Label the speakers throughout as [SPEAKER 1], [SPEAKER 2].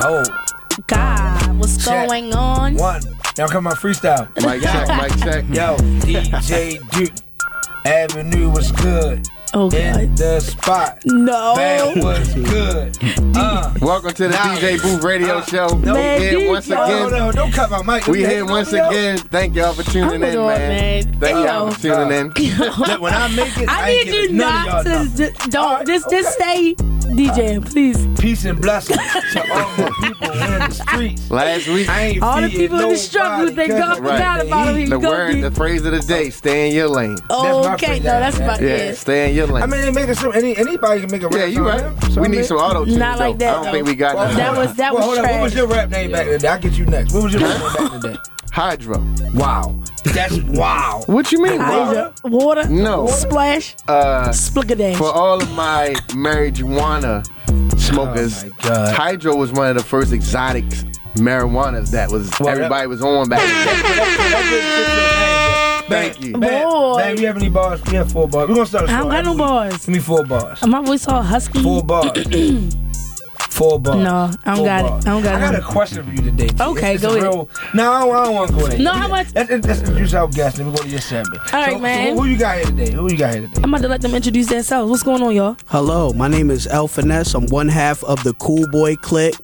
[SPEAKER 1] Oh,
[SPEAKER 2] God, what's
[SPEAKER 1] Check.
[SPEAKER 2] going on?
[SPEAKER 1] one. Now come on, freestyle.
[SPEAKER 3] Mic check, mic check.
[SPEAKER 1] Yo, DJ Duke. Avenue was good.
[SPEAKER 2] Oh
[SPEAKER 1] In
[SPEAKER 2] God,
[SPEAKER 1] the spot. Band
[SPEAKER 2] no.
[SPEAKER 1] was good. Uh,
[SPEAKER 3] Welcome to the
[SPEAKER 1] Nah.
[SPEAKER 3] DJ Booth Radio
[SPEAKER 1] Uh,
[SPEAKER 3] Show.
[SPEAKER 1] no.
[SPEAKER 3] we
[SPEAKER 2] Man,
[SPEAKER 3] here once
[SPEAKER 2] DJ.
[SPEAKER 1] no,
[SPEAKER 3] again.
[SPEAKER 1] no, don't cut my mic.
[SPEAKER 3] We here once
[SPEAKER 1] No.
[SPEAKER 3] again. Thank y'all for tuning
[SPEAKER 2] I'm
[SPEAKER 3] in,
[SPEAKER 2] doing,
[SPEAKER 3] man.
[SPEAKER 2] man.
[SPEAKER 3] Thank
[SPEAKER 2] Yo.
[SPEAKER 3] y'all for tuning in.
[SPEAKER 1] Look, when I make it, I,
[SPEAKER 2] I
[SPEAKER 1] ain't
[SPEAKER 2] need you
[SPEAKER 1] giving none of
[SPEAKER 2] not
[SPEAKER 1] y'all
[SPEAKER 2] to
[SPEAKER 1] nothing.
[SPEAKER 2] d- don't
[SPEAKER 1] All right,
[SPEAKER 2] just just stay DJ, please.
[SPEAKER 1] Peace and blessings to all the people in the streets.
[SPEAKER 3] Last week,
[SPEAKER 1] I ain't
[SPEAKER 2] All the
[SPEAKER 1] feeding
[SPEAKER 2] people in the
[SPEAKER 1] nobody
[SPEAKER 2] struggle, they
[SPEAKER 1] cause
[SPEAKER 2] got
[SPEAKER 1] of
[SPEAKER 3] Right.
[SPEAKER 2] forgot about
[SPEAKER 1] heat.
[SPEAKER 2] him.
[SPEAKER 3] the
[SPEAKER 2] Go
[SPEAKER 3] word,
[SPEAKER 2] deep.
[SPEAKER 3] the phrase of the day: stay in your lane.
[SPEAKER 1] my
[SPEAKER 2] okay,
[SPEAKER 1] freestyle,
[SPEAKER 2] no, that's about
[SPEAKER 3] Yeah,
[SPEAKER 2] it.
[SPEAKER 3] stay in your lane.
[SPEAKER 1] I mean, they making some. Any, anybody can make a rap.
[SPEAKER 3] yeah, you
[SPEAKER 1] song,
[SPEAKER 3] right.
[SPEAKER 1] man.
[SPEAKER 3] We need some auto tune.
[SPEAKER 2] Not like
[SPEAKER 3] I
[SPEAKER 2] that,
[SPEAKER 3] don't
[SPEAKER 2] though.
[SPEAKER 3] think we got
[SPEAKER 1] Well,
[SPEAKER 3] none.
[SPEAKER 2] That
[SPEAKER 1] hold
[SPEAKER 2] was-
[SPEAKER 1] on.
[SPEAKER 2] that
[SPEAKER 1] well,
[SPEAKER 2] was
[SPEAKER 1] hold on. What was
[SPEAKER 2] trash.
[SPEAKER 1] your rap name back in the day? I'll get you next. What was your rap name back in the day?
[SPEAKER 3] hydro.
[SPEAKER 1] Wow. That's wow.
[SPEAKER 3] What you mean?
[SPEAKER 2] I
[SPEAKER 3] bro?
[SPEAKER 2] either water,
[SPEAKER 3] No.
[SPEAKER 2] splash,
[SPEAKER 3] Uh,
[SPEAKER 2] splickadash.
[SPEAKER 3] for all of my marijuana smokers,
[SPEAKER 1] Oh, my God.
[SPEAKER 3] hydro was one of the first exotic marijuanas that was
[SPEAKER 1] Well,
[SPEAKER 3] everybody was on back. Then. Thank you.
[SPEAKER 2] Boy.
[SPEAKER 1] Man, you have any bars? We have four bars. We're gonna start a
[SPEAKER 2] I
[SPEAKER 1] song
[SPEAKER 2] don't got no
[SPEAKER 1] every week.
[SPEAKER 2] bars.
[SPEAKER 1] Give me four bars.
[SPEAKER 2] My voice all husky.
[SPEAKER 1] Four bars. Four bars.
[SPEAKER 2] No, I don't
[SPEAKER 1] Four
[SPEAKER 2] got it.
[SPEAKER 1] bars.
[SPEAKER 2] I don't got
[SPEAKER 1] I got
[SPEAKER 2] none.
[SPEAKER 1] a question for you today. T.
[SPEAKER 2] Okay,
[SPEAKER 1] It's- it's
[SPEAKER 2] go
[SPEAKER 1] a
[SPEAKER 2] ahead.
[SPEAKER 1] real- No, I don't, I don't want to go there.
[SPEAKER 2] No, I want-
[SPEAKER 1] That's, that's, that's use our guest. Then we go to your segment.
[SPEAKER 2] All right,
[SPEAKER 1] so, so
[SPEAKER 2] man.
[SPEAKER 1] who you got here today? Who you got here today?
[SPEAKER 2] I'm about to let them introduce themselves. What's going on, y'all?
[SPEAKER 4] Hello, my name is El Finesse. I'm one half of the Cool Boy Clique.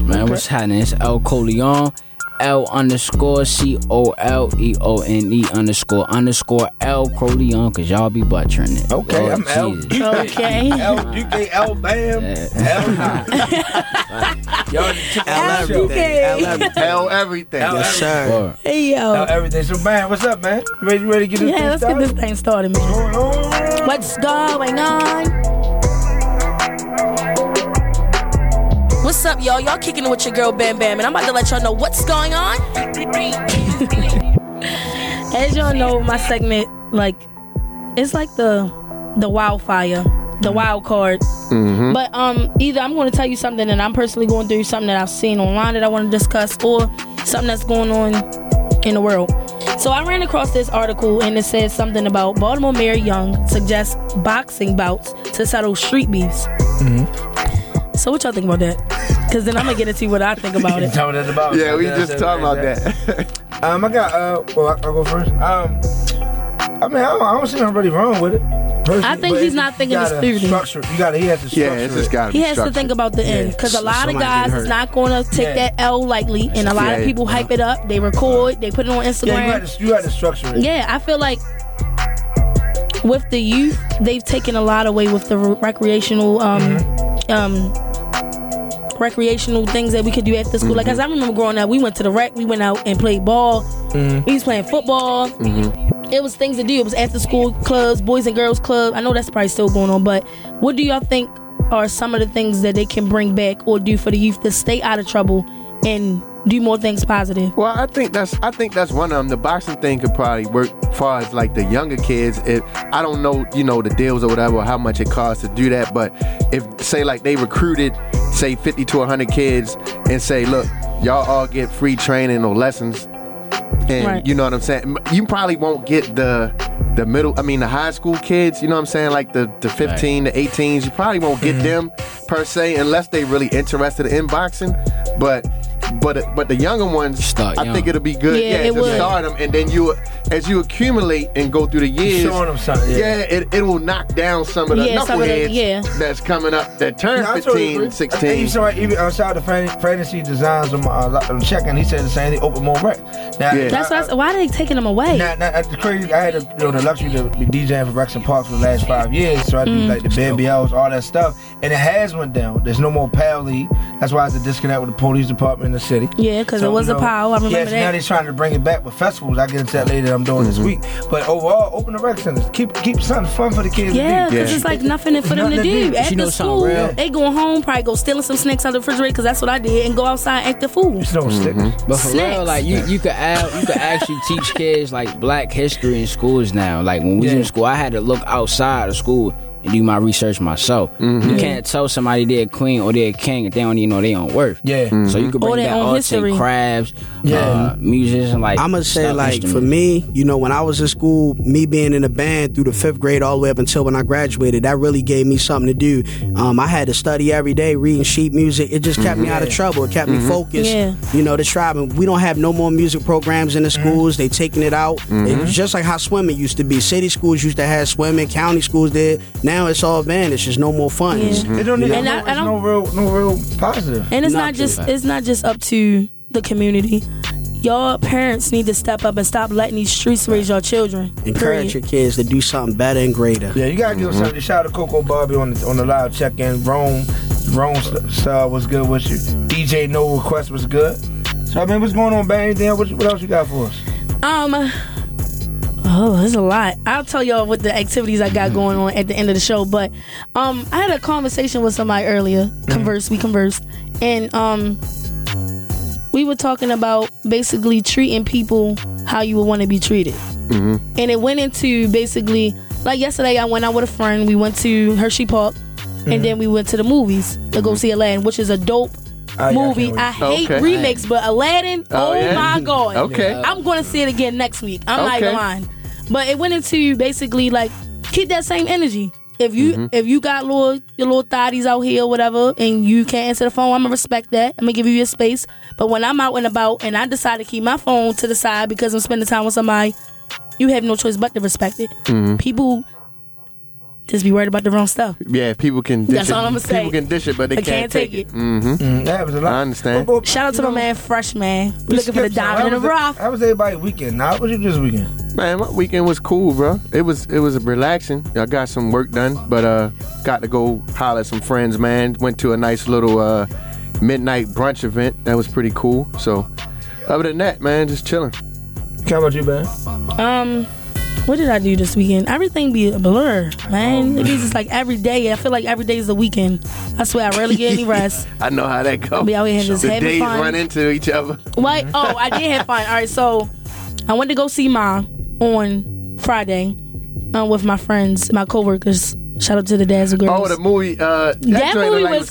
[SPEAKER 5] Man, what's happening? It's El Coleon. L underscore C O L E O N E underscore underscore L Coleon, cause y'all be butchering it.
[SPEAKER 1] Okay,
[SPEAKER 5] Lord
[SPEAKER 1] I'm L.
[SPEAKER 5] Jesus.
[SPEAKER 2] Okay.
[SPEAKER 1] L DK L Bam L Nine. Y'all just took
[SPEAKER 4] L
[SPEAKER 1] the show.
[SPEAKER 4] everything. L
[SPEAKER 2] Okay.
[SPEAKER 4] everything.
[SPEAKER 3] Hell, everything.
[SPEAKER 1] Hell,
[SPEAKER 4] Yes, sir.
[SPEAKER 5] Lord.
[SPEAKER 2] Hey
[SPEAKER 1] L
[SPEAKER 2] yo.
[SPEAKER 1] everything. So man, what's up, man? You ready? You ready to get this
[SPEAKER 2] Yeah, let's get
[SPEAKER 1] thing
[SPEAKER 2] this
[SPEAKER 1] started?
[SPEAKER 2] thing started, man.
[SPEAKER 1] Going on.
[SPEAKER 2] What's going on? What's up, y'all? Y'all kicking it with your girl Bam Bam, and I'm about to let y'all know what's going on. As y'all know, my segment, like, it's like the the wildfire, the wild card.
[SPEAKER 3] Mm-hmm.
[SPEAKER 2] But um, either I'm going to tell you something that I'm personally going through, something that I've seen online that I want to discuss, or something that's going on in the world. So I ran across this article and it says something about Baltimore Mayor Young suggests boxing bouts to settle street beefs. So what y'all think about that? Because then I'm gonna get into what I think about it.
[SPEAKER 1] Tell me that's about.
[SPEAKER 3] Yeah, we
[SPEAKER 1] That's
[SPEAKER 3] just talking about
[SPEAKER 1] everything.
[SPEAKER 3] that.
[SPEAKER 1] Um, I got. Uh, well, I- I'll go first. Um, I mean, I don't, I don't see nothing really wrong with it. Personally,
[SPEAKER 2] I think
[SPEAKER 1] but
[SPEAKER 2] he's
[SPEAKER 1] it-
[SPEAKER 2] not
[SPEAKER 1] you
[SPEAKER 2] thinking this
[SPEAKER 1] gotta
[SPEAKER 2] through then.
[SPEAKER 1] Structure. You got to. He has to
[SPEAKER 3] yeah,
[SPEAKER 1] structure.
[SPEAKER 3] it's just
[SPEAKER 1] it.
[SPEAKER 3] got to be
[SPEAKER 2] He has to
[SPEAKER 3] structured.
[SPEAKER 2] think about the end because a
[SPEAKER 4] so-
[SPEAKER 2] lot of
[SPEAKER 4] somebody
[SPEAKER 2] guys
[SPEAKER 4] get
[SPEAKER 2] is
[SPEAKER 4] hurt.
[SPEAKER 2] not going to take
[SPEAKER 1] Yeah.
[SPEAKER 2] that L lightly, and a lot
[SPEAKER 3] Yeah.
[SPEAKER 2] of people hype it up. They record, they put it on Instagram.
[SPEAKER 1] Yeah, you got to. You got to structure it.
[SPEAKER 2] Yeah, I feel like with the youth, they've taken a lot away with the re- recreational, um, um, recreational things that we could do after school. Like, 'cause I remember growing up, we went to the rec, we went out and played ball.
[SPEAKER 6] Mm-hmm.
[SPEAKER 2] We was playing football. It was things to do. It was after school clubs, boys and girls club. I know that's probably still going on, but what do y'all think are some of the things that they can bring back or do for the youth to stay out of trouble and do more things positive?
[SPEAKER 3] Well, I think that's I think that's one of them. The boxing thing could probably work far as like the younger kids. It I don't know, you know, the deals or whatever, how much it costs to do that. But if say like they recruited say fifty to hundred kids and say, look, y'all all get free training or lessons, and
[SPEAKER 2] Right.
[SPEAKER 3] you know what I'm saying. You probably won't get the the middle. I mean, the high school kids. You know what I'm saying, like the the fifteen to eighteens. You probably won't get
[SPEAKER 1] Mm-hmm.
[SPEAKER 3] them per se unless they really interested in boxing. But but but the younger ones,
[SPEAKER 5] Start
[SPEAKER 3] I
[SPEAKER 5] young.
[SPEAKER 3] think it'll be good.
[SPEAKER 2] Yeah,
[SPEAKER 3] Yeah,
[SPEAKER 2] it
[SPEAKER 3] to
[SPEAKER 2] would.
[SPEAKER 3] start them, and then you as you accumulate and go through the years.
[SPEAKER 1] showing 'em something, yeah.
[SPEAKER 3] it, it will knock down some of the
[SPEAKER 2] Yeah,
[SPEAKER 3] knuckleheads
[SPEAKER 2] some of the- yeah.
[SPEAKER 3] that's coming up that turn
[SPEAKER 1] No, I totally agree.
[SPEAKER 3] 15,
[SPEAKER 1] I think
[SPEAKER 3] 16.
[SPEAKER 1] you saw it, even outside uh, the fan- fantasy designs on my uh, I'm checking, he said the same thing. Open more rec. Now,
[SPEAKER 3] Yeah.
[SPEAKER 2] That's
[SPEAKER 1] I-
[SPEAKER 2] why. I said, Why are they taking them away?
[SPEAKER 1] Now, now, that's crazy. I had the, you know, the luxury to be DJing for Rex and Park for the last five years, so I do
[SPEAKER 2] Mm.
[SPEAKER 1] like the band BLs, all that stuff, and it has went down. There's no more PAL league. That's why it's a disconnect with the police department in the city.
[SPEAKER 2] Yeah, 'cause it was a PAL, I remember
[SPEAKER 1] yes,
[SPEAKER 2] that.
[SPEAKER 1] now they're trying to bring it back with festivals. I get into that later. I'm doing
[SPEAKER 5] Mm-hmm.
[SPEAKER 1] this week, but overall, open the rec centers. Keep keep something fun for the kids.
[SPEAKER 2] Yeah,
[SPEAKER 1] to do.
[SPEAKER 2] because it's like nothing for them to
[SPEAKER 1] Nothing to
[SPEAKER 2] do.
[SPEAKER 1] do.
[SPEAKER 2] After
[SPEAKER 5] know something
[SPEAKER 2] school,
[SPEAKER 5] real.
[SPEAKER 2] they going home, probably go stealing some snacks out of the refrigerator, because that's what I did, and go outside and act the fool.
[SPEAKER 1] It's no sticks.
[SPEAKER 5] Mm. But for
[SPEAKER 2] Snacks.
[SPEAKER 5] real, like you, you could add, you could actually teach kids like Black history in schools now. Like when we was
[SPEAKER 1] Yeah.
[SPEAKER 5] in school, I had to look outside of school and do my research myself.
[SPEAKER 2] Mm-hmm.
[SPEAKER 5] You can't tell somebody they're a queen or they're a king if they don't even know their own worth.
[SPEAKER 1] Yeah.
[SPEAKER 5] So you could
[SPEAKER 2] Mm-hmm. Or
[SPEAKER 5] bring
[SPEAKER 2] their
[SPEAKER 5] back
[SPEAKER 2] own
[SPEAKER 5] arts
[SPEAKER 2] history.
[SPEAKER 5] and crafts,
[SPEAKER 1] Yeah.
[SPEAKER 5] uh, musicians like
[SPEAKER 4] I'm gonna say
[SPEAKER 5] stuff,
[SPEAKER 4] like for
[SPEAKER 5] instruments.
[SPEAKER 4] me, you know, when I was in school, me being in a band through the fifth grade all the way up until when I graduated, that really gave me something to do. Um, I had to study every day, reading sheet music. It just kept me out of trouble. It kept me focused.
[SPEAKER 2] Mm-hmm. Yeah. Mm-hmm.
[SPEAKER 4] You know, the tribe. and We don't have no more music programs in the schools. They taking it out. It's just like how swimming used to be. City schools used to have swimming. County schools did. Now it's all banned. It's just no more fun. It's-
[SPEAKER 1] It don't need
[SPEAKER 2] And I-
[SPEAKER 1] no,
[SPEAKER 2] I
[SPEAKER 1] it's no
[SPEAKER 2] don't-
[SPEAKER 1] real, no real positive.
[SPEAKER 2] And it's
[SPEAKER 4] Not
[SPEAKER 2] not just
[SPEAKER 5] true.
[SPEAKER 2] it's not just up to the community. Y'all parents need to step up and stop letting these streets raise your children.
[SPEAKER 4] Encourage
[SPEAKER 2] Period.
[SPEAKER 4] your kids to do something better and greater.
[SPEAKER 1] Yeah, you gotta give us something. Shout out to Coco Barbie on the, on the live check in. Rome, Rome Star was good with you. DJ No Request was good. So I mean, what's going on, Bang? Anything? What, what else you got for us?
[SPEAKER 2] Um Oh, there's a lot. I'll tell y'all what the activities I got going on at the end of the show, but um I had a conversation with somebody earlier. Converse, we conversed. And um we were talking about basically treating people how you would want to be treated.
[SPEAKER 1] Mm-hmm.
[SPEAKER 2] And it went into basically like yesterday I went out with a friend, we went to Hershey Park
[SPEAKER 1] Mm-hmm.
[SPEAKER 2] and then we went to the movies to go see Aladdin, which is a dope
[SPEAKER 1] Oh, I can't
[SPEAKER 2] movie.
[SPEAKER 1] wait.
[SPEAKER 2] I hate
[SPEAKER 3] Okay.
[SPEAKER 2] remakes, but Aladdin,
[SPEAKER 3] Oh,
[SPEAKER 2] oh,
[SPEAKER 3] yeah?
[SPEAKER 2] my god.
[SPEAKER 3] Okay.
[SPEAKER 2] I'm going to see it again next week. I'm not
[SPEAKER 3] Okay.
[SPEAKER 2] even lying. But it went into basically like keep that same energy. If you if you got little your little thotties out here or whatever, and you can't answer the phone, I'm gonna respect that. I'm gonna give you your space. But when I'm out and about and I decide to keep my phone to the side because I'm spending time with somebody, you have no choice but to respect it.
[SPEAKER 3] Mm-hmm.
[SPEAKER 2] People just be worried about the wrong stuff.
[SPEAKER 3] Yeah, people can dish
[SPEAKER 2] That's
[SPEAKER 3] it.
[SPEAKER 2] all I'ma say.
[SPEAKER 3] People can dish it, but they
[SPEAKER 2] I can't take it.
[SPEAKER 1] Mm, that happens a lot.
[SPEAKER 3] I understand.
[SPEAKER 1] But- but-
[SPEAKER 2] Shout out to
[SPEAKER 1] you
[SPEAKER 2] my
[SPEAKER 1] know,
[SPEAKER 2] man Fresh Man. Looking for
[SPEAKER 1] we
[SPEAKER 2] the
[SPEAKER 1] skipped something.
[SPEAKER 2] diamond in the
[SPEAKER 1] How was it-
[SPEAKER 2] rough.
[SPEAKER 1] How was everybody weekend? Nah, what was you this weekend?
[SPEAKER 3] Man, my weekend was cool, bro. It was it was relaxing. I got some work done, but uh, got to go holler at some friends, man. Went to a nice little uh, midnight brunch event. That was pretty cool. So, other than that, man, just chilling.
[SPEAKER 1] How about you, Bang?
[SPEAKER 2] Um, what did I do this weekend? Everything be a blur, man. It be just like every day. I feel like every day is the weekend. I swear, I rarely get any rest.
[SPEAKER 3] I know how that goes.
[SPEAKER 2] Be out here just
[SPEAKER 3] the
[SPEAKER 2] having
[SPEAKER 3] days
[SPEAKER 2] fun.
[SPEAKER 3] run into each other.
[SPEAKER 2] Wait, oh, I did have fun. All right, so I went to go see Ma on Friday um, with my friends, my coworkers. Shout out to the dads and girls.
[SPEAKER 3] Oh, the movie. Uh, that
[SPEAKER 2] that
[SPEAKER 3] joint looked
[SPEAKER 2] movie
[SPEAKER 3] like it
[SPEAKER 2] was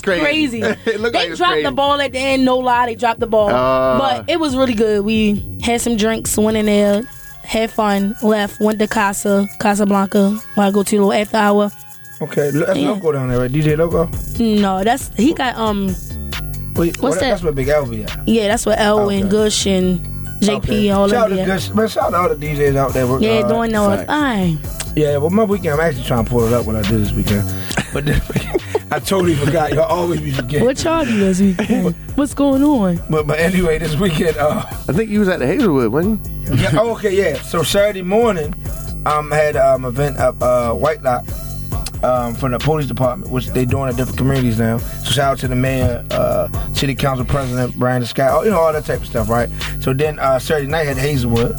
[SPEAKER 2] crazy.
[SPEAKER 3] it looked
[SPEAKER 2] they
[SPEAKER 3] like it was
[SPEAKER 2] dropped
[SPEAKER 3] crazy.
[SPEAKER 2] the ball at the end. No lie, they dropped the ball.
[SPEAKER 3] Ah.
[SPEAKER 2] but it was really good. We had some drinks, went in there, had fun, left, went to Casa, Casablanca. Where I go to the little after hour.
[SPEAKER 1] Okay, lo- that's
[SPEAKER 2] Yeah.
[SPEAKER 1] Loco down there, right? DJ Loco.
[SPEAKER 2] No, that's he got um
[SPEAKER 1] Wait,
[SPEAKER 2] What's that?
[SPEAKER 1] That's what Big L be at.
[SPEAKER 2] yeah, that's what L
[SPEAKER 1] Okay.
[SPEAKER 2] and Gush and JP
[SPEAKER 1] Okay.
[SPEAKER 2] and all
[SPEAKER 1] shout
[SPEAKER 2] of
[SPEAKER 1] out to
[SPEAKER 2] them.
[SPEAKER 1] Gush, uh, man, shout out to all the DJs out there. working
[SPEAKER 2] Yeah,
[SPEAKER 1] hard.
[SPEAKER 2] doing uh, no fine.
[SPEAKER 1] Yeah, well, my weekend, I'm actually trying to pull it up what I did this weekend. But then- I totally forgot. Y'all always be forgetting.
[SPEAKER 2] What y'all do this weekend? What's going on?
[SPEAKER 1] But, but anyway, this weekend, uh,
[SPEAKER 3] I think you was at the Hazelwood, wasn't you?
[SPEAKER 1] yeah, oh, okay, yeah. So Saturday morning, um, I had um event up uh, White Lock um, from the police department, which they doing at different communities now. So shout out to the mayor, uh, city council president Brian Scott, oh, you know all that type of stuff, right? So then uh, Saturday night had Hazelwood,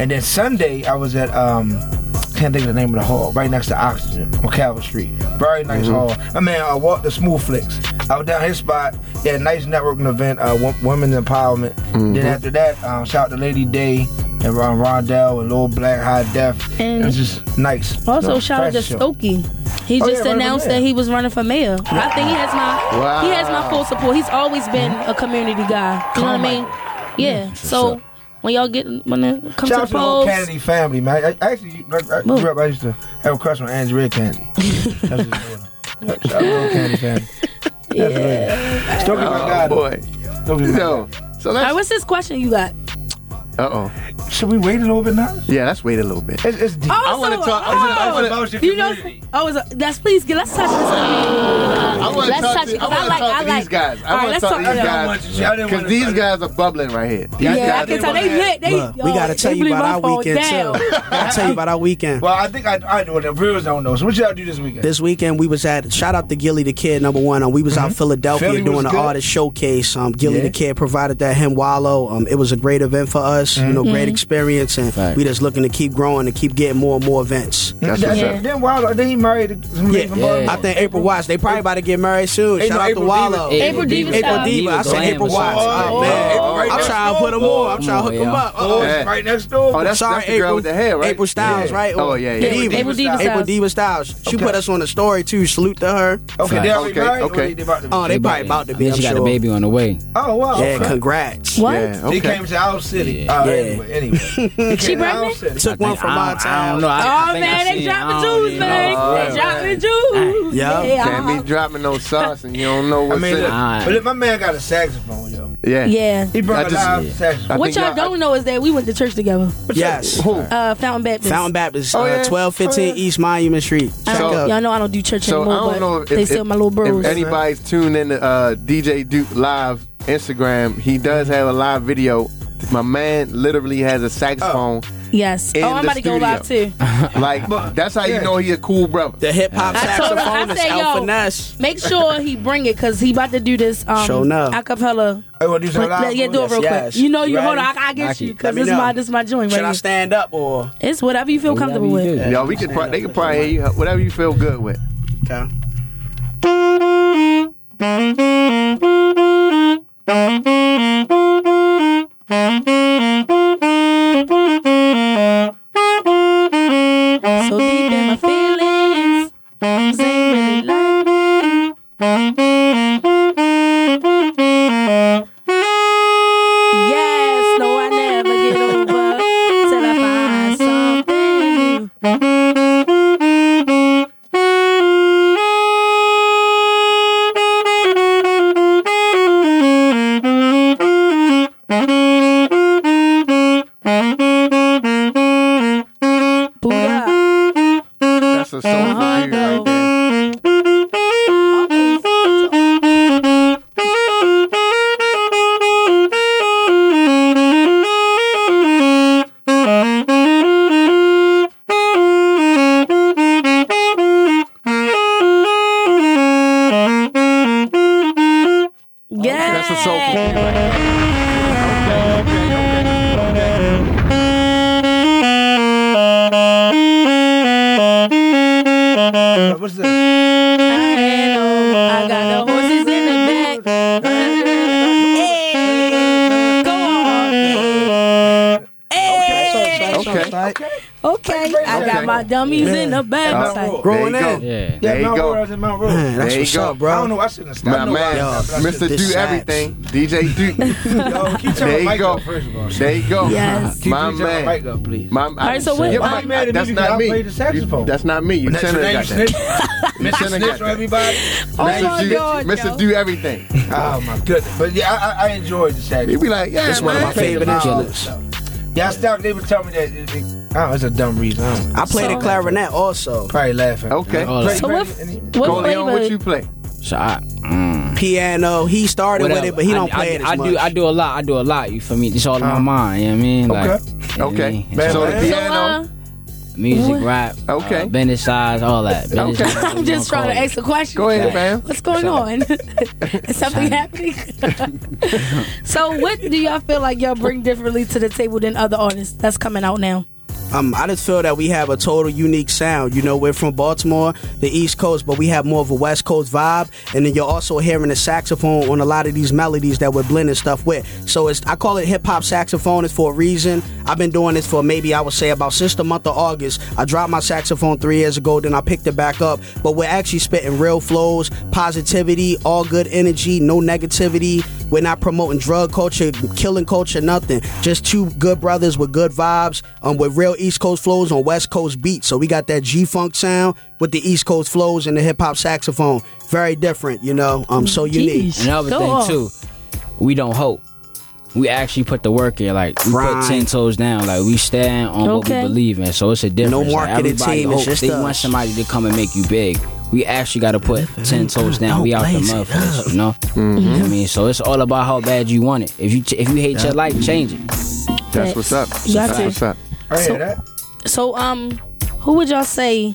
[SPEAKER 1] and then Sunday I was at um, can't think of the name of the hall, right next to Oxygen on Calvert Street. Very nice hall. My man, I walked the Smooth Flicks. I was down his spot. They had a nice networking event, uh, wo- women's empowerment. Then after that, um, shout out to Lady Day and Ron Rondell and Lil Black High Def. it
[SPEAKER 2] And-
[SPEAKER 1] was just nice.
[SPEAKER 2] Also shout out to
[SPEAKER 1] Fashion show.
[SPEAKER 2] Stokey. He
[SPEAKER 1] Oh, yeah,
[SPEAKER 2] just
[SPEAKER 1] running for
[SPEAKER 2] announced
[SPEAKER 1] mayor.
[SPEAKER 2] that he was running for mayor. I think he has my
[SPEAKER 3] Wow.
[SPEAKER 2] he has my full support. He's always been a community guy. You know what I mean? Yeah. So
[SPEAKER 5] up.
[SPEAKER 2] when y'all get when it come
[SPEAKER 1] Shout
[SPEAKER 2] to
[SPEAKER 1] out
[SPEAKER 2] the
[SPEAKER 1] to the whole
[SPEAKER 2] polls,
[SPEAKER 1] Kennedy family, man. I, I actually, I, I, grew up, I used to have a crush on Andrea Kennedy. That's his daughter. Shout out to the whole Kennedy family. Yeah. Stokey, my
[SPEAKER 3] Oh
[SPEAKER 1] God.
[SPEAKER 3] boy.
[SPEAKER 1] Stokey, my God.
[SPEAKER 3] No. So
[SPEAKER 2] all right,
[SPEAKER 3] that's.
[SPEAKER 2] what's this question you got?
[SPEAKER 3] Uh oh.
[SPEAKER 1] Should we wait a little bit now?
[SPEAKER 3] Yeah, let's wait a little bit.
[SPEAKER 1] It's, it's deep.
[SPEAKER 2] Oh,
[SPEAKER 3] wanna
[SPEAKER 2] so-
[SPEAKER 3] talk- I
[SPEAKER 2] oh,
[SPEAKER 3] wanna- I wanna-
[SPEAKER 1] About your
[SPEAKER 2] you know,
[SPEAKER 1] community.
[SPEAKER 2] oh, it's a- that's please. Get, let's touch this.
[SPEAKER 3] I want to
[SPEAKER 2] Let's
[SPEAKER 3] talk
[SPEAKER 2] touch
[SPEAKER 3] to,
[SPEAKER 2] it,
[SPEAKER 3] I
[SPEAKER 2] 'cause
[SPEAKER 3] wanna
[SPEAKER 2] I like-
[SPEAKER 3] talk
[SPEAKER 2] I
[SPEAKER 3] to
[SPEAKER 2] like-
[SPEAKER 3] these guys. I
[SPEAKER 2] All right,
[SPEAKER 3] want to
[SPEAKER 2] let's
[SPEAKER 3] talk to
[SPEAKER 2] talk-
[SPEAKER 3] these
[SPEAKER 2] I don't
[SPEAKER 1] want
[SPEAKER 3] guys
[SPEAKER 1] you- I didn't
[SPEAKER 3] because
[SPEAKER 1] wanna-
[SPEAKER 3] these guys are bubbling right here. These
[SPEAKER 2] Yeah, I
[SPEAKER 3] guys
[SPEAKER 2] can tell
[SPEAKER 3] are
[SPEAKER 2] they lit. They,
[SPEAKER 4] Look, we
[SPEAKER 2] yo,
[SPEAKER 4] gotta
[SPEAKER 2] they
[SPEAKER 4] tell you
[SPEAKER 2] blew
[SPEAKER 4] about
[SPEAKER 2] my
[SPEAKER 4] our
[SPEAKER 2] phone
[SPEAKER 4] weekend
[SPEAKER 2] down.
[SPEAKER 4] too. I'll tell you about our weekend.
[SPEAKER 1] Well, Uh, I think I, I know what the reels don't know. So what y'all do this weekend?
[SPEAKER 4] This weekend we was at shout out to Gilly the Kid number one. Um, we was out Philadelphia
[SPEAKER 1] Mm-hmm. Philly was
[SPEAKER 4] doing the
[SPEAKER 1] good.
[SPEAKER 4] artist showcase. Um, Gilly
[SPEAKER 1] Yeah.
[SPEAKER 2] Mm-hmm.
[SPEAKER 4] the Kid provided that him wallow. Um, it was a great event for us. You know, great experience, and
[SPEAKER 5] Facts.
[SPEAKER 4] we just looking to keep growing and keep getting more and more events.
[SPEAKER 3] That's
[SPEAKER 1] That-
[SPEAKER 3] what's
[SPEAKER 2] Yeah.
[SPEAKER 3] up.
[SPEAKER 1] Then Wilder, then he married some
[SPEAKER 4] Yeah,
[SPEAKER 1] lady from Baltimore.
[SPEAKER 4] I think April Watts. They probably about to get married soon.
[SPEAKER 1] Ain't
[SPEAKER 4] Shout
[SPEAKER 1] no
[SPEAKER 4] out to
[SPEAKER 1] April
[SPEAKER 4] Wallow.
[SPEAKER 2] Diva. April Diva
[SPEAKER 4] April
[SPEAKER 2] style.
[SPEAKER 4] Diva. I said
[SPEAKER 5] Glam
[SPEAKER 4] April
[SPEAKER 5] was
[SPEAKER 4] Watts.
[SPEAKER 5] hot.
[SPEAKER 4] Oh,
[SPEAKER 1] Yeah.
[SPEAKER 4] man.
[SPEAKER 1] April right
[SPEAKER 4] I'm
[SPEAKER 1] there.
[SPEAKER 4] trying to put them on. I'm trying to hook
[SPEAKER 5] Come
[SPEAKER 4] them
[SPEAKER 5] on,
[SPEAKER 4] up.
[SPEAKER 1] Oh,
[SPEAKER 4] Uh-oh.
[SPEAKER 1] it's right next door.
[SPEAKER 3] Oh, that's-
[SPEAKER 4] Sorry,
[SPEAKER 3] the girl
[SPEAKER 4] April,
[SPEAKER 3] with the hair, right?
[SPEAKER 4] April Styles,
[SPEAKER 3] Yeah.
[SPEAKER 4] right?
[SPEAKER 3] Oh, yeah, yeah.
[SPEAKER 1] April
[SPEAKER 2] April Diva Diva Styles.
[SPEAKER 4] April Diva Styles. She
[SPEAKER 1] Okay.
[SPEAKER 4] put us on the story too. Salute to her.
[SPEAKER 1] okay, they already
[SPEAKER 3] Okay,
[SPEAKER 1] married. or
[SPEAKER 3] okay.
[SPEAKER 1] they about to be?
[SPEAKER 4] Oh, they probably about to be.
[SPEAKER 5] Then
[SPEAKER 4] I'm
[SPEAKER 5] she got a
[SPEAKER 4] sure.
[SPEAKER 5] baby on the way.
[SPEAKER 1] Oh wow.
[SPEAKER 4] Yeah,
[SPEAKER 1] okay.
[SPEAKER 4] congrats.
[SPEAKER 2] What?
[SPEAKER 3] Yeah,
[SPEAKER 1] He
[SPEAKER 3] okay.
[SPEAKER 1] came to our city. Oh,
[SPEAKER 4] Yeah.
[SPEAKER 1] Anyway, anyway. He came to our
[SPEAKER 2] pregnant?
[SPEAKER 1] city.
[SPEAKER 4] Took one from my
[SPEAKER 5] I don't
[SPEAKER 4] town.
[SPEAKER 5] know. I, I
[SPEAKER 2] Oh
[SPEAKER 5] think I
[SPEAKER 2] man, they
[SPEAKER 5] seen it. I
[SPEAKER 2] dropping
[SPEAKER 5] don't
[SPEAKER 2] juice,
[SPEAKER 5] even know.
[SPEAKER 2] man. They dropping juice.
[SPEAKER 4] Yeah.
[SPEAKER 3] Can't be dropping no sauce and you don't know
[SPEAKER 1] I
[SPEAKER 3] what's
[SPEAKER 1] mean,
[SPEAKER 3] in
[SPEAKER 1] look,
[SPEAKER 3] it.
[SPEAKER 5] Alright.
[SPEAKER 1] but look, my man got a saxophone, yo.
[SPEAKER 3] Yeah.
[SPEAKER 2] Yeah.
[SPEAKER 1] He brought
[SPEAKER 3] I
[SPEAKER 1] a
[SPEAKER 3] just-
[SPEAKER 1] live
[SPEAKER 5] yeah.
[SPEAKER 3] I
[SPEAKER 1] saxophone.
[SPEAKER 2] What
[SPEAKER 3] think
[SPEAKER 2] y'all
[SPEAKER 3] y'all-
[SPEAKER 2] don't know is that we went to church together.
[SPEAKER 4] Yes.
[SPEAKER 3] Who?
[SPEAKER 2] Uh, Fountain Baptist.
[SPEAKER 4] Fountain Baptist,
[SPEAKER 3] Oh,
[SPEAKER 4] uh,
[SPEAKER 3] yeah.
[SPEAKER 4] 1215
[SPEAKER 3] Oh, yeah.
[SPEAKER 4] East Monument Street. Check
[SPEAKER 3] So-
[SPEAKER 4] up.
[SPEAKER 2] Y'all know I don't do church
[SPEAKER 3] So I
[SPEAKER 2] anymore,
[SPEAKER 3] don't
[SPEAKER 2] but
[SPEAKER 3] know if,
[SPEAKER 2] they
[SPEAKER 3] if,
[SPEAKER 2] still my little bros.
[SPEAKER 3] if anybody's tuned in to uh, DJ Duke Live Instagram, he does have a live video. My man literally has a saxophone.
[SPEAKER 2] yes.
[SPEAKER 3] in
[SPEAKER 2] Oh, I'm
[SPEAKER 3] the
[SPEAKER 2] about to go live too.
[SPEAKER 3] Like
[SPEAKER 1] But-
[SPEAKER 3] that's how
[SPEAKER 1] yeah.
[SPEAKER 3] you know he a cool brother.
[SPEAKER 4] The hip hop
[SPEAKER 2] I told him, I
[SPEAKER 4] saxophonist,
[SPEAKER 2] said,
[SPEAKER 4] El
[SPEAKER 2] yo,
[SPEAKER 4] Finesse.
[SPEAKER 2] make sure he bring it because he about to do this um,
[SPEAKER 4] Sure enough.
[SPEAKER 2] acapella.
[SPEAKER 1] Hey, wanna do some
[SPEAKER 2] Let-
[SPEAKER 1] live?
[SPEAKER 2] yeah, do it
[SPEAKER 4] Yes,
[SPEAKER 2] real
[SPEAKER 4] yes.
[SPEAKER 2] quick. You know, you
[SPEAKER 4] You
[SPEAKER 2] hold on.
[SPEAKER 4] ready?
[SPEAKER 2] I, I get
[SPEAKER 5] Knock
[SPEAKER 2] you
[SPEAKER 5] it.
[SPEAKER 2] because
[SPEAKER 4] Let me
[SPEAKER 2] this is
[SPEAKER 4] know.
[SPEAKER 2] my this is my joint
[SPEAKER 4] Should I
[SPEAKER 2] right here.
[SPEAKER 4] stand up or?
[SPEAKER 2] It's whatever you feel
[SPEAKER 5] Whatever
[SPEAKER 2] comfortable
[SPEAKER 5] you
[SPEAKER 2] with.
[SPEAKER 5] do.
[SPEAKER 3] Yo, we could pro- they could probably hear you whatever you feel good with.
[SPEAKER 4] Okay.
[SPEAKER 2] So deep in my feelings, this ain't really like. Yes, no, I never get over till I find something new. Buddha.
[SPEAKER 3] That's a song for you right there.
[SPEAKER 2] Yes.
[SPEAKER 3] That's a soul for you right there.
[SPEAKER 1] What's this?
[SPEAKER 2] I got the horses in the back. Hey, go on. Hey,
[SPEAKER 3] Okay.
[SPEAKER 2] okay. I got my dummies in the back. It's like,
[SPEAKER 4] Growing
[SPEAKER 3] There you
[SPEAKER 4] in.
[SPEAKER 3] go.
[SPEAKER 5] Yeah.
[SPEAKER 1] Yeah,
[SPEAKER 3] There you
[SPEAKER 1] Mount
[SPEAKER 3] go.
[SPEAKER 1] Royal is in Mount Royal.
[SPEAKER 4] Man, that's
[SPEAKER 3] There you
[SPEAKER 4] what's
[SPEAKER 3] go.
[SPEAKER 4] up,
[SPEAKER 1] I
[SPEAKER 4] bro.
[SPEAKER 1] don't know. I shouldn't have stopped.
[SPEAKER 3] My
[SPEAKER 1] I know why I
[SPEAKER 3] man,
[SPEAKER 1] stopped, but I
[SPEAKER 3] Mr.
[SPEAKER 1] should've-
[SPEAKER 3] Do
[SPEAKER 4] This sax.
[SPEAKER 3] Everything, DJ Duke.
[SPEAKER 1] Yo, keep
[SPEAKER 3] there
[SPEAKER 1] turning my
[SPEAKER 3] you
[SPEAKER 1] mic
[SPEAKER 3] go.
[SPEAKER 1] up, first of all.
[SPEAKER 3] There you go.
[SPEAKER 2] Yes.
[SPEAKER 1] Keep
[SPEAKER 3] My
[SPEAKER 1] turning my mic
[SPEAKER 3] man.
[SPEAKER 1] up, please.
[SPEAKER 3] My, All
[SPEAKER 2] right, so what-
[SPEAKER 3] Your
[SPEAKER 2] why
[SPEAKER 3] mic-
[SPEAKER 2] you
[SPEAKER 1] mad at me
[SPEAKER 3] that's
[SPEAKER 1] because I
[SPEAKER 3] not me.
[SPEAKER 1] played the saxophone?
[SPEAKER 3] You- That's not me. You
[SPEAKER 1] That's
[SPEAKER 3] shouldn't
[SPEAKER 1] your
[SPEAKER 3] have got
[SPEAKER 1] name,
[SPEAKER 3] that.
[SPEAKER 1] Snitch. Mr.
[SPEAKER 3] shouldn't have
[SPEAKER 1] Snitch
[SPEAKER 3] got
[SPEAKER 1] for
[SPEAKER 3] that.
[SPEAKER 1] everybody.
[SPEAKER 2] Oh, my
[SPEAKER 3] Mr. Do,
[SPEAKER 2] God, yo.
[SPEAKER 3] Mr. Do Everything.
[SPEAKER 1] Oh my goodness. But yeah, I, I- I enjoyed the saxophone.
[SPEAKER 3] He be like, yeah,
[SPEAKER 4] It's one of
[SPEAKER 3] man.
[SPEAKER 4] my favorite instruments.
[SPEAKER 1] Yeah, I stopped. They would tell me that. It, it, oh, it's a dumb reason. I'm
[SPEAKER 4] I played the
[SPEAKER 2] So-
[SPEAKER 4] clarinet also.
[SPEAKER 1] probably laughing.
[SPEAKER 3] Okay.
[SPEAKER 5] Oh,
[SPEAKER 1] Play-
[SPEAKER 5] like,
[SPEAKER 2] so
[SPEAKER 1] play
[SPEAKER 2] what,
[SPEAKER 1] any-
[SPEAKER 2] what
[SPEAKER 3] Go on, what you
[SPEAKER 2] flavor?
[SPEAKER 3] play?
[SPEAKER 5] so I, mm,
[SPEAKER 4] Piano. He started
[SPEAKER 5] whatever.
[SPEAKER 4] with it, but he don't
[SPEAKER 5] I,
[SPEAKER 4] play
[SPEAKER 5] I,
[SPEAKER 4] it as
[SPEAKER 5] I
[SPEAKER 4] much.
[SPEAKER 5] do. I do a lot. I do a lot. You feel me? It's all in my mind. You know what I mean? Like,
[SPEAKER 1] Okay.
[SPEAKER 5] you know what I
[SPEAKER 3] Okay.
[SPEAKER 5] mean? It's
[SPEAKER 1] Man,
[SPEAKER 5] all
[SPEAKER 3] So
[SPEAKER 1] man.
[SPEAKER 3] the
[SPEAKER 2] So, uh,
[SPEAKER 3] piano.
[SPEAKER 5] music, rap.
[SPEAKER 3] Okay.
[SPEAKER 5] Uh, bending size, all that. Bending
[SPEAKER 3] Okay.
[SPEAKER 5] size,
[SPEAKER 2] I'm just
[SPEAKER 5] you know,
[SPEAKER 2] trying to
[SPEAKER 5] call it.
[SPEAKER 2] ask a question.
[SPEAKER 3] Go ahead, man.
[SPEAKER 2] What's going on? Is something happening? so, what do y'all feel like y'all bring differently to the table than other artists that's coming out now?
[SPEAKER 4] Um, I just feel that we have a total unique sound. You know, we're from Baltimore, the East Coast, but we have more of a West Coast vibe. And then you're also hearing the saxophone on a lot of these melodies that we're blending stuff with. So it's I call it hip hop saxophonist for a reason. I've been doing this for maybe I would say about since the month of August. I dropped my saxophone three years ago, then I picked it back up. But we're actually spitting real flows, positivity, all good energy, no negativity. We're not promoting drug culture, killing culture, nothing. Just two good brothers with good vibes, um, with real East Coast flows on West Coast beats. So we got that G funk sound with the East Coast flows and the hip hop saxophone. Very different, you know. Um, so unique.
[SPEAKER 2] Jeez.
[SPEAKER 5] Another
[SPEAKER 2] Go
[SPEAKER 5] thing
[SPEAKER 2] off.
[SPEAKER 5] too, we don't hope. We actually put the work in, like we
[SPEAKER 4] Grind.
[SPEAKER 5] put ten toes down, like we stand on what we
[SPEAKER 2] Okay.
[SPEAKER 5] believe in. So it's a difference. like,
[SPEAKER 4] marketing
[SPEAKER 5] everybody
[SPEAKER 4] team, it's
[SPEAKER 5] hope
[SPEAKER 4] just
[SPEAKER 5] they
[SPEAKER 4] us.
[SPEAKER 5] want somebody to come and make you big. We actually got to put ten toes down.
[SPEAKER 4] don't
[SPEAKER 5] We out the
[SPEAKER 4] blaze it
[SPEAKER 5] motherfuckers, you know. You
[SPEAKER 2] Mm-hmm.
[SPEAKER 5] know what I mean, so it's all about how bad you want it. If you ch- if you hate your life, change it.
[SPEAKER 3] That's what's up.
[SPEAKER 2] You got
[SPEAKER 3] That's
[SPEAKER 2] to.
[SPEAKER 3] what's up.
[SPEAKER 1] I
[SPEAKER 2] So-
[SPEAKER 1] hear Oh, that.
[SPEAKER 2] So, um, who would y'all say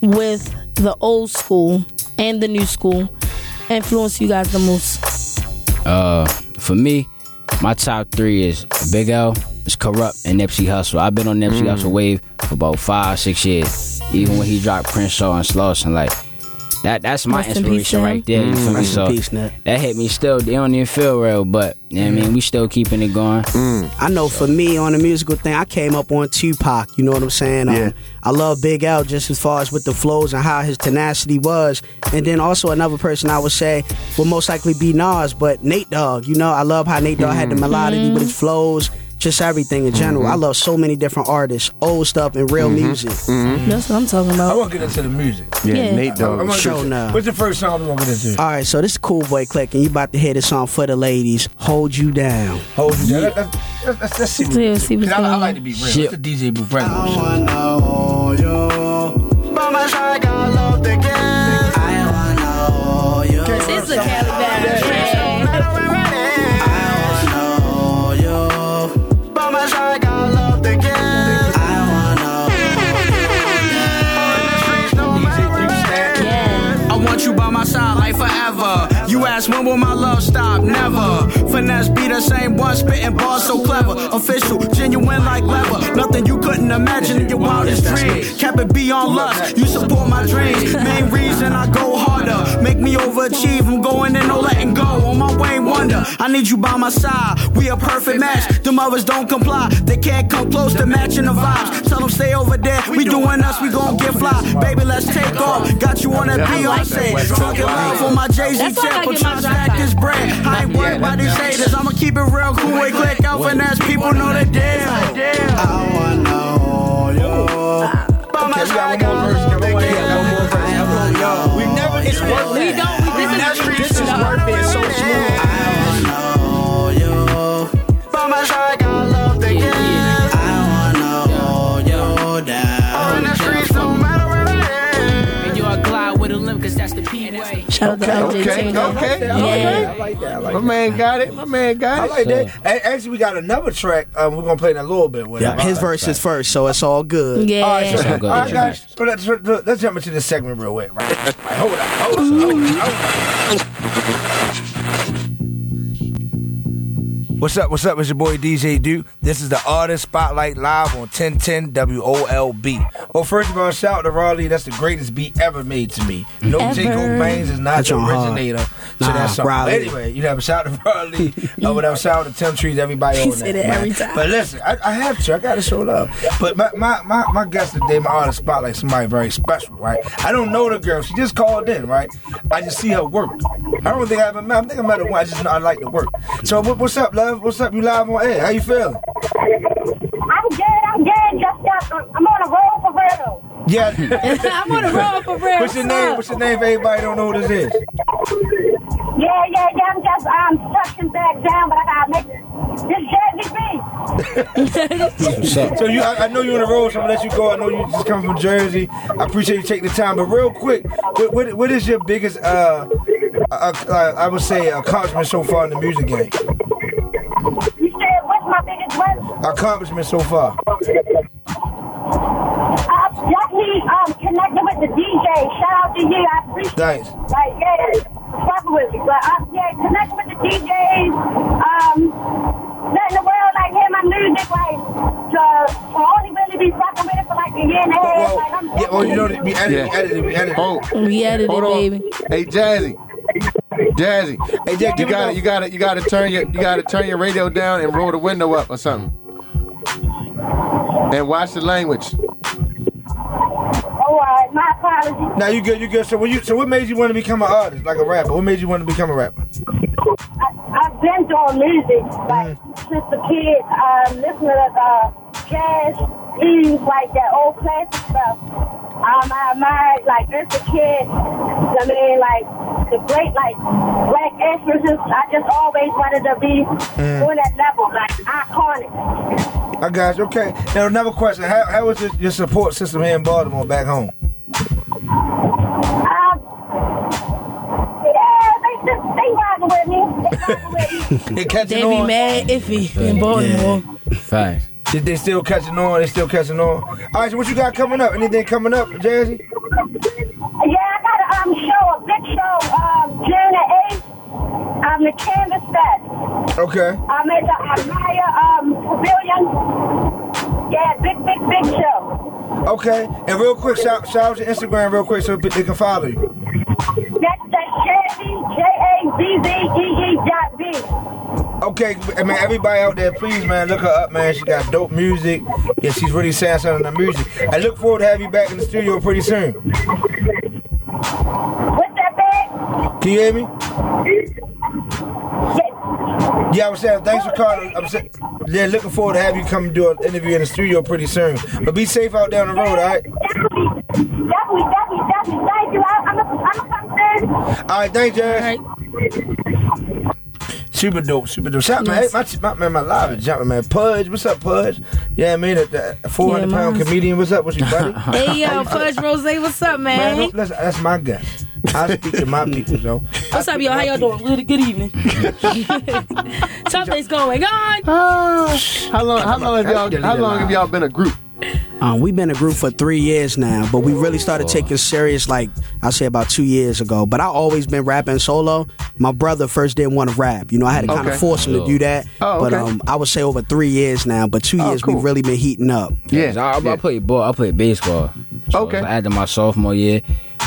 [SPEAKER 2] with the old school and the new school influence you guys the most?
[SPEAKER 5] Uh, for me, my top three is Big L, It's corrupt and Nipsey Hustle. I've been on Nipsey Hustle wave for about five, six years. Even when he dropped Prince Shaw and Sloss and like that that's my
[SPEAKER 6] Rest in peace,
[SPEAKER 5] inspiration
[SPEAKER 6] Sam.
[SPEAKER 5] right there. You feel me?
[SPEAKER 7] Rest in
[SPEAKER 5] So
[SPEAKER 7] peace, Nat.
[SPEAKER 5] that hit me still. They don't even feel real, but you know what I mean, we still keeping it going.
[SPEAKER 7] I know for me on the musical thing, I came up on Tupac. You know what I'm saying? Um,
[SPEAKER 3] Yeah.
[SPEAKER 7] I love Big L just as far as with the flows and how his tenacity was. And then also another person I would say will most likely be Nas, but Nate Dogg. You know, I love how Nate Dogg
[SPEAKER 1] Hmm.
[SPEAKER 7] had the melody with his flows, just everything in general.
[SPEAKER 1] Mm-hmm.
[SPEAKER 7] I love so many different artists, old stuff and
[SPEAKER 4] mm-hmm.
[SPEAKER 7] real music.
[SPEAKER 6] Mm-hmm. That's what I'm talking
[SPEAKER 1] I
[SPEAKER 6] about.
[SPEAKER 1] want to get into the music.
[SPEAKER 3] Yeah,
[SPEAKER 6] Yeah.
[SPEAKER 3] Nate
[SPEAKER 1] I- I wanna
[SPEAKER 3] Dogg.
[SPEAKER 1] get
[SPEAKER 7] Sure
[SPEAKER 1] into-
[SPEAKER 7] enough.
[SPEAKER 1] What's the first song we gonna get into?
[SPEAKER 7] All right, so this is Cool Boy Click, and you about to hear this song for the ladies. Hold you down.
[SPEAKER 1] Hold you down. Let's, let's, let's, let's see. what-
[SPEAKER 6] Yeah, see what's
[SPEAKER 1] Cause I, I
[SPEAKER 6] going
[SPEAKER 1] like
[SPEAKER 6] on.
[SPEAKER 1] to be real.
[SPEAKER 5] Shit.
[SPEAKER 1] It's the DJ Booth record.
[SPEAKER 6] This is a Caliban.
[SPEAKER 4] I want you by my side like forever. You ask when will my love stop? Never. Finesse be the same one, spitting bars so clever. Official, genuine like leather. Nothing you couldn't imagine in your wildest dream. Kept it beyond lust, you support my dreams. Main reason I go harder. Make me overachieve, I'm going in, no letting go. On my way, wonder. I need you by my side. We a perfect match. The mothers don't comply, they can't come close to matching the vibes. Tell them stay over there. We doing us, we gon' get fly. Baby, let's take off. Got you on that Beyonce. Talking loud for my Jay Z
[SPEAKER 6] That's why I
[SPEAKER 4] temple.
[SPEAKER 6] get my
[SPEAKER 4] Tryna stack
[SPEAKER 6] drop
[SPEAKER 4] this bread. I ain't worried about these haters. I'ma keep it real cool and click out finesse. People know the deal. I wanna know
[SPEAKER 1] Okay, we got one more verse. Got one more- yeah, one more verse. We never. It's worth
[SPEAKER 6] We don't. We, this is this is
[SPEAKER 1] it. It's so smooth.
[SPEAKER 5] Yeah, yeah.
[SPEAKER 4] You are glide with a limp, cause that's the P way.
[SPEAKER 6] Shout out to LJ
[SPEAKER 3] okay,
[SPEAKER 6] Taylor.
[SPEAKER 3] okay,
[SPEAKER 6] Yeah.
[SPEAKER 3] okay.
[SPEAKER 1] I like that. I like
[SPEAKER 3] My
[SPEAKER 1] that.
[SPEAKER 3] man got it. My man got
[SPEAKER 1] I
[SPEAKER 3] it.
[SPEAKER 1] like that. A- Actually, we got another track. Um, we're gonna play in a little bit. With
[SPEAKER 7] Yeah, his verse is first, so it's all good.
[SPEAKER 6] Yeah.
[SPEAKER 1] All right, so,
[SPEAKER 5] It's all
[SPEAKER 1] all
[SPEAKER 5] good.
[SPEAKER 1] right,
[SPEAKER 5] Yeah.
[SPEAKER 1] guys. So let's, let's let's jump into this segment real quick, right? Right, Hold up. Hold up. Hold up. hold up. What's up? What's up? It's your boy DJ Duke. This is the Artist Spotlight Live on 1010 WOLB. Well, first of all, shout out to Raleigh. That's the greatest beat ever made to me. No
[SPEAKER 6] Ever.
[SPEAKER 1] Jacob Bangs is not
[SPEAKER 7] That's
[SPEAKER 1] the
[SPEAKER 7] on hard.
[SPEAKER 1] originator to
[SPEAKER 7] Nah,
[SPEAKER 1] that song.
[SPEAKER 7] Raleigh.
[SPEAKER 1] But anyway, you know, but shout out to Raleigh. or whatever. Shout out to Tim Trees, everybody
[SPEAKER 6] He
[SPEAKER 1] on
[SPEAKER 6] said
[SPEAKER 1] that,
[SPEAKER 6] it
[SPEAKER 1] man.
[SPEAKER 6] every time.
[SPEAKER 1] But but listen, I, I have to. I gotta show love. But my my my, my guest today, my artist spotlight, somebody very special, right? I don't know the girl. She just called in, right? I just see her work. I don't think I ever met. I think I met her once. I just know I like the work. So what, what's up, love? What's up? You live on air? How you feeling?
[SPEAKER 8] I'm good. I'm good. Just got. I'm on a roll for real.
[SPEAKER 1] Yeah.
[SPEAKER 6] I'm on the road for real.
[SPEAKER 1] What's your name? What's your name? For everybody don't know who this is.
[SPEAKER 8] Yeah, yeah, yeah. I'm just um sucking back down, but I gotta make it. This Jersey beat.
[SPEAKER 5] What's up?
[SPEAKER 1] So you, I, I know you're on the road, so I'm gonna let you go. I know you just come from Jersey. I appreciate you taking the time, but real quick, what, what, what is your biggest, uh, uh, uh, I would say, accomplishment so far in the music game?
[SPEAKER 8] You said what's my biggest win?
[SPEAKER 1] accomplishment so far?
[SPEAKER 8] Uh, definitely um connecting with the DJ. Shout out to you. I appreciate.
[SPEAKER 1] Nice.
[SPEAKER 8] Like yeah, fucking with me, but um yeah, connecting with the DJs. Um, letting the world like hear my music like. To, to only really be fucking with it for like a year and a half.
[SPEAKER 1] Well,
[SPEAKER 8] like, I'm
[SPEAKER 1] yeah, well, Oh, you know,
[SPEAKER 8] definitely-
[SPEAKER 1] we edited, we
[SPEAKER 3] Yeah.
[SPEAKER 1] edited, we edited.
[SPEAKER 3] Oh,
[SPEAKER 6] We edited
[SPEAKER 3] hold
[SPEAKER 6] it,
[SPEAKER 3] on.
[SPEAKER 6] baby.
[SPEAKER 3] Hey, Jazzy. Jazzy, hey,
[SPEAKER 1] Jack,
[SPEAKER 3] you
[SPEAKER 1] give me
[SPEAKER 3] got
[SPEAKER 1] that-
[SPEAKER 3] to You got to You got to turn your. You got to turn your radio down and roll the window up or something. And watch the language.
[SPEAKER 8] Oh, uh, my apologies.
[SPEAKER 1] Now you good, you good. So, when you, so what made you want to become an artist, like a rapper? What made you want to become a rapper?
[SPEAKER 8] I, I've been doing music like since a kid, um, listening to uh, jazz, blues, like that old classic stuff. Um, I admired like as a kid. I mean, like the great like black actresses. I just always wanted to be on that level, like iconic.
[SPEAKER 1] I got you. Okay. Now another question: How, how was your, your support system here in Baltimore back home?
[SPEAKER 8] Um, yeah, they just they rocking with me. They rocking with me.
[SPEAKER 1] They catching
[SPEAKER 6] They be
[SPEAKER 1] on.
[SPEAKER 6] mad iffy in Baltimore.
[SPEAKER 5] Facts.
[SPEAKER 1] They, they still catching on. They still catching on. All right. So what you got coming up? Anything coming up, Jazzy?
[SPEAKER 8] Yeah, I got a um, show, a big show, um, June the 8th. Um, the Canvas Fest.
[SPEAKER 1] Okay.
[SPEAKER 8] I'm at the Amaya um,
[SPEAKER 9] billion. Yeah, big, big, big show.
[SPEAKER 1] Okay, and real quick, shout, shout out to Instagram real quick so pe- they can follow you.
[SPEAKER 9] That's that Jazzy, J A Z Z E E dot B.
[SPEAKER 1] Okay, I mean everybody out there, please man, look her up, man. She got dope music. Yeah, she's really saying something in her music. I look forward to have you back in the studio pretty soon.
[SPEAKER 9] What's that bag?
[SPEAKER 1] Can you hear me?
[SPEAKER 9] Yes.
[SPEAKER 1] Yeah, I was saying thanks for calling. I'm saying, yeah, looking forward to have you come do an interview in the studio pretty soon. But be safe out down the road, all right?
[SPEAKER 9] Definitely, definitely, definitely, definitely. Thank you. I, I'm a, I'm a come through.
[SPEAKER 1] All right, thanks, Jazz.
[SPEAKER 2] All right.
[SPEAKER 1] Super dope, super dope. Shout
[SPEAKER 2] Yes.
[SPEAKER 1] man, hey, my, my man, my live is jumping, man. Pudge, what's up, Pudge? Yeah, I mean, that, that 400
[SPEAKER 2] Yeah,
[SPEAKER 1] pound
[SPEAKER 2] mine's-
[SPEAKER 1] comedian, what's up? What's your buddy?
[SPEAKER 2] Hey yo, Fudge Rose, what's up,
[SPEAKER 1] man,
[SPEAKER 2] man?
[SPEAKER 1] look, listen, that's my guy. I speak to my people, though.
[SPEAKER 2] what's up, y'all? How y'all doing? Good, good evening. Something's going on.
[SPEAKER 3] How long? How long have y'all? How long have y'all been a group?
[SPEAKER 4] Um, we've been a group for three years now, but we really started taking serious like I say about two years ago. But I always been rapping solo. My brother first didn't want to rap. You know, I had to kind
[SPEAKER 3] Okay.
[SPEAKER 4] of force him to do that.
[SPEAKER 3] Oh,
[SPEAKER 4] But
[SPEAKER 3] okay.
[SPEAKER 4] um, I would say over three years now. But two
[SPEAKER 3] Oh,
[SPEAKER 4] years
[SPEAKER 3] cool.
[SPEAKER 4] we've really been heating up.
[SPEAKER 3] Yeah.
[SPEAKER 5] I, I, I played ball. I played baseball. So
[SPEAKER 3] Okay.
[SPEAKER 5] I had to my sophomore year,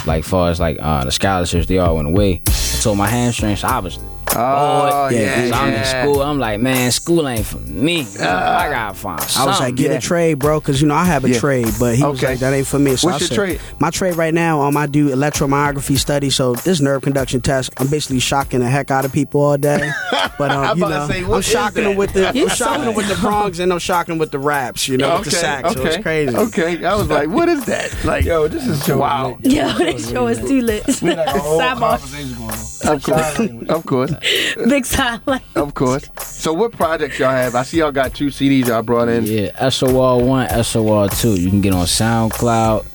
[SPEAKER 5] like far as like uh, the scholarships, they all went away. So my hamstring, so I was.
[SPEAKER 3] Oh,
[SPEAKER 5] bored.
[SPEAKER 3] yeah,
[SPEAKER 5] So I'm in
[SPEAKER 3] yeah. Uh,
[SPEAKER 5] school. I'm like, man, school ain't for me. I gotta find.
[SPEAKER 4] I was like,
[SPEAKER 5] something.
[SPEAKER 4] get
[SPEAKER 3] yeah.
[SPEAKER 4] a trade, bro, because you know I have a
[SPEAKER 3] Yeah.
[SPEAKER 4] trade, but he was
[SPEAKER 3] Okay.
[SPEAKER 4] like, that ain't for me. So
[SPEAKER 3] What's
[SPEAKER 4] I
[SPEAKER 3] your
[SPEAKER 4] said,
[SPEAKER 3] trade?
[SPEAKER 4] My trade right now, um, I do electromyography study. So this nerve conduction test, I'm basically shocking the heck out of people all day. But um,
[SPEAKER 3] I'm
[SPEAKER 4] you
[SPEAKER 3] about to
[SPEAKER 4] know,
[SPEAKER 3] say, what
[SPEAKER 4] I'm
[SPEAKER 3] is
[SPEAKER 4] shocking
[SPEAKER 3] that?
[SPEAKER 4] them with the, I'm
[SPEAKER 2] You
[SPEAKER 4] shocking them with the prongs and I'm shocking them with the raps, you know, with the sacks. So it's crazy.
[SPEAKER 3] Okay, I was like, what is that? Like,
[SPEAKER 1] Yo, this is so
[SPEAKER 3] wow.
[SPEAKER 2] Yo, this show is too lit.
[SPEAKER 1] We like a whole
[SPEAKER 2] Sidebar,
[SPEAKER 1] conversation going on.
[SPEAKER 3] Of course, of course,
[SPEAKER 2] big sideline.
[SPEAKER 3] of course. So, what projects y'all have? I see y'all got two CDs y'all brought in.
[SPEAKER 5] Yeah, SOR one, SOR two. You can get on SoundCloud.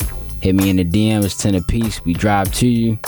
[SPEAKER 5] Hit me in the DM. It's ten apiece. We drive to you.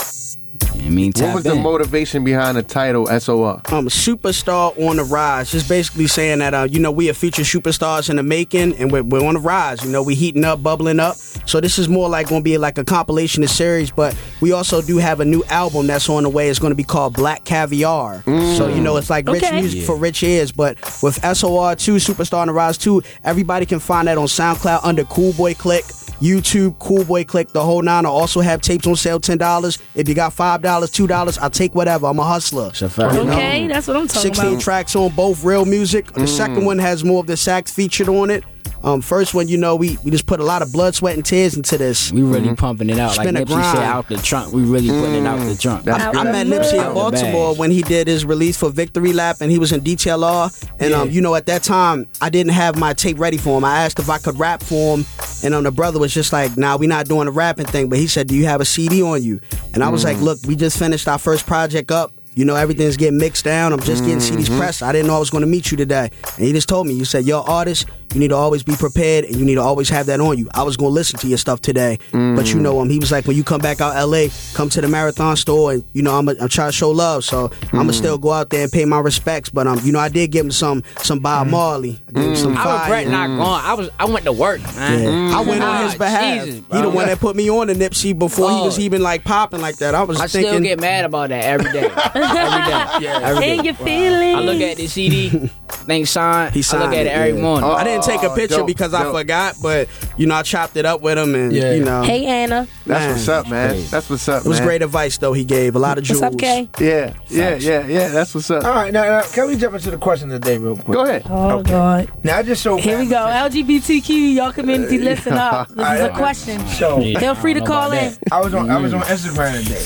[SPEAKER 5] I mean,
[SPEAKER 3] What
[SPEAKER 5] tap
[SPEAKER 3] was
[SPEAKER 5] in.
[SPEAKER 3] the motivation behind the title SOR?
[SPEAKER 4] um, superstar on the rise. Just basically saying that uh, you know we are future superstars in the making, and we're, we're on the rise. You know we heating up, bubbling up. So this is more like going to be like a compilation of series, but we also do have a new album that's on the way. It's going to be called Black Caviar. So you know it's like rich
[SPEAKER 2] Okay.
[SPEAKER 4] music for rich ears. But with SOR two, superstar on the rise two, everybody can find that on SoundCloud under Cool Boy Click. YouTube, Cool Boy Click, the whole nine. I also have tapes on sale, ten dollars. If you got five dollars, two dollars, I'll take whatever. I'm a hustler.
[SPEAKER 5] It's a fact.
[SPEAKER 2] Okay, that's what I'm talking
[SPEAKER 4] 16
[SPEAKER 2] about.
[SPEAKER 4] tracks on both real music.
[SPEAKER 5] Mm.
[SPEAKER 4] The second one has more of the sax featured on it. Um, first one, you know, we, we just put a lot of blood, sweat, and tears into this.
[SPEAKER 5] We really pumping it out.
[SPEAKER 4] Spin a
[SPEAKER 5] like Nipsey said,
[SPEAKER 4] grind.
[SPEAKER 5] out the trunk. We really putting it out the trunk.
[SPEAKER 3] Mm. That's
[SPEAKER 4] I met Nipsey in Baltimore when he did his release for Victory Lap, and he was in DTLR. And um, you know, at that time, I didn't have my tape ready for him. I asked if I could rap for him, and um, the brother was just like, "Nah, we not doing the rapping thing." But he said, "Do you have a CD on you?" And I was like, "Look, we just finished our first project up." You know, everything's getting mixed down. I'm just getting CDs pressed. I didn't know I was going to meet you today. And he just told me, you said, you're an artist. You need to always be prepared and you need to always have that on you. I was going to listen to your stuff today. But you know, um, he was like, when you come back out LA, come to the marathon store and, you know, I'm, a, I'm trying to show love. So I'm
[SPEAKER 5] Hmm.
[SPEAKER 4] going to still go out there and pay my respects. But, um, you know, I did give him some some Bob Marley. I gave him some
[SPEAKER 5] Hmm. Mm. I
[SPEAKER 4] fire. Mm. Hmm.
[SPEAKER 5] regret not going. I was. I went to work. Man.
[SPEAKER 4] Yeah. I went on
[SPEAKER 5] Ah,
[SPEAKER 4] his behalf.
[SPEAKER 5] Jesus,
[SPEAKER 4] he the
[SPEAKER 5] bro.
[SPEAKER 4] one that put me on to Nipsey before he was
[SPEAKER 5] Lord.
[SPEAKER 4] even like popping like that. I was
[SPEAKER 5] I
[SPEAKER 4] thinking,
[SPEAKER 5] still get mad about that every day. every day. Every day.
[SPEAKER 2] And your feelings.
[SPEAKER 5] I look at the CD. Thanks, sign.
[SPEAKER 4] He signed
[SPEAKER 5] I look at it
[SPEAKER 4] it,
[SPEAKER 5] every
[SPEAKER 4] yeah.
[SPEAKER 5] morning.
[SPEAKER 4] I didn't take a
[SPEAKER 3] Oh,
[SPEAKER 4] picture
[SPEAKER 3] dope,
[SPEAKER 4] because I
[SPEAKER 3] dope.
[SPEAKER 4] forgot, but you know I chopped it up with him, and
[SPEAKER 1] Yeah.
[SPEAKER 4] you know
[SPEAKER 2] Hey Anna,
[SPEAKER 3] That's
[SPEAKER 4] Man.
[SPEAKER 3] what's up, man. That's what's up.
[SPEAKER 4] it was
[SPEAKER 3] man.
[SPEAKER 4] great advice though he gave. A lot of jewels.
[SPEAKER 2] what's up, Kay?
[SPEAKER 3] Yeah, yeah, yeah, yeah. That's what's up.
[SPEAKER 1] All right, now, now can we jump into the question of the day real quick?
[SPEAKER 3] Go ahead.
[SPEAKER 2] Oh
[SPEAKER 1] Okay.
[SPEAKER 2] God.
[SPEAKER 1] Now, I just so Uh,
[SPEAKER 2] Here we go. LGBTQ, y'all community,
[SPEAKER 3] Uh,
[SPEAKER 2] listen up. This is a question.
[SPEAKER 1] So
[SPEAKER 2] Feel free to call in.
[SPEAKER 1] I was on I was on Instagram today.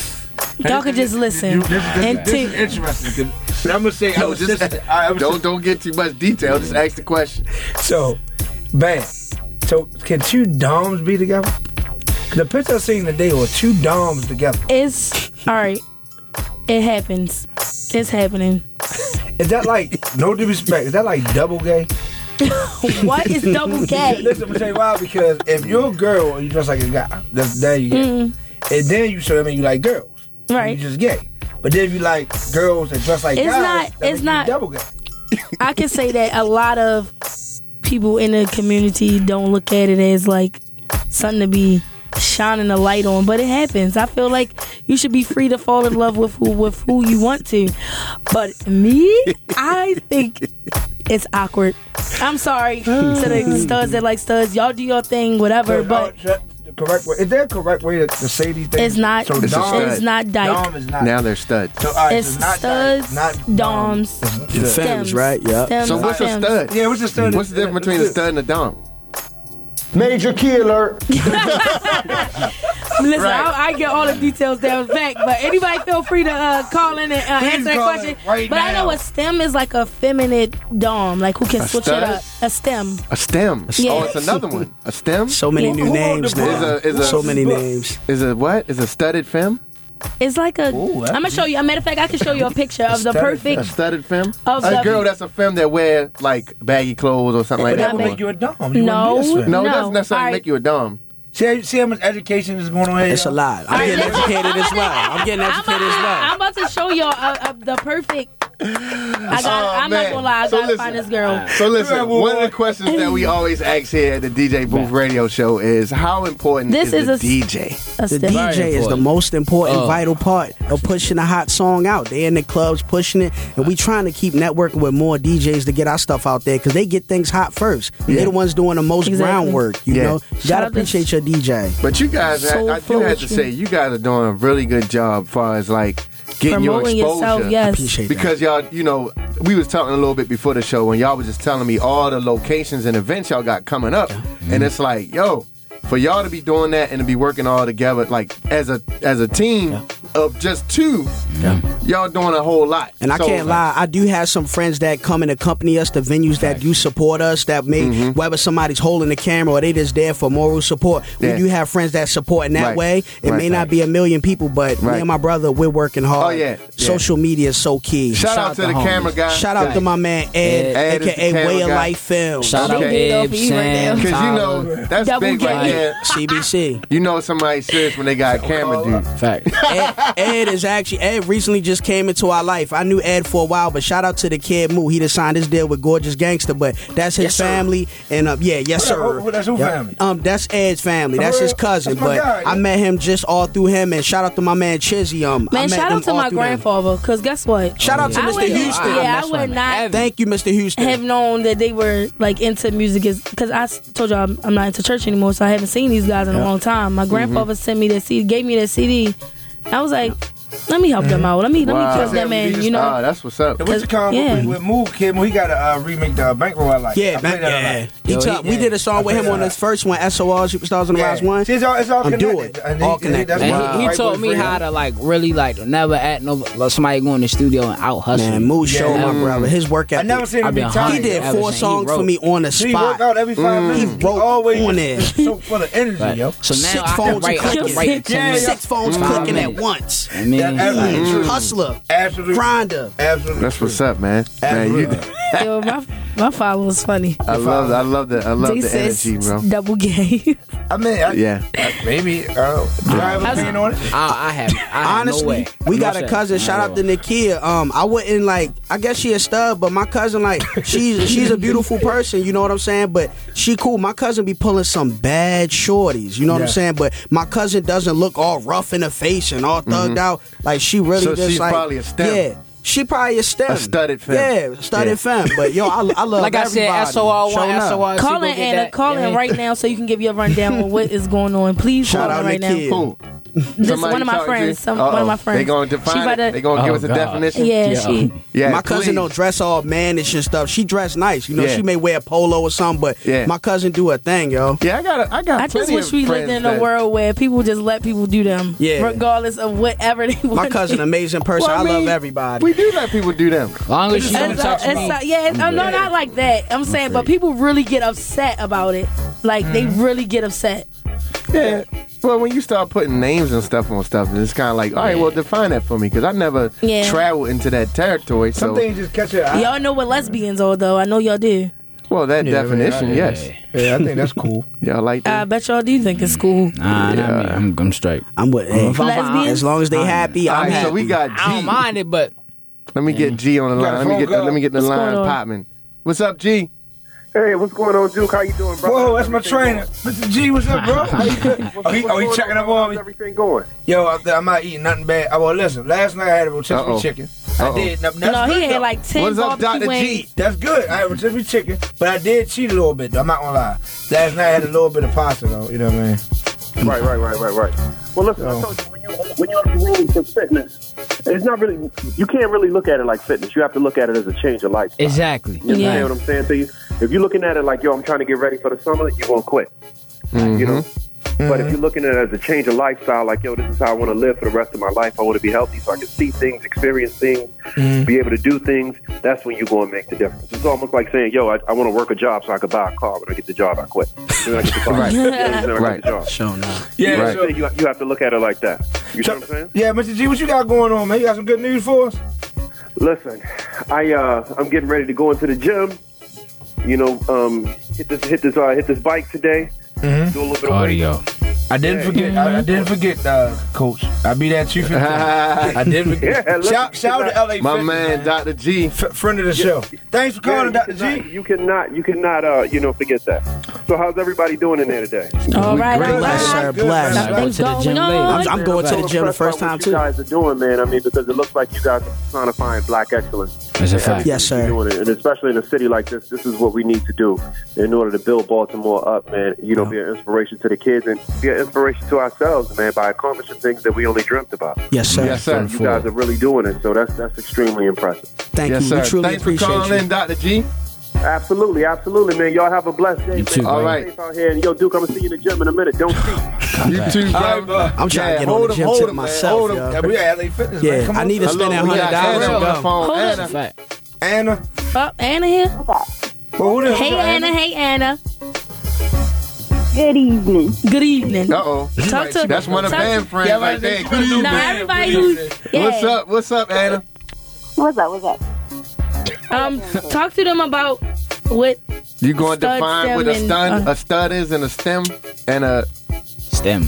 [SPEAKER 2] Y'all can just listen.
[SPEAKER 1] This, this,
[SPEAKER 2] And
[SPEAKER 1] this is
[SPEAKER 2] t-
[SPEAKER 1] interesting. 'cause- But I'm gonna say I
[SPEAKER 3] Yo,
[SPEAKER 1] was
[SPEAKER 3] just-
[SPEAKER 1] just I was
[SPEAKER 3] don't don't get too much detail. Just ask the question.
[SPEAKER 1] So, bang. So, can two doms be together? The picture I seen today was two doms together.
[SPEAKER 2] it's all right. It happens. It's happening.
[SPEAKER 1] Is that like no disrespect? Is that like double gay?
[SPEAKER 2] What is double gay?
[SPEAKER 1] Listen, I'm gonna tell you why. Because if you're a girl and you dress like a guy, that's that you gay. And then you show them and you like girls,
[SPEAKER 2] Mm-hmm. Right.
[SPEAKER 1] You just gay. But then if you like girls that dress like
[SPEAKER 2] It's
[SPEAKER 1] guys,
[SPEAKER 2] not-
[SPEAKER 1] that
[SPEAKER 2] it's
[SPEAKER 1] make you
[SPEAKER 2] not-
[SPEAKER 1] double gay.
[SPEAKER 2] I can say that a lot of people in the community don't look at it as like something to be shining a light on, but it happens. I feel like you should be free to fall in love with who with who you want to. But me, I think It's awkward. I'm sorry to the studs that like studs. Y'all do your thing, whatever. But
[SPEAKER 1] Oh, the correct way. Is there a correct way to, to say these things?
[SPEAKER 2] It's not-
[SPEAKER 1] So
[SPEAKER 2] It's
[SPEAKER 3] a
[SPEAKER 1] dom,
[SPEAKER 3] stud.
[SPEAKER 2] it's not dyke.
[SPEAKER 1] Dom is not.
[SPEAKER 3] Now they're studs.
[SPEAKER 1] so, all right,
[SPEAKER 2] it's
[SPEAKER 1] so not dyke,
[SPEAKER 2] studs,
[SPEAKER 1] not dom.
[SPEAKER 2] doms,
[SPEAKER 1] Yeah.
[SPEAKER 4] Fem- Stems, right? Yup.
[SPEAKER 2] Stems,
[SPEAKER 3] So what's a
[SPEAKER 2] stems.
[SPEAKER 3] stud?
[SPEAKER 1] Yeah, what's a stud?
[SPEAKER 3] What's the difference between a stud and a dom?
[SPEAKER 10] Major key alert.
[SPEAKER 2] Listen, I, I get all the details down back, but anybody feel free to uh, call in and uh,
[SPEAKER 1] Please
[SPEAKER 2] answer that
[SPEAKER 1] call in
[SPEAKER 2] question.
[SPEAKER 1] right
[SPEAKER 2] but I
[SPEAKER 1] now.
[SPEAKER 2] know a stem is like a feminine dom, like who can
[SPEAKER 3] A
[SPEAKER 2] switch
[SPEAKER 3] stud?
[SPEAKER 2] it up. A stem.
[SPEAKER 3] A stem.
[SPEAKER 2] Yeah.
[SPEAKER 3] Oh, it's another one. A stem
[SPEAKER 4] So many
[SPEAKER 2] Yeah.
[SPEAKER 4] new
[SPEAKER 2] Who
[SPEAKER 1] wrote
[SPEAKER 4] names
[SPEAKER 1] the
[SPEAKER 4] now.
[SPEAKER 1] book?
[SPEAKER 3] Is a- is a-
[SPEAKER 4] so many
[SPEAKER 1] book?
[SPEAKER 4] names.
[SPEAKER 3] is a what? Is a studded fem?
[SPEAKER 2] It's like a.
[SPEAKER 1] Ooh, that's
[SPEAKER 2] am gonna show you. A matter of fact, I can show you a picture of the
[SPEAKER 1] stud is
[SPEAKER 3] A
[SPEAKER 2] perfect.
[SPEAKER 3] studded fem?
[SPEAKER 2] Of
[SPEAKER 3] a
[SPEAKER 2] the-
[SPEAKER 3] girl that's a fem that wear like baggy clothes or something like
[SPEAKER 1] But that
[SPEAKER 3] that.
[SPEAKER 1] would
[SPEAKER 2] Dom.
[SPEAKER 1] make you a dom. Oh, You wouldn't
[SPEAKER 2] No,
[SPEAKER 1] be a stud.
[SPEAKER 3] no, it
[SPEAKER 2] No.
[SPEAKER 3] doesn't necessarily
[SPEAKER 2] All right.
[SPEAKER 3] make you a dom.
[SPEAKER 1] See, how- see how much education is going on here.
[SPEAKER 4] It's a
[SPEAKER 1] y'all?
[SPEAKER 4] lot. I'm getting
[SPEAKER 2] listen,
[SPEAKER 4] educated as well. I'm getting
[SPEAKER 2] I'm about,
[SPEAKER 4] educated as
[SPEAKER 2] to, I'm
[SPEAKER 4] well.
[SPEAKER 2] about to show y'all uh, uh, the perfect. I got.
[SPEAKER 3] Oh,
[SPEAKER 2] I'm
[SPEAKER 3] man.
[SPEAKER 2] not gonna lie. I
[SPEAKER 3] So
[SPEAKER 2] gotta
[SPEAKER 3] listen.
[SPEAKER 2] find this girl.
[SPEAKER 3] So listen,
[SPEAKER 1] Right, well,
[SPEAKER 3] one of the
[SPEAKER 1] what-
[SPEAKER 3] questions that we always ask here at the DJ Booth Radio Show is how important
[SPEAKER 2] This
[SPEAKER 3] is,
[SPEAKER 2] is a
[SPEAKER 3] the
[SPEAKER 2] s-
[SPEAKER 3] DJ?
[SPEAKER 2] A
[SPEAKER 4] The
[SPEAKER 2] stem.
[SPEAKER 4] DJ is the
[SPEAKER 5] important.
[SPEAKER 4] most important,
[SPEAKER 5] Oh.
[SPEAKER 4] vital part of pushing a hot song out. They in the clubs pushing it, and we trying to keep networking with more DJs to get our stuff out there because they get things hot first. They're the ones doing the most
[SPEAKER 2] Exactly.
[SPEAKER 4] groundwork. You
[SPEAKER 3] Yeah.
[SPEAKER 4] know, you
[SPEAKER 2] Shout
[SPEAKER 4] gotta
[SPEAKER 2] out to-
[SPEAKER 4] appreciate your DJ.
[SPEAKER 3] But you guys,
[SPEAKER 2] Soul
[SPEAKER 3] I, I do have to
[SPEAKER 2] poetry.
[SPEAKER 3] say, you guys are doing a really good job far as like getting
[SPEAKER 2] Promoting
[SPEAKER 3] your exposure.
[SPEAKER 2] yourself. Yes.
[SPEAKER 4] Appreciate
[SPEAKER 3] Because y'all, you know, we was talking a little bit before the show, and y'all was just telling me all the locations and events y'all got coming up,
[SPEAKER 4] Mm.
[SPEAKER 3] and it's like, yo, for y'all to be doing that and to be working all together, like as a as a team of just two, y'all doing a whole lot.
[SPEAKER 4] And I
[SPEAKER 3] So-
[SPEAKER 4] can't lie, I do have some friends that come and accompany us to venues that do support us. That may
[SPEAKER 3] Mm-hmm.
[SPEAKER 4] whether somebody's holding the camera or they just there for moral support.
[SPEAKER 3] Yeah.
[SPEAKER 4] We do have friends that support in that
[SPEAKER 3] Right.
[SPEAKER 4] way. It
[SPEAKER 3] Right.
[SPEAKER 4] may not be a million people, but
[SPEAKER 3] Right.
[SPEAKER 4] me and my brother, we're working hard.
[SPEAKER 3] Oh, yeah. Yeah.
[SPEAKER 4] Social media is so key.
[SPEAKER 3] Shout, out to the,
[SPEAKER 5] homies.
[SPEAKER 3] camera guy.
[SPEAKER 4] Shout out to my
[SPEAKER 3] Eh,
[SPEAKER 4] man Ed,
[SPEAKER 3] Ed is the
[SPEAKER 4] aka
[SPEAKER 3] camera
[SPEAKER 4] Way of
[SPEAKER 3] guy.
[SPEAKER 4] Life Films,
[SPEAKER 5] Shout out
[SPEAKER 3] Okay.
[SPEAKER 5] Bib,
[SPEAKER 2] Off of you right
[SPEAKER 5] Sam,
[SPEAKER 2] now.
[SPEAKER 3] Because you know,
[SPEAKER 5] Tyler.
[SPEAKER 3] that's
[SPEAKER 2] Double
[SPEAKER 3] big right
[SPEAKER 2] gang.
[SPEAKER 3] there.
[SPEAKER 4] CBC.
[SPEAKER 3] You know somebody's serious when they got a camera dude.
[SPEAKER 5] Fact.
[SPEAKER 4] Ed, Ed is actually Ed recently just came into our life. I knew Ed for a while, but shout out to the kid Moo. He just signed his deal with Gorgeous Gangster, but that's his family. And uh, yeah, yes
[SPEAKER 1] What-
[SPEAKER 4] sir.
[SPEAKER 1] what- that's who
[SPEAKER 4] Yep.
[SPEAKER 1] family?
[SPEAKER 4] Um, that's Ed's family. That's his
[SPEAKER 1] That's
[SPEAKER 4] cousin.
[SPEAKER 1] my
[SPEAKER 4] but
[SPEAKER 1] guy.
[SPEAKER 4] I met him just all through him. And shout out to my man Chizzy. Um, I
[SPEAKER 2] Man,
[SPEAKER 4] met
[SPEAKER 2] shout
[SPEAKER 4] them
[SPEAKER 2] out to
[SPEAKER 4] all
[SPEAKER 2] my
[SPEAKER 4] through them.
[SPEAKER 2] grandfather, because guess what?
[SPEAKER 4] Shout out to
[SPEAKER 2] I
[SPEAKER 4] Mr.
[SPEAKER 2] would-
[SPEAKER 4] Houston.
[SPEAKER 2] Yeah, I
[SPEAKER 5] That's
[SPEAKER 2] would
[SPEAKER 5] my
[SPEAKER 2] not
[SPEAKER 5] man.
[SPEAKER 4] Thank you, Mr. Houston.
[SPEAKER 2] have known that they were like into music is because I s- told you I'm, I'm not into church anymore, so I haven't seen these guys in a long time. My grandfather sent me that CD, gave me that CD. I was like, let me help
[SPEAKER 4] Mm-hmm.
[SPEAKER 2] them out. Let me let me trust them in. You know,
[SPEAKER 3] Ah, that's what's up.
[SPEAKER 1] And what's the comment
[SPEAKER 2] Yeah.
[SPEAKER 1] with, with Move Kid? He got to uh, remake the uh, bankroll. I like.
[SPEAKER 4] yeah,
[SPEAKER 1] I play
[SPEAKER 4] man.
[SPEAKER 1] that a
[SPEAKER 4] Yeah.
[SPEAKER 1] lot.
[SPEAKER 4] He
[SPEAKER 5] Yo, he-
[SPEAKER 4] took- we did a
[SPEAKER 1] I
[SPEAKER 4] song with
[SPEAKER 1] play
[SPEAKER 4] him
[SPEAKER 1] that
[SPEAKER 4] on
[SPEAKER 1] a
[SPEAKER 4] his first one, SOR Superstars on the Rise One.
[SPEAKER 1] See, it's all, it's all
[SPEAKER 4] I'm
[SPEAKER 1] connected.
[SPEAKER 4] doing it.
[SPEAKER 1] And
[SPEAKER 4] All
[SPEAKER 1] and
[SPEAKER 4] connected.
[SPEAKER 1] that's
[SPEAKER 5] And
[SPEAKER 1] why
[SPEAKER 5] he, he
[SPEAKER 1] White
[SPEAKER 5] taught
[SPEAKER 1] Boy
[SPEAKER 5] me
[SPEAKER 1] Freedom.
[SPEAKER 5] how to like really like never act no like, somebody go in the studio and out hustle.
[SPEAKER 4] Man, Moo showed my
[SPEAKER 5] Mm.
[SPEAKER 4] brother his work
[SPEAKER 1] I
[SPEAKER 4] ethic.
[SPEAKER 1] never seen him
[SPEAKER 5] I've
[SPEAKER 1] be
[SPEAKER 5] been
[SPEAKER 1] tired.
[SPEAKER 4] He did
[SPEAKER 5] Yeah,
[SPEAKER 4] four
[SPEAKER 5] he
[SPEAKER 4] songs
[SPEAKER 5] wrote.
[SPEAKER 4] for me on the
[SPEAKER 1] So he work
[SPEAKER 4] spot. Mm-hmm.
[SPEAKER 1] out every five minutes.
[SPEAKER 4] He wrote
[SPEAKER 1] always
[SPEAKER 4] on it.
[SPEAKER 1] so full of energy,
[SPEAKER 5] Right.
[SPEAKER 1] yo.
[SPEAKER 5] So
[SPEAKER 4] Six
[SPEAKER 5] now I can
[SPEAKER 4] phones
[SPEAKER 5] write, I
[SPEAKER 4] clicking.
[SPEAKER 5] can write in ten
[SPEAKER 1] Yeah,
[SPEAKER 5] minutes.
[SPEAKER 4] Six phones
[SPEAKER 5] Five
[SPEAKER 4] clicking at
[SPEAKER 5] minutes.
[SPEAKER 4] once.
[SPEAKER 5] Mm-hmm.
[SPEAKER 4] Mm-hmm.
[SPEAKER 5] I mean,
[SPEAKER 1] That- that-
[SPEAKER 5] like,
[SPEAKER 4] Hustler,
[SPEAKER 1] Absolutely.
[SPEAKER 4] grinder.
[SPEAKER 1] Absolutely.
[SPEAKER 3] That's what's up, man. Man, you,
[SPEAKER 2] Yo, my my father was funny.
[SPEAKER 3] I love, I love the, I love
[SPEAKER 2] They
[SPEAKER 3] the
[SPEAKER 2] says
[SPEAKER 3] energy, bro.
[SPEAKER 2] double gay.
[SPEAKER 1] I mean, I,
[SPEAKER 3] Yeah.
[SPEAKER 1] I- maybe. Uh, do I have a opinion on it?
[SPEAKER 5] I, I have. I have
[SPEAKER 4] Honestly,
[SPEAKER 5] no way.
[SPEAKER 4] we
[SPEAKER 5] No
[SPEAKER 4] got a
[SPEAKER 5] shit.
[SPEAKER 4] cousin. Shout
[SPEAKER 5] No
[SPEAKER 4] out to Nikia. Um, I wouldn't like. I guess she a stud, but my cousin like she's she's a beautiful person. You know what I'm saying? But she cool. My cousin be pulling some bad shorties. You know what I'm
[SPEAKER 1] Yeah.
[SPEAKER 4] saying? But my cousin doesn't look all rough in the face and all thugged out. Like she really
[SPEAKER 3] Mm-hmm. So
[SPEAKER 4] just
[SPEAKER 3] she's
[SPEAKER 4] like
[SPEAKER 3] probably a stem.
[SPEAKER 4] yeah. She probably a stem.
[SPEAKER 3] A studded femme.
[SPEAKER 4] Yeah, studded
[SPEAKER 3] Yeah.
[SPEAKER 4] femme. But yo, I, I love
[SPEAKER 5] Like I said,
[SPEAKER 4] everybody.
[SPEAKER 5] SOR
[SPEAKER 4] Showing
[SPEAKER 5] one,
[SPEAKER 4] up.
[SPEAKER 5] SOR two.
[SPEAKER 2] Call
[SPEAKER 5] go
[SPEAKER 2] in
[SPEAKER 5] get
[SPEAKER 2] Anna.
[SPEAKER 5] that.
[SPEAKER 2] Call
[SPEAKER 5] Yeah.
[SPEAKER 2] in right now so you can give your rundown on what is going on. Please
[SPEAKER 4] Shout
[SPEAKER 2] call
[SPEAKER 4] out
[SPEAKER 2] in right now.
[SPEAKER 4] Nikia.
[SPEAKER 3] Cool.
[SPEAKER 2] This is
[SPEAKER 3] Somebody
[SPEAKER 2] one of my
[SPEAKER 3] talking to you?
[SPEAKER 2] friends. Some, one of my
[SPEAKER 3] Uh-oh.
[SPEAKER 2] friends.
[SPEAKER 3] They going to
[SPEAKER 2] She
[SPEAKER 3] define
[SPEAKER 2] about
[SPEAKER 3] it. They going to give
[SPEAKER 5] Oh,
[SPEAKER 3] us a
[SPEAKER 5] God.
[SPEAKER 3] definition.
[SPEAKER 2] Yeah,
[SPEAKER 5] Yeah.
[SPEAKER 2] she.
[SPEAKER 3] Yeah,
[SPEAKER 4] my cousin
[SPEAKER 3] please.
[SPEAKER 4] don't dress all mannish and stuff. She dress nice. You know,
[SPEAKER 3] Yeah.
[SPEAKER 4] she may wear a polo or something, but
[SPEAKER 3] Yeah.
[SPEAKER 4] my cousin do her thing, yo.
[SPEAKER 3] Yeah, I got, a, I got.
[SPEAKER 2] I just
[SPEAKER 3] plenty
[SPEAKER 2] wish
[SPEAKER 3] of
[SPEAKER 2] we lived
[SPEAKER 3] friends
[SPEAKER 2] in a
[SPEAKER 3] that-
[SPEAKER 2] world where people just let people do them,
[SPEAKER 4] Yeah.
[SPEAKER 2] regardless of whatever they want.
[SPEAKER 4] My cousin, amazing person.
[SPEAKER 2] Well,
[SPEAKER 4] I,
[SPEAKER 2] I mean,
[SPEAKER 4] love everybody.
[SPEAKER 3] We do let people do them.
[SPEAKER 5] Long as she don't
[SPEAKER 2] It's,
[SPEAKER 5] talk to me.
[SPEAKER 2] it's, yeah, it's, oh, no, not like that. I'm saying, but people really get upset about it. Like they
[SPEAKER 5] Mm-hmm.
[SPEAKER 2] really get upset.
[SPEAKER 3] Yeah. Well, when you start putting names and stuff on stuff, it's kind of like, all right, well, define that for me because I never
[SPEAKER 2] Yeah.
[SPEAKER 3] traveled into that territory. So,
[SPEAKER 1] Some things just catch your eye.
[SPEAKER 2] Y'all know what lesbians are, though. I know y'all do.
[SPEAKER 3] well, that definition, yes,
[SPEAKER 1] Yeah, I think that's cool.
[SPEAKER 3] y'all like
[SPEAKER 2] I
[SPEAKER 3] that.
[SPEAKER 2] bet y'all do think it's cool.
[SPEAKER 5] Nah, nah, me. I'm, I'm straight.
[SPEAKER 4] I'm with hey,
[SPEAKER 2] Lesbians?
[SPEAKER 4] as long as they happy.
[SPEAKER 3] all
[SPEAKER 4] I'm
[SPEAKER 3] right,
[SPEAKER 4] happy.
[SPEAKER 3] so we got G.
[SPEAKER 5] I don't mind it, but
[SPEAKER 3] Let me get G on the
[SPEAKER 1] Got
[SPEAKER 3] line.
[SPEAKER 1] a
[SPEAKER 3] Let me
[SPEAKER 1] phone
[SPEAKER 3] get, the,
[SPEAKER 1] call.
[SPEAKER 3] let me get the
[SPEAKER 2] What's
[SPEAKER 3] line
[SPEAKER 2] going on?
[SPEAKER 3] popping. What's up, G?
[SPEAKER 10] Hey, what's going on, Duke? How you doing, bro?
[SPEAKER 1] Whoa, that's my trainer. Mr. G, what's up, bro? How you doing? oh, he, oh, he checking up on me.
[SPEAKER 10] How's everything going?
[SPEAKER 1] Yo, I'm, I'm not eating nothing bad. Oh, well, listen, last night I had a rotisserie
[SPEAKER 3] Uh-oh.
[SPEAKER 1] chicken. I did. Now, that's
[SPEAKER 2] No, he
[SPEAKER 1] good,
[SPEAKER 2] had
[SPEAKER 1] though.
[SPEAKER 2] like 10 What is up, barbecue Dr. G? wings.
[SPEAKER 1] That's good. I was just chicken, but I did cheat a little bit. though. I'm not gonna lie. Last night I had a little bit of pasta though. You know what I mean?
[SPEAKER 10] Right, right, right, right, right. Well, listen, I
[SPEAKER 1] So-
[SPEAKER 10] told you when you when you're on the road for fitness, it's not really you can't really look at it like fitness. You have to look at it as a change of lifestyle.
[SPEAKER 5] Exactly.
[SPEAKER 10] You understand what I'm saying to you? If you're looking at it like yo, I'm trying to get ready for the summer, you won't quit. You
[SPEAKER 3] Mm-hmm.
[SPEAKER 10] know. But
[SPEAKER 1] Mm-hmm.
[SPEAKER 10] if you're looking at it as a change of lifestyle, like yo, this is how I want to live for the rest of my life. I want to be healthy so I can see things, experience things,
[SPEAKER 1] Mm-hmm.
[SPEAKER 10] be able to do things. That's when you go and make the difference. It's almost like saying, yo, I, I want to work a job so I could buy a car. When I get the job, I quit. Then I get the car.
[SPEAKER 5] Right.
[SPEAKER 10] You know what I'm saying? I get the
[SPEAKER 3] Right.
[SPEAKER 10] job.
[SPEAKER 5] Show now.
[SPEAKER 1] Yeah.
[SPEAKER 3] Right.
[SPEAKER 1] so-
[SPEAKER 10] You, you have to look at it like that. You know what I'm saying?
[SPEAKER 1] yeah, Mr. G, what you got going on, man? You got some good news for us?
[SPEAKER 10] Listen, I uh, I'm getting ready to go into the gym. You know, um, hit this hit this uh, hit this bike today.
[SPEAKER 1] Mm-hmm.
[SPEAKER 10] Do a little bit of
[SPEAKER 5] Audio.
[SPEAKER 1] I didn't forget. I, I didn't forget, uh, Coach. I be that chief. I didn't forget.
[SPEAKER 10] Yeah, look,
[SPEAKER 1] shout, shout out to LA.
[SPEAKER 3] My
[SPEAKER 1] Fitness,
[SPEAKER 3] man, Dr. G.
[SPEAKER 1] F- friend of the show. Thanks for
[SPEAKER 10] Yeah, you,
[SPEAKER 1] calling, Dr.
[SPEAKER 10] cannot,
[SPEAKER 1] G.
[SPEAKER 10] you cannot you cannot uh, you know forget that. So how's everybody doing in there today?
[SPEAKER 2] All right,
[SPEAKER 5] great.
[SPEAKER 2] all right.
[SPEAKER 4] Bless, sir. Bless.
[SPEAKER 5] Now go
[SPEAKER 2] Nothing's
[SPEAKER 5] to the
[SPEAKER 2] going
[SPEAKER 5] gym
[SPEAKER 2] on.
[SPEAKER 5] later.
[SPEAKER 4] I'm, I'm going to the gym the
[SPEAKER 10] Impressed by
[SPEAKER 4] first
[SPEAKER 10] what
[SPEAKER 4] time
[SPEAKER 10] you
[SPEAKER 4] too.
[SPEAKER 10] guys are doing, man. I mean, because it looks like you guys are personifying black excellence.
[SPEAKER 5] That's a fact.
[SPEAKER 4] Yes, sir.
[SPEAKER 10] Doing it, and especially in a city like this, this is what we need to do in order to build Baltimore up, man. You know, be an inspiration to the kids and be an inspiration to ourselves, man, by accomplishing things that we only dreamt about.
[SPEAKER 4] Yes, sir.
[SPEAKER 3] Yes, sir.
[SPEAKER 10] You guys are really doing it, so that's that's extremely impressive.
[SPEAKER 4] Thank
[SPEAKER 3] Yes,
[SPEAKER 4] you.
[SPEAKER 3] sir.
[SPEAKER 4] We truly
[SPEAKER 3] Thanks for
[SPEAKER 4] appreciate you.
[SPEAKER 3] calling in, Dr. G.
[SPEAKER 10] Absolutely, absolutely, man. Y'all have a blessed day.
[SPEAKER 5] You too,
[SPEAKER 3] All
[SPEAKER 5] bro.
[SPEAKER 3] right.
[SPEAKER 10] Safe out here, and yo, Duke, I'm gonna see you in the gym in a minute. Don't cheat.
[SPEAKER 3] You too, brother.
[SPEAKER 4] I'm trying to get on
[SPEAKER 1] hold
[SPEAKER 4] the
[SPEAKER 1] him,
[SPEAKER 4] gym
[SPEAKER 1] hold
[SPEAKER 4] tip
[SPEAKER 1] him,
[SPEAKER 4] myself,
[SPEAKER 1] Man.
[SPEAKER 4] yo.
[SPEAKER 1] Hold him. Yeah, we at LA Fitness. man.
[SPEAKER 4] Yeah,
[SPEAKER 1] Come
[SPEAKER 4] I
[SPEAKER 1] on.
[SPEAKER 4] need to
[SPEAKER 1] Hello,
[SPEAKER 4] spend that
[SPEAKER 1] we
[SPEAKER 4] hundred
[SPEAKER 1] got
[SPEAKER 4] dollars
[SPEAKER 1] Anna
[SPEAKER 4] and
[SPEAKER 1] on the
[SPEAKER 4] go.
[SPEAKER 3] phone.
[SPEAKER 2] Hold
[SPEAKER 3] Anna.
[SPEAKER 5] That's a fact.
[SPEAKER 1] Anna.
[SPEAKER 2] Oh, Anna here.
[SPEAKER 1] Well, who the-
[SPEAKER 2] Hey,
[SPEAKER 1] who the-
[SPEAKER 2] Anna. Hey, Anna.
[SPEAKER 11] Good evening.
[SPEAKER 2] Mm-hmm. Good evening.
[SPEAKER 3] Uh oh.
[SPEAKER 2] Talk to
[SPEAKER 3] That's one of
[SPEAKER 2] talk
[SPEAKER 3] Van's
[SPEAKER 2] to-
[SPEAKER 3] friends
[SPEAKER 1] Yeah,
[SPEAKER 3] right
[SPEAKER 1] right
[SPEAKER 3] there.
[SPEAKER 1] there.
[SPEAKER 3] Good evening.
[SPEAKER 2] Now everybody who's yeah.
[SPEAKER 3] What's up? What's up, Anna?
[SPEAKER 11] What's up? What's up?
[SPEAKER 2] Um, talk to them about what
[SPEAKER 3] You going to
[SPEAKER 2] Stud,
[SPEAKER 3] define what a
[SPEAKER 2] stem,
[SPEAKER 3] stun,
[SPEAKER 2] and, uh,
[SPEAKER 3] a stud is, and a stem, and a
[SPEAKER 5] STEM.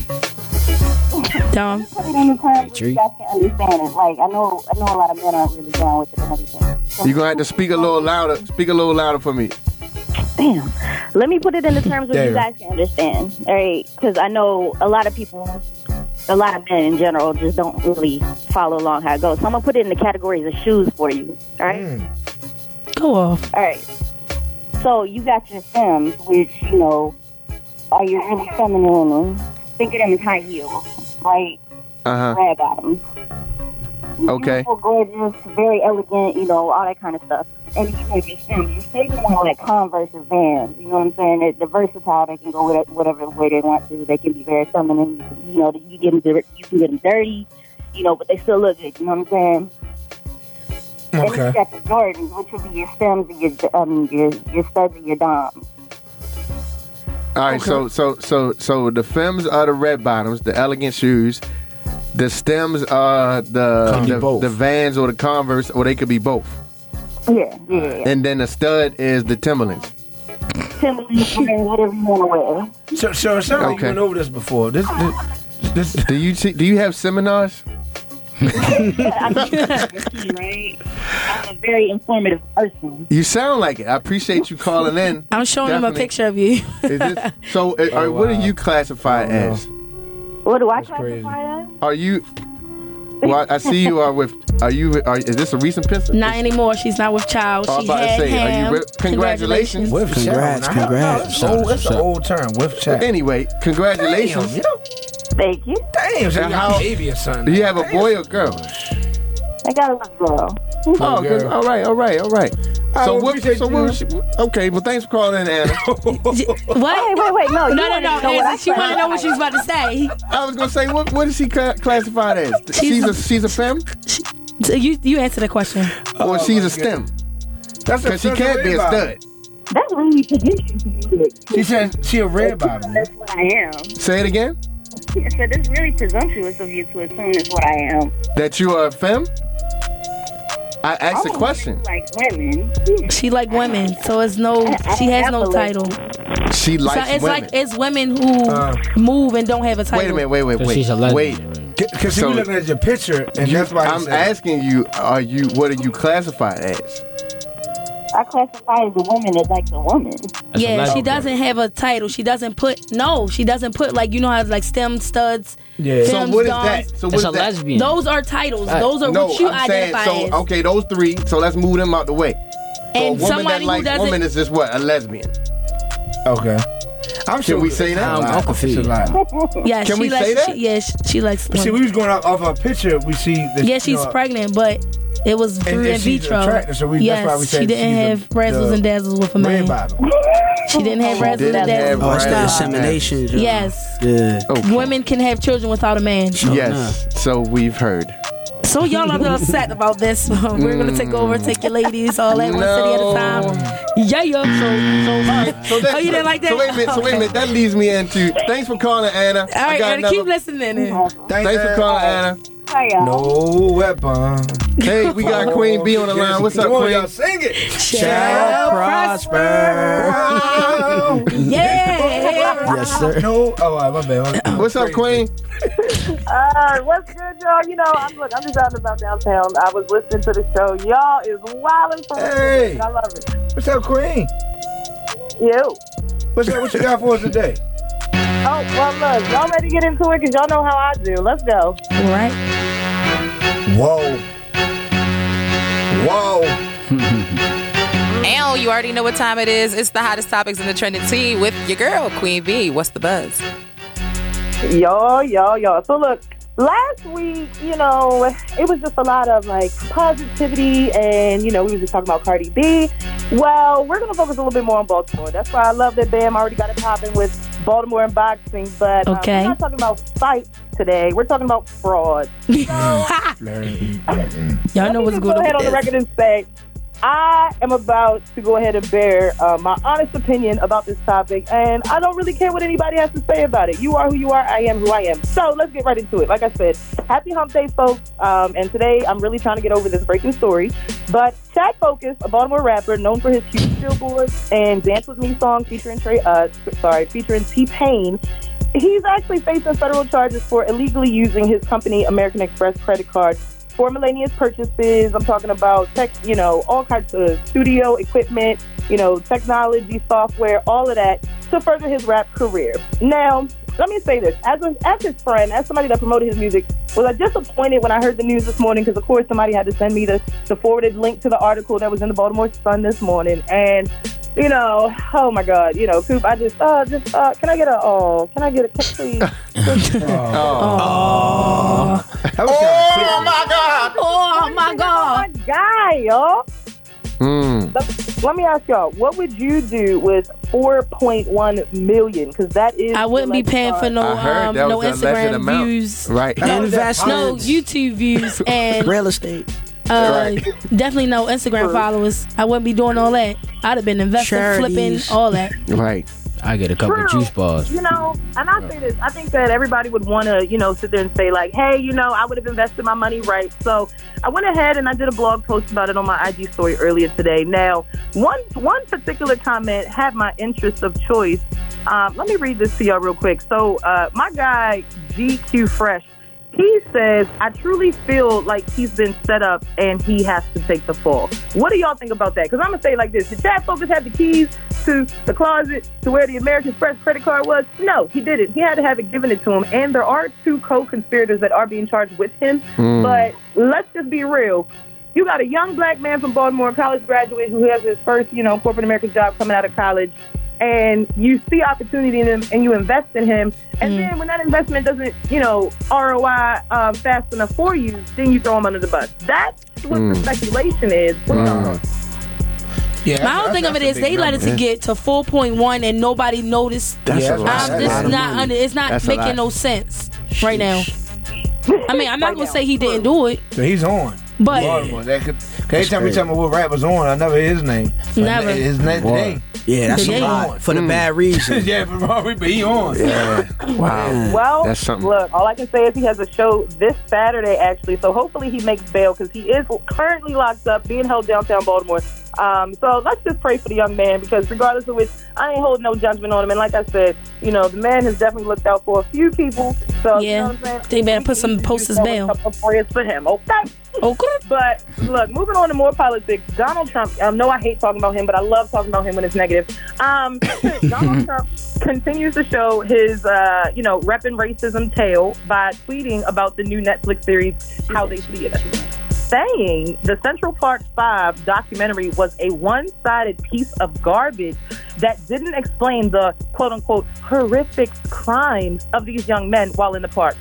[SPEAKER 2] Dom.
[SPEAKER 11] Put it in the terms where
[SPEAKER 5] Tree.
[SPEAKER 11] you guys can understand it. Like I know, I know a lot of men aren't really down with it and everything. So
[SPEAKER 3] you gonna have to speak a little louder. Speak a little louder for me.
[SPEAKER 11] Damn. Let me put it in the terms where
[SPEAKER 1] Damn.
[SPEAKER 11] you guys can understand. All right, because I know a lot of people, a lot of men in general, just don't really follow along how it goes. So I'm gonna put it in the categories of shoes for you. All right.
[SPEAKER 3] Mm.
[SPEAKER 2] uh, Go off.
[SPEAKER 11] All right. So you got your stems, which you know are your really feminine women. Think of them as high heels, right?
[SPEAKER 3] Uh huh.
[SPEAKER 11] Rag bottoms.
[SPEAKER 3] Okay.
[SPEAKER 11] Beautiful, gorgeous, very elegant, you know, all that kind of stuff. And you have your stems. Your stems are more like Converse or Vans. You know what I'm saying? They're, they're versatile. They can go with it, whatever way they want to. They can be very feminine. You know, you get them, dir- you can get them dirty, you know, but they still look good. You know what I'm saying? And then
[SPEAKER 1] Okay.
[SPEAKER 11] you got the Jordans, which would be your stems and your um your your studs and your doms.
[SPEAKER 3] All right. So so so so the fems are the red bottoms, the elegant shoes. The stems are the
[SPEAKER 4] Could be
[SPEAKER 3] the,
[SPEAKER 4] both.
[SPEAKER 3] the Vans or the Converse, or they could be both.
[SPEAKER 11] Yeah, yeah. yeah.
[SPEAKER 3] And then the stud is the Timberlands.
[SPEAKER 11] Timberlands, Jordans, whatever you want to wear.
[SPEAKER 1] So, so it sounds like
[SPEAKER 3] Okay.
[SPEAKER 1] you went over this before. This, this, this
[SPEAKER 3] Do you see, do you have seminars?
[SPEAKER 11] right? I'm a very informative person.
[SPEAKER 3] You sound like it. I appreciate you calling in.
[SPEAKER 2] I'm showing them a
[SPEAKER 3] Definitely.
[SPEAKER 2] picture of you.
[SPEAKER 3] Is this, so, uh,
[SPEAKER 1] Oh,
[SPEAKER 3] are- what are you classified as?
[SPEAKER 11] What do I
[SPEAKER 1] crazy.
[SPEAKER 11] classify as?
[SPEAKER 3] Are you? Well, I I see you are with. Are you? Are, is this a recent pistol?
[SPEAKER 2] Not anymore. She's not with child.
[SPEAKER 3] Oh, I was
[SPEAKER 2] She
[SPEAKER 3] about to
[SPEAKER 2] had
[SPEAKER 3] say, are you
[SPEAKER 2] him.
[SPEAKER 3] re- congratulations.
[SPEAKER 1] whiff
[SPEAKER 4] Congrats,
[SPEAKER 1] chat. Now,
[SPEAKER 4] congrats.
[SPEAKER 1] That's an old, that's an old term. Whiff chat.
[SPEAKER 3] Anyway,
[SPEAKER 1] Damn,
[SPEAKER 3] congratulations.
[SPEAKER 1] you know,
[SPEAKER 11] Thank you.
[SPEAKER 1] damn, so you got
[SPEAKER 3] How-
[SPEAKER 1] a baby or something.
[SPEAKER 3] Do you have a boy or girl?
[SPEAKER 11] I got a little girl.
[SPEAKER 3] Oh,
[SPEAKER 1] girl.
[SPEAKER 3] good. all right, all right, all right. So
[SPEAKER 1] well,
[SPEAKER 3] what?
[SPEAKER 1] appreciate
[SPEAKER 3] So
[SPEAKER 1] you.
[SPEAKER 3] what? was she- Okay, well, thanks for calling in, Anna.
[SPEAKER 11] Wait,
[SPEAKER 2] What?
[SPEAKER 11] wait, wait. No, you
[SPEAKER 2] No, no,
[SPEAKER 11] wanna
[SPEAKER 2] no.
[SPEAKER 11] know what I
[SPEAKER 2] Anna, she wanted to know what she was about to say.
[SPEAKER 3] I was gonna say, what? What is she cla- classified as? She's a she's a fem
[SPEAKER 2] So You you answer the question.
[SPEAKER 3] or she's a stem?
[SPEAKER 1] That's a
[SPEAKER 3] Because she can't be a
[SPEAKER 1] stud.
[SPEAKER 3] stud.
[SPEAKER 11] classify. That's really tradition to me.
[SPEAKER 1] She said she a red bottom.
[SPEAKER 11] That's what I am.
[SPEAKER 3] Say it again.
[SPEAKER 11] I said it's really presumptuous of you to assume that's what I am.
[SPEAKER 3] That you are a fem? I asked a
[SPEAKER 11] I'm
[SPEAKER 3] question.
[SPEAKER 11] Oh, Like women.
[SPEAKER 2] She like women, so it's no. She has no title. So
[SPEAKER 3] She likes
[SPEAKER 2] it's
[SPEAKER 3] women.
[SPEAKER 2] like it's women who
[SPEAKER 1] Uh.
[SPEAKER 2] move and don't have a title.
[SPEAKER 3] wait a minute, wait, wait,
[SPEAKER 5] So
[SPEAKER 3] wait.
[SPEAKER 5] she's a lesbian.
[SPEAKER 3] Wait.
[SPEAKER 1] Because she
[SPEAKER 3] So-
[SPEAKER 1] was looking at your picture, and that's why I
[SPEAKER 3] I'm
[SPEAKER 1] said-
[SPEAKER 3] asking you, are you what are you classified as?
[SPEAKER 9] I classify as a woman that likes a woman.
[SPEAKER 2] yeah, she
[SPEAKER 5] Okay.
[SPEAKER 2] doesn't have a title. She doesn't put no. She doesn't put like you know how like stem studs.
[SPEAKER 1] Yeah. So
[SPEAKER 2] femmes,
[SPEAKER 3] what is
[SPEAKER 2] doms.
[SPEAKER 3] that? So what
[SPEAKER 5] That's
[SPEAKER 3] is
[SPEAKER 5] a
[SPEAKER 3] that?
[SPEAKER 5] lesbian.
[SPEAKER 2] Those are titles. Those are
[SPEAKER 3] no,
[SPEAKER 2] what you
[SPEAKER 3] I'm saying,
[SPEAKER 2] identify
[SPEAKER 3] so,
[SPEAKER 2] as.
[SPEAKER 3] Okay, those three. So let's move them out the way. So a woman
[SPEAKER 2] and
[SPEAKER 3] that
[SPEAKER 2] somebody who
[SPEAKER 3] likes
[SPEAKER 2] doesn't.
[SPEAKER 3] women is just what a lesbian.
[SPEAKER 1] Okay. I'm sure
[SPEAKER 3] we say that?
[SPEAKER 1] It's a
[SPEAKER 5] I'm
[SPEAKER 1] lot.
[SPEAKER 5] confused.
[SPEAKER 1] It's a lot.
[SPEAKER 2] yeah,
[SPEAKER 3] Can
[SPEAKER 2] she
[SPEAKER 3] we
[SPEAKER 2] likes.
[SPEAKER 3] say that?
[SPEAKER 2] She, yeah, she, she likes.
[SPEAKER 1] See, we
[SPEAKER 2] women.
[SPEAKER 1] was going off off a picture. We see. That,
[SPEAKER 2] yeah,
[SPEAKER 1] you
[SPEAKER 2] she's
[SPEAKER 1] know,
[SPEAKER 2] pregnant, but it was through
[SPEAKER 1] and
[SPEAKER 2] in
[SPEAKER 1] she's
[SPEAKER 2] vitro.
[SPEAKER 1] attractive, so we- that's
[SPEAKER 2] yes,
[SPEAKER 1] why we said
[SPEAKER 2] she didn't
[SPEAKER 1] she's a-
[SPEAKER 2] have razzles
[SPEAKER 1] the
[SPEAKER 2] and dazzles with a
[SPEAKER 1] Red
[SPEAKER 2] man.
[SPEAKER 1] bottom.
[SPEAKER 2] She didn't have razzles
[SPEAKER 3] didn't
[SPEAKER 2] and
[SPEAKER 3] have
[SPEAKER 2] dazzles.
[SPEAKER 4] Oh, it's
[SPEAKER 3] Right.
[SPEAKER 4] the insemination. Joe.
[SPEAKER 2] Yes,
[SPEAKER 4] Yeah.
[SPEAKER 3] Okay.
[SPEAKER 2] women can have children without a man.
[SPEAKER 3] Oh, Yes. So we've heard.
[SPEAKER 2] So y'all are little upset about this. We're gonna take over,
[SPEAKER 3] Mm.
[SPEAKER 2] take your ladies, all that one city at a time. Yeah, yeah. So, so, oh, you didn't like that?
[SPEAKER 3] Ah, So wait a minute. So wait a
[SPEAKER 2] Okay.
[SPEAKER 3] minute. That leads me into. Thanks for calling, Anna.
[SPEAKER 2] All
[SPEAKER 3] I
[SPEAKER 2] right,
[SPEAKER 3] got
[SPEAKER 2] Anna, keep
[SPEAKER 3] another-
[SPEAKER 2] listening. Then.
[SPEAKER 3] Thanks for calling, Anna.
[SPEAKER 9] Hi, y'all.
[SPEAKER 1] No weapon.
[SPEAKER 3] Hey, we got Queen B on the line. What's up,
[SPEAKER 1] Come on,
[SPEAKER 3] Queen?
[SPEAKER 1] y'all sing it.
[SPEAKER 2] Shall prosper. Yeah.
[SPEAKER 4] Yes, sir.
[SPEAKER 1] no. Oh, all right, my bad. my bad.
[SPEAKER 3] What's up, Queen?
[SPEAKER 9] Uh, what's good, y'all? You know, I'm look, I'm just out and about downtown. I was listening to the show. Y'all is wilding for
[SPEAKER 1] Hey.
[SPEAKER 9] I love it.
[SPEAKER 1] What's up, Queen?
[SPEAKER 9] You.
[SPEAKER 1] What's up? What you got for us today?
[SPEAKER 9] Oh, well, look, y'all ready to get into it because y'all know how I do. Let's go.
[SPEAKER 2] All right.
[SPEAKER 1] Whoa. Whoa.
[SPEAKER 12] And you already know what time it is. It's the hottest topics in the trending tea with your girl, Queen B. What's the buzz?
[SPEAKER 9] Y'all, y'all, y'all. So, look, last week, you know, it was just a lot of like positivity, and, you know, we were just talking about Cardi B. Well, we're going to focus a little bit more on Baltimore. That's why I love that Bam already got it popping with Baltimore and boxing, but um,
[SPEAKER 2] Okay.
[SPEAKER 9] we're not talking about fights today. We're talking about fraud.
[SPEAKER 2] Y'all know
[SPEAKER 9] Let
[SPEAKER 2] what's
[SPEAKER 9] me just
[SPEAKER 2] good
[SPEAKER 9] go ahead
[SPEAKER 2] with
[SPEAKER 9] on the
[SPEAKER 2] this.
[SPEAKER 9] record and say I am about to go ahead and bear uh, my honest opinion about this topic, and I don't really care what anybody has to say about it. You are who you are. I am who I am. So let's get right into it. Like I said, happy hump day, folks. Um, and today I'm really trying to get over this breaking story. But Chad Focus, a Baltimore rapper known for his huge billboards and Dance With Me song featuring Trey, uh, sorry, featuring T-Pain, he's actually facing federal charges for illegally using his company American Express credit card for miscellaneous purchases. I'm talking about tech, you know, all kinds of studio equipment, you know, technology, software, all of that to further his rap career. Now, let me say this: as a, as his friend, as somebody that promoted his music, was I disappointed when I heard the news this morning? Because of course, somebody had to send me the, the forwarded link to the article that was in the Baltimore Sun this morning, and you know, oh my God, you know, Coop, I just, uh, just, uh, can I get a, oh, can I get a, please?
[SPEAKER 1] That was kinda quick.
[SPEAKER 2] Oh my
[SPEAKER 9] my
[SPEAKER 2] God.
[SPEAKER 9] guy, y'all.
[SPEAKER 3] Mm.
[SPEAKER 9] Let, let me ask y'all, what would you do with 4.1 million? Because that is.
[SPEAKER 2] I wouldn't be paying for no
[SPEAKER 3] I heard
[SPEAKER 2] um,
[SPEAKER 3] that
[SPEAKER 2] no
[SPEAKER 3] was the alleged
[SPEAKER 2] Instagram
[SPEAKER 3] amount.
[SPEAKER 2] views,
[SPEAKER 3] Right.
[SPEAKER 4] Investment.
[SPEAKER 2] no Oh, YouTube views, and
[SPEAKER 4] Real estate.
[SPEAKER 2] uh,
[SPEAKER 3] Right.
[SPEAKER 2] definitely no Instagram followers. I wouldn't be doing all that. I'd have been investing, flipping,
[SPEAKER 4] Charities.
[SPEAKER 2] all that.
[SPEAKER 3] Right.
[SPEAKER 5] I get a couple
[SPEAKER 9] True.
[SPEAKER 5] juice bars.
[SPEAKER 9] You know, and I say this, I think that everybody would want to, you know, sit there and say, like, hey, you know, I would have invested my money right. So I went ahead and I did a blog post about it on my IG story earlier today. Now, one, one particular comment had my interest of choice. Um, let me read this to y'all real quick. So uh, my guy, GQ Fresh, He says, I truly feel like he's been set up and he has to take the fall. What do y'all think about that? Because I'm going to say it like this Did Chad Focus have the keys to the closet to where the American Express credit card was? No, he didn't. He had to have it given it to him. And there are two co conspirators that are being charged with him. But let's just be real. You got a young black man from Baltimore, a college graduate who has his first, you know, corporate American job coming out of college, and you see opportunity in him and you invest in him. And then when that investment doesn't, you know, ROI um, fast enough for you, then you throw him under the bus. That's what the speculation is.
[SPEAKER 1] Yeah,
[SPEAKER 2] My whole thing of it is they let it to get to 4.1 and nobody noticed.
[SPEAKER 3] That's
[SPEAKER 1] Yeah,
[SPEAKER 3] a
[SPEAKER 1] that's
[SPEAKER 3] lot.
[SPEAKER 2] Um,
[SPEAKER 1] a
[SPEAKER 2] this
[SPEAKER 1] lot
[SPEAKER 2] is
[SPEAKER 1] of
[SPEAKER 2] not under, it's not
[SPEAKER 3] That's a lot.
[SPEAKER 2] making no sense right now. I mean, I'm not
[SPEAKER 9] Right now.
[SPEAKER 2] gonna say he didn't do it,
[SPEAKER 1] So he's on.
[SPEAKER 2] but
[SPEAKER 1] Baltimore. That could, 'cause every time we tell me what rapper's on, I never hear his name. But
[SPEAKER 2] Never.
[SPEAKER 1] His name today.
[SPEAKER 4] Yeah, that's a
[SPEAKER 2] Yeah.
[SPEAKER 4] lot for the bad reason.
[SPEAKER 1] Mm. yeah, but Rory, but he on.
[SPEAKER 3] Wow.
[SPEAKER 9] Well,
[SPEAKER 3] That's something.
[SPEAKER 9] look, all I can say is he has a show this Saturday, actually. So hopefully he makes bail because he is currently locked up, being held downtown Baltimore. Um, so let's just pray for the young man because regardless of which, I ain't holding no judgment on him. And like I said, you know, the man has definitely looked out for a few people. So you know what
[SPEAKER 2] yeah,
[SPEAKER 9] I'm saying?
[SPEAKER 2] they better put some posters bail.
[SPEAKER 9] couple of prayers for him, okay?
[SPEAKER 2] Okay.
[SPEAKER 9] But look, moving on to more politics. Donald Trump. I know I hate talking about him, but I love talking about him when it's negative. Um, Donald Trump continues to show his, uh, you know, repping racism tail by tweeting about the new Netflix series How They See It, saying the Central Park Five documentary was a one-sided piece of garbage that didn't explain the quote-unquote horrific crimes of these young men while in the park.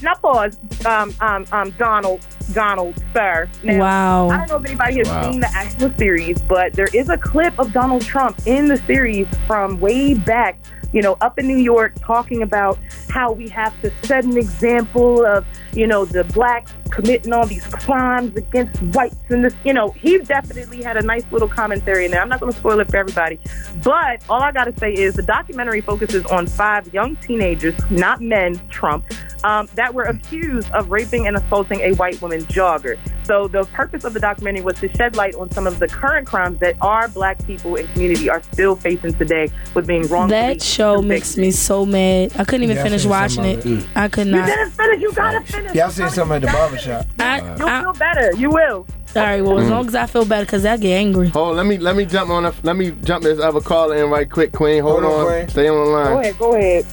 [SPEAKER 9] Now pause, um, um, um, Donald, Donald, sir. Now,
[SPEAKER 2] Wow.
[SPEAKER 9] I don't know if anybody has
[SPEAKER 6] Wow.
[SPEAKER 9] seen the actual series, but there is a clip of Donald Trump in the series from way back, you know, up in New York, talking about how we have to set an example of, you know, the blacks committing all these crimes against whites and this, you know, he definitely had a nice little commentary in there. I'm not going to spoil it for everybody, but all I got to say is the documentary focuses on five young teenagers, not men, Trump, um, that were accused of raping and assaulting a white woman jogger. So the purpose of the documentary was to shed light on some of the current crimes that our black people and community are still facing today with being wrongfully
[SPEAKER 2] That show
[SPEAKER 9] convicted.
[SPEAKER 2] makes me so mad. I couldn't even
[SPEAKER 1] Yeah, I
[SPEAKER 2] finish
[SPEAKER 1] seen some
[SPEAKER 2] watching
[SPEAKER 1] of
[SPEAKER 2] it. I could
[SPEAKER 9] You
[SPEAKER 2] not.
[SPEAKER 9] didn't finish. You gotta finish.
[SPEAKER 1] Yeah, I seen something at the
[SPEAKER 9] You gotta
[SPEAKER 1] barbershop.
[SPEAKER 9] finish.
[SPEAKER 2] I,
[SPEAKER 9] You'll
[SPEAKER 2] I,
[SPEAKER 9] feel better. You will.
[SPEAKER 2] all right, well,
[SPEAKER 1] Mm.
[SPEAKER 2] as long as I feel better, because I get angry.
[SPEAKER 3] Oh, let me let me jump on. A, let me jump this other call in right quick, Queen. Hold,
[SPEAKER 1] Hold on,
[SPEAKER 3] on,
[SPEAKER 1] Queen.
[SPEAKER 3] stay on the line.
[SPEAKER 9] Go ahead. Go ahead.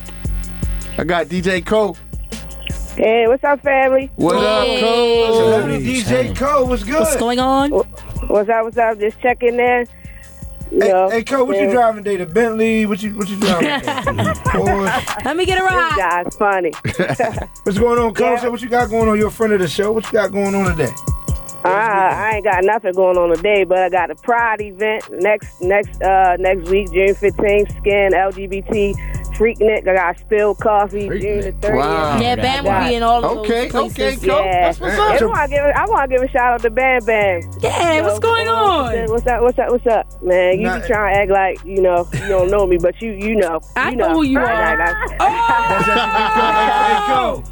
[SPEAKER 3] I got DJ Cole.
[SPEAKER 9] Hey, what's up, family?
[SPEAKER 3] What up, Cole?
[SPEAKER 1] Celebrity DJ Cole, what's good?
[SPEAKER 2] What's going on?
[SPEAKER 9] What's up? What's up? Just checking in. You
[SPEAKER 1] Hey,
[SPEAKER 9] know,
[SPEAKER 1] hey, Cole, what you
[SPEAKER 9] man,
[SPEAKER 1] driving today? The Bentley? What you what you driving? Porsche?
[SPEAKER 2] Let me get a
[SPEAKER 9] This
[SPEAKER 2] ride.
[SPEAKER 9] guy's funny.
[SPEAKER 1] What's going on, Cole?
[SPEAKER 9] Yeah.
[SPEAKER 1] So what you got going on? You're a friend of the show. What you got going on today?
[SPEAKER 9] Uh, I ain't got nothing going on today, but I got a pride event next next uh, next week, June fifteenth. Skin LGBT Freaknik. I got spilled coffee, June the thirtieth.
[SPEAKER 3] Wow.
[SPEAKER 2] Yeah, Bam will be in all of
[SPEAKER 3] Okay,
[SPEAKER 2] those places.
[SPEAKER 3] okay,
[SPEAKER 9] Yeah,
[SPEAKER 3] Cool. That's what's up.
[SPEAKER 9] And I want to give a- I want to give a shout out to Bam Bam.
[SPEAKER 2] Yeah, what's going on?
[SPEAKER 9] What's up? What's up? What's up, man? You
[SPEAKER 1] Nothing.
[SPEAKER 9] be trying to act like you know you don't know me, but you you know.
[SPEAKER 2] I
[SPEAKER 9] you
[SPEAKER 2] know who you are. Oh,
[SPEAKER 1] Hey, Cole.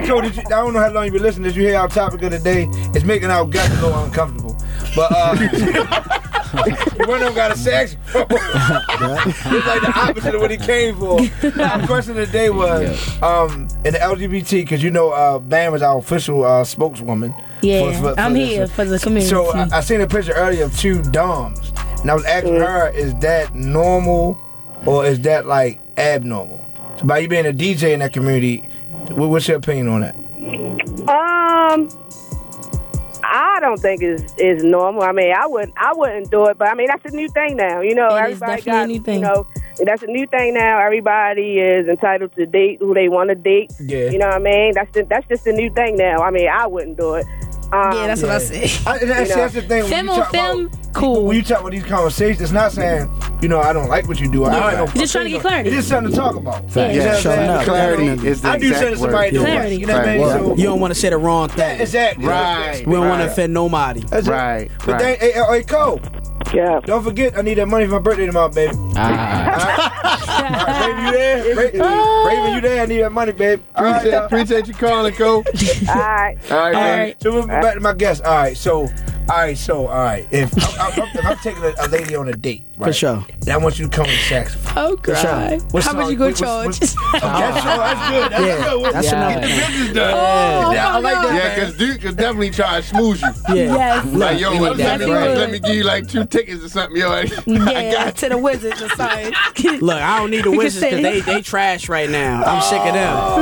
[SPEAKER 1] Hey, Cole, did you, I don't know how long you've been listening. Did you hear our topic of the day? It's making our guts go uncomfortable. But, uh, one of them got a sax. it's like the opposite of what he came for. Our question of the day was um, in the LGBT, because you know, uh, Bam is our official uh, spokeswoman.
[SPEAKER 2] Yeah, I'm
[SPEAKER 1] this.
[SPEAKER 2] here for the community.
[SPEAKER 1] So uh, I, I seen a picture earlier of two Doms, and I was asking her, is that normal or is that like abnormal? So by you being a DJ in that community, what, what's your opinion on that?
[SPEAKER 9] Um, I don't think it's is normal. I mean, I wouldn't I wouldn't do it, but I mean that's a new thing now. You know,
[SPEAKER 2] It is
[SPEAKER 9] everybody
[SPEAKER 2] definitely
[SPEAKER 9] got
[SPEAKER 2] a new thing.
[SPEAKER 9] you know that's a new thing now. Everybody is entitled to date who they want to date.
[SPEAKER 1] Yeah.
[SPEAKER 9] You know what I mean? That's the, that's just a new thing now. I mean, I wouldn't do it. Um,
[SPEAKER 2] yeah, that's what I said.
[SPEAKER 1] I, and that's,
[SPEAKER 9] You know,
[SPEAKER 1] that's the thing.
[SPEAKER 2] Femme
[SPEAKER 1] when you
[SPEAKER 2] on
[SPEAKER 1] talk
[SPEAKER 2] femme,
[SPEAKER 1] about,
[SPEAKER 2] cool.
[SPEAKER 1] When you talk about these conversations, it's not saying, you know, I don't like what you do. I don't know.
[SPEAKER 2] You're just trying to get clarity.
[SPEAKER 1] It's just something to talk about.
[SPEAKER 6] Yeah,
[SPEAKER 1] You know what I'm
[SPEAKER 4] showing
[SPEAKER 1] saying?
[SPEAKER 4] up.
[SPEAKER 3] Clarity is the
[SPEAKER 1] I do
[SPEAKER 3] exact
[SPEAKER 1] something to somebody
[SPEAKER 3] word.
[SPEAKER 1] don't like.
[SPEAKER 2] Clarity.
[SPEAKER 1] You know what I mean?
[SPEAKER 3] Right.
[SPEAKER 1] So,
[SPEAKER 4] You don't want to say the wrong thing.
[SPEAKER 1] exactly.
[SPEAKER 3] Right.
[SPEAKER 4] We don't want
[SPEAKER 3] Right.
[SPEAKER 4] to offend nobody.
[SPEAKER 1] That's it.
[SPEAKER 3] Right,
[SPEAKER 1] But
[SPEAKER 3] right.
[SPEAKER 1] They, hey, hey, hey, Cole,
[SPEAKER 9] yeah.
[SPEAKER 1] don't forget, I need that money for my birthday tomorrow, baby.
[SPEAKER 6] Ah,
[SPEAKER 1] Raven, you there? Raven,
[SPEAKER 9] Ah.
[SPEAKER 1] Raven, you there? I need that money, babe. All right,
[SPEAKER 3] Appreciate,
[SPEAKER 1] y'all.
[SPEAKER 3] appreciate you calling, Cole.
[SPEAKER 9] All right.
[SPEAKER 3] All right,
[SPEAKER 2] All
[SPEAKER 3] man.
[SPEAKER 2] right.
[SPEAKER 1] So we're back to my guest. All right, so, all right, so, all right. If I'm, I'm, if I'm taking a, a lady on a date, right?
[SPEAKER 4] sure.
[SPEAKER 1] And I want you to come with saxophone.
[SPEAKER 2] Oh, God.
[SPEAKER 1] What
[SPEAKER 2] How
[SPEAKER 1] song-
[SPEAKER 2] much you going
[SPEAKER 1] what-
[SPEAKER 2] to
[SPEAKER 1] what-
[SPEAKER 2] charge?
[SPEAKER 1] what- That's, all, that's good. That's
[SPEAKER 4] Yeah,
[SPEAKER 1] good. We'll
[SPEAKER 4] that's
[SPEAKER 1] get
[SPEAKER 4] another
[SPEAKER 1] the
[SPEAKER 4] thing.
[SPEAKER 1] business done.
[SPEAKER 2] Oh,
[SPEAKER 1] yeah, I
[SPEAKER 2] my
[SPEAKER 1] like
[SPEAKER 2] God.
[SPEAKER 1] that.
[SPEAKER 3] Yeah, because Duke could definitely try to smooth you.
[SPEAKER 4] Yeah.
[SPEAKER 2] Yes.
[SPEAKER 3] Like, yo,
[SPEAKER 4] we
[SPEAKER 3] let,
[SPEAKER 4] need
[SPEAKER 3] let,
[SPEAKER 4] that
[SPEAKER 3] me,
[SPEAKER 4] bread.
[SPEAKER 3] let me give you like two tickets or something. Yo, I, I
[SPEAKER 2] Yeah,
[SPEAKER 3] got
[SPEAKER 2] to the Wizards. I'm sorry.
[SPEAKER 4] Look, I don't need the Wizards
[SPEAKER 2] say-
[SPEAKER 4] because they, they trash right now. I'm sick of
[SPEAKER 1] Oh.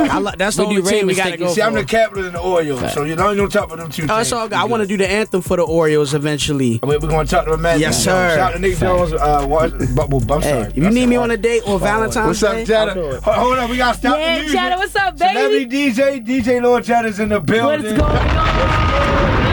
[SPEAKER 4] them. I lo- that's the
[SPEAKER 6] We do
[SPEAKER 4] only team we
[SPEAKER 6] Ravens
[SPEAKER 4] got to
[SPEAKER 6] take
[SPEAKER 4] go
[SPEAKER 6] it.
[SPEAKER 1] See, I'm the
[SPEAKER 4] for.
[SPEAKER 1] capital in the Oreo, so you don't even talk about them two.
[SPEAKER 4] Oh, it's all good. I want to do the anthem for the Orioles eventually.
[SPEAKER 1] We're going to talk to a man.
[SPEAKER 4] Yes, sir.
[SPEAKER 1] Shout out to Nick Jones. Uh, was, bubble, I'm
[SPEAKER 4] Hey,
[SPEAKER 1] sorry.
[SPEAKER 4] if you
[SPEAKER 1] I
[SPEAKER 4] need
[SPEAKER 1] said
[SPEAKER 4] me
[SPEAKER 1] Oreo.
[SPEAKER 4] on a date or Valentine's
[SPEAKER 3] What's up,
[SPEAKER 4] Day,
[SPEAKER 3] Jada?
[SPEAKER 4] I'll do it.
[SPEAKER 1] Hold, hold on, we gotta stop
[SPEAKER 2] Yeah,
[SPEAKER 1] the music.
[SPEAKER 2] Jada, what's up, baby?
[SPEAKER 1] Celebrity DJ, DJ Lord Cheddar's in the
[SPEAKER 2] What's
[SPEAKER 1] building.
[SPEAKER 2] going on?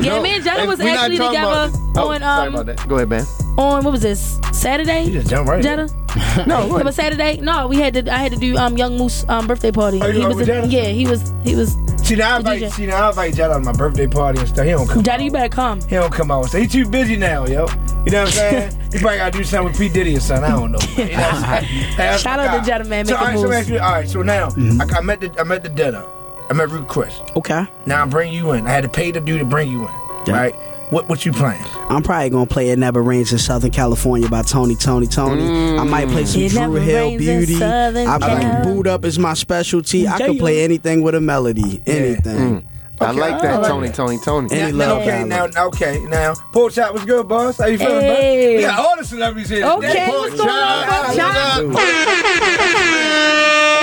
[SPEAKER 2] Yeah, me and Jada
[SPEAKER 3] Hey,
[SPEAKER 2] was
[SPEAKER 3] we not
[SPEAKER 2] actually
[SPEAKER 3] talking
[SPEAKER 2] together
[SPEAKER 3] about this. Oh,
[SPEAKER 2] on
[SPEAKER 3] sorry about
[SPEAKER 2] um
[SPEAKER 3] that. Go ahead, man.
[SPEAKER 2] on what was this Saturday?
[SPEAKER 1] You just jump right in.
[SPEAKER 2] Jada. No, it was Saturday. No, we had to. I had to do um Young Moose um birthday party.
[SPEAKER 1] Oh, you
[SPEAKER 2] he
[SPEAKER 1] were
[SPEAKER 2] was.
[SPEAKER 1] with
[SPEAKER 2] a-
[SPEAKER 1] Jada?
[SPEAKER 2] yeah, he was. He was.
[SPEAKER 1] See now, I invite,
[SPEAKER 2] DJ.
[SPEAKER 1] see now, I invite Jada to my birthday party and stuff. He don't come.
[SPEAKER 2] Jada, you better come.
[SPEAKER 1] He don't come out. So he too busy now, yo. You know what I'm saying? he probably gotta do something with P Diddy or something. I don't know. You know what I'm saying? That's
[SPEAKER 2] Shout
[SPEAKER 1] my
[SPEAKER 2] out to
[SPEAKER 1] guy.
[SPEAKER 2] Jada, man.
[SPEAKER 1] So,
[SPEAKER 2] Make
[SPEAKER 1] all
[SPEAKER 2] the
[SPEAKER 1] right, so, let me
[SPEAKER 2] moves.
[SPEAKER 1] ask you- all right, so now I, I met the I met the dinner. I met Ruth Chris.
[SPEAKER 4] Mm-hmm. Okay.
[SPEAKER 1] Now I bring you in. I had to pay the dude to bring you in. Right? What what you playing?
[SPEAKER 4] I'm probably gonna play "It Never Rains in Southern California" by Tony, Tony, Tony. I might play some
[SPEAKER 2] It
[SPEAKER 4] Drew
[SPEAKER 2] never
[SPEAKER 4] Hill
[SPEAKER 2] rains in
[SPEAKER 4] Beauty.
[SPEAKER 2] Southern
[SPEAKER 4] I
[SPEAKER 2] Cal.
[SPEAKER 4] like boot up is my specialty. I can play anything with a melody, anything.
[SPEAKER 3] I like that, Tony, Tony, Tony.
[SPEAKER 4] Any
[SPEAKER 1] Now, Mm.
[SPEAKER 4] love
[SPEAKER 1] okay,
[SPEAKER 4] ballad.
[SPEAKER 1] now, okay, now, Paul Chop, what's good, boss? How you feeling,
[SPEAKER 2] Hey.
[SPEAKER 1] bud? We got all the celebrities here.
[SPEAKER 2] Okay,
[SPEAKER 1] today.
[SPEAKER 2] what's going on, Paul Chop?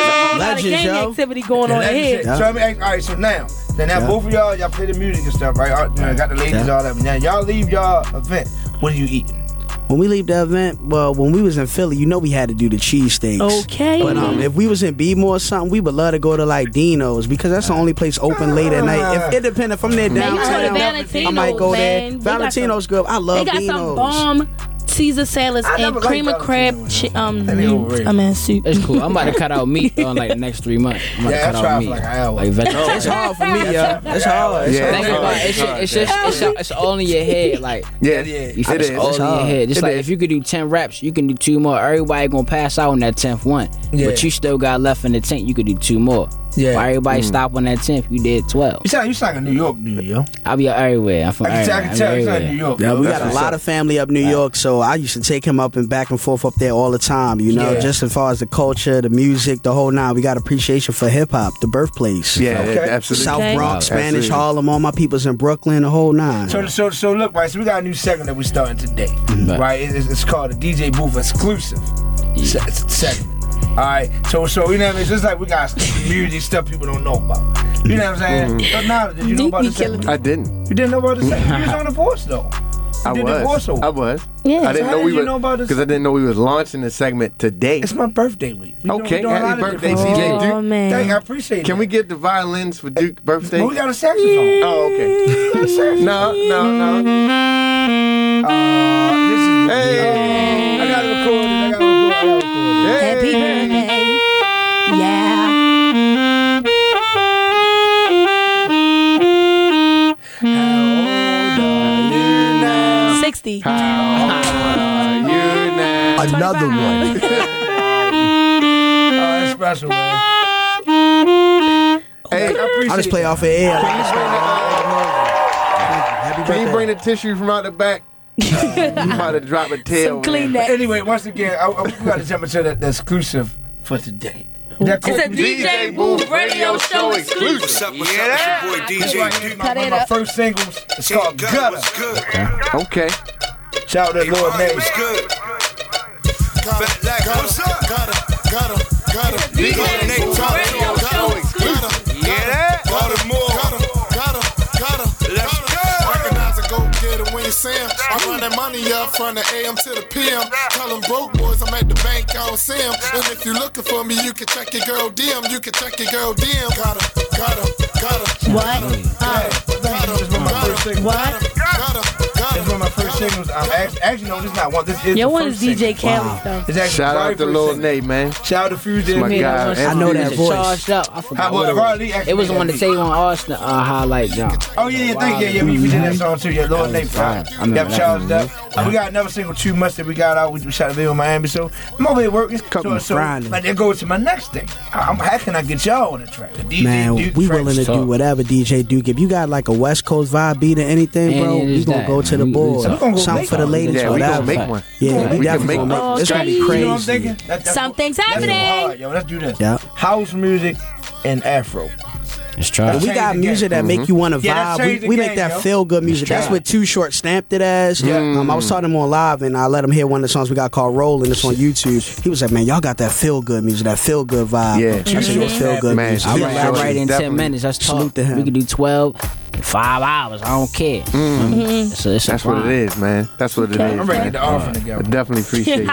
[SPEAKER 2] A lot of
[SPEAKER 4] Legends,
[SPEAKER 2] gang
[SPEAKER 4] yo.
[SPEAKER 2] activity going on
[SPEAKER 1] Legend
[SPEAKER 2] here.
[SPEAKER 1] shit. So let me ask, all right, so now, then now
[SPEAKER 4] Yeah.
[SPEAKER 1] both of y'all, y'all play the music and stuff, right? All, you know, got the ladies,
[SPEAKER 4] Yeah.
[SPEAKER 1] all that. Now y'all leave y'all event. What are you eating?
[SPEAKER 4] When we leave the event, well, when we was in Philly, you know we had to do the cheesesteaks.
[SPEAKER 2] Okay.
[SPEAKER 4] But um, if we was in Beemore or something, we would love to go to like Dino's because that's the only place open late at night. If it depend if I'm there
[SPEAKER 2] Man, you go to
[SPEAKER 4] downtown, I might go
[SPEAKER 2] Valentino's,
[SPEAKER 4] there.
[SPEAKER 2] man. They got
[SPEAKER 4] Valentino's good. I
[SPEAKER 2] They
[SPEAKER 4] love
[SPEAKER 2] got some
[SPEAKER 4] Dino's.
[SPEAKER 2] bomb Caesar salads
[SPEAKER 1] I
[SPEAKER 2] and
[SPEAKER 1] never
[SPEAKER 2] cream
[SPEAKER 1] liked
[SPEAKER 2] of crab.
[SPEAKER 1] Valentino's.
[SPEAKER 2] Chi- um,
[SPEAKER 1] That nigga overrated.
[SPEAKER 2] I mean soup.
[SPEAKER 5] That's cool. I'm about to cut out meat on like the next three months. I'm about
[SPEAKER 1] Yeah,
[SPEAKER 5] to
[SPEAKER 1] I
[SPEAKER 5] cut
[SPEAKER 1] tried
[SPEAKER 5] out
[SPEAKER 1] for
[SPEAKER 5] meat.
[SPEAKER 1] like an hour.
[SPEAKER 5] Like vegetables.
[SPEAKER 4] It's hard for me, yo. It's hard. It's
[SPEAKER 3] Yeah.
[SPEAKER 4] hard.
[SPEAKER 5] Think about it. It's, just, it's just it's, just- it's all in your head. Like
[SPEAKER 3] Yeah,
[SPEAKER 1] Yeah,
[SPEAKER 3] it
[SPEAKER 1] yeah.
[SPEAKER 5] you feel it's
[SPEAKER 3] is.
[SPEAKER 5] all in your head. Just
[SPEAKER 3] It
[SPEAKER 5] like
[SPEAKER 3] is.
[SPEAKER 5] if you could do ten reps, you can do two more. Everybody gonna pass out on that tenth one,
[SPEAKER 1] Yeah.
[SPEAKER 5] but you still got left in the tent. You could do two more.
[SPEAKER 1] Yeah.
[SPEAKER 5] Why everybody stop on that tenth? You did twelve.
[SPEAKER 1] You sound you sound like a New York dude, yo.
[SPEAKER 5] I'll be everywhere. I'm from
[SPEAKER 1] I can, tell- I
[SPEAKER 5] everywhere.
[SPEAKER 1] can tell
[SPEAKER 5] I'm
[SPEAKER 1] you sound
[SPEAKER 5] everywhere.
[SPEAKER 1] New York.
[SPEAKER 4] Yeah,
[SPEAKER 1] yo.
[SPEAKER 4] we
[SPEAKER 1] That's
[SPEAKER 4] got a
[SPEAKER 1] what's
[SPEAKER 4] lot
[SPEAKER 1] up.
[SPEAKER 4] of family up New York, so I used to take him up and back and forth up there all the time. You know,
[SPEAKER 1] Yeah.
[SPEAKER 4] just as far as the culture, the music, the whole nine. We got appreciation for hip hop, the birthplace.
[SPEAKER 3] Yeah,
[SPEAKER 1] Okay.
[SPEAKER 3] it- absolutely.
[SPEAKER 4] South
[SPEAKER 2] Okay.
[SPEAKER 4] Bronx, Spanish
[SPEAKER 3] Absolutely.
[SPEAKER 4] Harlem, all my people's in Brooklyn, the whole nine.
[SPEAKER 3] Uh-huh.
[SPEAKER 1] So, so, so look, right. So we got a new segment that we starting today,
[SPEAKER 5] Right.
[SPEAKER 1] right? It's, it's- it's called the DJ Booth exclusive se- s- segment. All right. So, so you know what I mean? It's just like we got community stuff people don't know about. You know what I'm saying?
[SPEAKER 3] Mm-hmm.
[SPEAKER 1] So now, did you know
[SPEAKER 2] Deep
[SPEAKER 1] about
[SPEAKER 2] be
[SPEAKER 1] this?
[SPEAKER 2] killing
[SPEAKER 1] segment?
[SPEAKER 3] I didn't.
[SPEAKER 1] You didn't know about this? segment? You was on the force though.
[SPEAKER 3] I
[SPEAKER 1] did the
[SPEAKER 3] was.
[SPEAKER 1] voiceover.
[SPEAKER 3] I was.
[SPEAKER 2] Yeah.
[SPEAKER 3] I
[SPEAKER 2] So
[SPEAKER 3] didn't
[SPEAKER 1] how
[SPEAKER 3] know
[SPEAKER 1] did
[SPEAKER 3] we
[SPEAKER 1] you
[SPEAKER 3] were
[SPEAKER 1] know about this?
[SPEAKER 3] because I didn't know we was launching the segment today.
[SPEAKER 1] It's my birthday week. We doing-
[SPEAKER 3] Okay,
[SPEAKER 1] we doing a
[SPEAKER 3] happy
[SPEAKER 1] lot of
[SPEAKER 3] birthday,
[SPEAKER 1] different-
[SPEAKER 3] TJ.
[SPEAKER 2] Oh,
[SPEAKER 3] Dude,
[SPEAKER 2] man.
[SPEAKER 1] Thank, I appreciate it.
[SPEAKER 3] Can we get the violins for Duke's birthday?
[SPEAKER 1] Well, we got a saxophone.
[SPEAKER 3] Oh, okay.
[SPEAKER 1] We got a saxophone.
[SPEAKER 3] No, no, no.
[SPEAKER 1] Uh, this is.
[SPEAKER 3] Hey,
[SPEAKER 1] I got to record it. I got to record it. I gotta record it.
[SPEAKER 2] Happy
[SPEAKER 3] hey.
[SPEAKER 2] birthday. Yeah. Sixty.
[SPEAKER 3] How are you now?
[SPEAKER 4] Another one.
[SPEAKER 1] Oh, that's special, man. Hey, I appreciate
[SPEAKER 4] I just play
[SPEAKER 1] it.
[SPEAKER 4] off of air.
[SPEAKER 3] Can you bring the tissue from out the back? you about to drop a tail.
[SPEAKER 2] Some clean that.
[SPEAKER 1] Anyway, once again, I, I, we got to jump into that, that exclusive for today. That
[SPEAKER 2] It's a DJ Booth radio show exclusive.
[SPEAKER 13] What's up? What's yeah. up? It's your boy DJ Duke.
[SPEAKER 1] my,
[SPEAKER 2] Cut
[SPEAKER 1] one
[SPEAKER 2] it
[SPEAKER 1] of my
[SPEAKER 2] up.
[SPEAKER 1] first singles. It's called Gutter.
[SPEAKER 13] What's good?
[SPEAKER 3] Okay.
[SPEAKER 1] Shout out to Lord Name.
[SPEAKER 13] What's good? Fat Lack, what's up? Gutter, gutter, gutter.
[SPEAKER 2] DJ Booth radio show exclusive.
[SPEAKER 13] Yeah, that. Gutter more. Gutter, gutter, gutter. Let's go. Recognize a go get it when you see him. I'm running money up from the AM to the PM. Tell them broke boys I'm at the bank, I don't see 'em. And if you're looking for me, you can check your girl DM. You can check your girl DM. Gutter, gutter, gutter.
[SPEAKER 2] What?
[SPEAKER 13] Gutter, gutter,
[SPEAKER 1] This is one of my first
[SPEAKER 13] gutter,
[SPEAKER 1] singles.
[SPEAKER 2] What?
[SPEAKER 13] gutter,
[SPEAKER 1] This is one
[SPEAKER 13] gutter.
[SPEAKER 1] of my first singles. I'm actually, actually no, this is not one. This is
[SPEAKER 2] Your
[SPEAKER 1] the
[SPEAKER 2] one is
[SPEAKER 1] first
[SPEAKER 2] DJ
[SPEAKER 1] single.
[SPEAKER 2] Kelly though.
[SPEAKER 1] It's actually
[SPEAKER 3] Shout
[SPEAKER 1] my
[SPEAKER 3] out to
[SPEAKER 1] first
[SPEAKER 3] Lil
[SPEAKER 1] single.
[SPEAKER 3] Nate, man.
[SPEAKER 1] Shout out to Fuse.
[SPEAKER 3] My guy.
[SPEAKER 4] I know
[SPEAKER 5] Everything
[SPEAKER 4] that
[SPEAKER 5] is
[SPEAKER 4] voice.
[SPEAKER 5] Charged up. I
[SPEAKER 1] How
[SPEAKER 5] forgot
[SPEAKER 1] about
[SPEAKER 5] what it
[SPEAKER 1] Ron Lee
[SPEAKER 5] was.
[SPEAKER 1] actually
[SPEAKER 5] It was
[SPEAKER 1] made
[SPEAKER 5] on
[SPEAKER 1] that
[SPEAKER 5] the Table on Austin uh, highlight job.
[SPEAKER 1] Oh yeah, yeah, thank you. Yeah, yeah, we, we did that song too. Yeah, Lord Nate
[SPEAKER 3] Mm-hmm.
[SPEAKER 1] Fire.
[SPEAKER 5] I remember
[SPEAKER 1] Yep,
[SPEAKER 5] that
[SPEAKER 1] charged
[SPEAKER 5] one,
[SPEAKER 1] up. Uh, we got another single two months that we got out. We, we shot a video in Miami, so I'm over here working.
[SPEAKER 4] Couple
[SPEAKER 1] so, so,
[SPEAKER 4] grinding.
[SPEAKER 1] but that goes to my next thing. I- I'm, how can I get y'all on the track? The DJ
[SPEAKER 4] Man,
[SPEAKER 1] Duke
[SPEAKER 4] we
[SPEAKER 1] track.
[SPEAKER 4] willing to do
[SPEAKER 5] tough.
[SPEAKER 4] whatever, DJ Duke. If you got like a West Coast vibe beat or anything,
[SPEAKER 5] And
[SPEAKER 4] bro,
[SPEAKER 5] it
[SPEAKER 4] we
[SPEAKER 5] is
[SPEAKER 4] gonna
[SPEAKER 5] that,
[SPEAKER 4] go to
[SPEAKER 5] man.
[SPEAKER 4] the
[SPEAKER 5] We- we
[SPEAKER 4] board.
[SPEAKER 5] tough.
[SPEAKER 1] We gonna go
[SPEAKER 4] Something
[SPEAKER 1] make
[SPEAKER 4] for the
[SPEAKER 1] one.
[SPEAKER 4] ladies
[SPEAKER 3] Yeah,
[SPEAKER 4] or
[SPEAKER 3] we
[SPEAKER 4] whatever.
[SPEAKER 3] gonna make one.
[SPEAKER 4] Yeah,
[SPEAKER 3] We
[SPEAKER 4] we,
[SPEAKER 3] can
[SPEAKER 4] definitely
[SPEAKER 3] make
[SPEAKER 4] gonna
[SPEAKER 3] one.
[SPEAKER 4] make one. This gonna be
[SPEAKER 2] Okay.
[SPEAKER 1] You know what I'm
[SPEAKER 4] crazy.
[SPEAKER 1] thinking? That- that's-
[SPEAKER 2] Something's
[SPEAKER 1] that's
[SPEAKER 2] happening.
[SPEAKER 1] hard, yo, let's do this.
[SPEAKER 4] Yeah.
[SPEAKER 1] House music and Afro.
[SPEAKER 5] It's trash.
[SPEAKER 4] We
[SPEAKER 1] Change
[SPEAKER 4] got
[SPEAKER 1] the
[SPEAKER 4] music that
[SPEAKER 1] game.
[SPEAKER 4] make you want to
[SPEAKER 1] Mm-hmm. Yeah, that
[SPEAKER 4] vibe.
[SPEAKER 1] changed
[SPEAKER 4] we
[SPEAKER 1] the
[SPEAKER 4] we
[SPEAKER 1] game,
[SPEAKER 4] make that
[SPEAKER 1] yo.
[SPEAKER 4] feel good music. That's
[SPEAKER 1] try.
[SPEAKER 4] what Too Short stamped it as. Yeah. Um, I
[SPEAKER 3] Mm.
[SPEAKER 4] was talking to him on live, and I let him hear one of the songs we got called "Roll," and it's on YouTube. He was like, "Man, y'all got that feel good music, that feel good vibe.
[SPEAKER 3] Yeah.
[SPEAKER 4] that's what
[SPEAKER 1] Mhm.
[SPEAKER 4] feel good
[SPEAKER 3] Man,
[SPEAKER 4] music.
[SPEAKER 5] I
[SPEAKER 3] Yeah,
[SPEAKER 5] write,
[SPEAKER 3] sure,
[SPEAKER 5] I write in ten
[SPEAKER 3] definitely.
[SPEAKER 5] minutes. That's
[SPEAKER 4] Salute
[SPEAKER 5] tough.
[SPEAKER 4] to him. Mm.
[SPEAKER 5] We can do 12, five hours. I don't care.
[SPEAKER 1] Mm-hmm.
[SPEAKER 4] Mm-hmm.
[SPEAKER 5] So it's a
[SPEAKER 3] That's what it
[SPEAKER 5] grind.
[SPEAKER 3] is, man. That's what it is.
[SPEAKER 1] I'm ready to
[SPEAKER 3] man.
[SPEAKER 1] get the offering
[SPEAKER 3] I
[SPEAKER 1] together.
[SPEAKER 3] definitely appreciate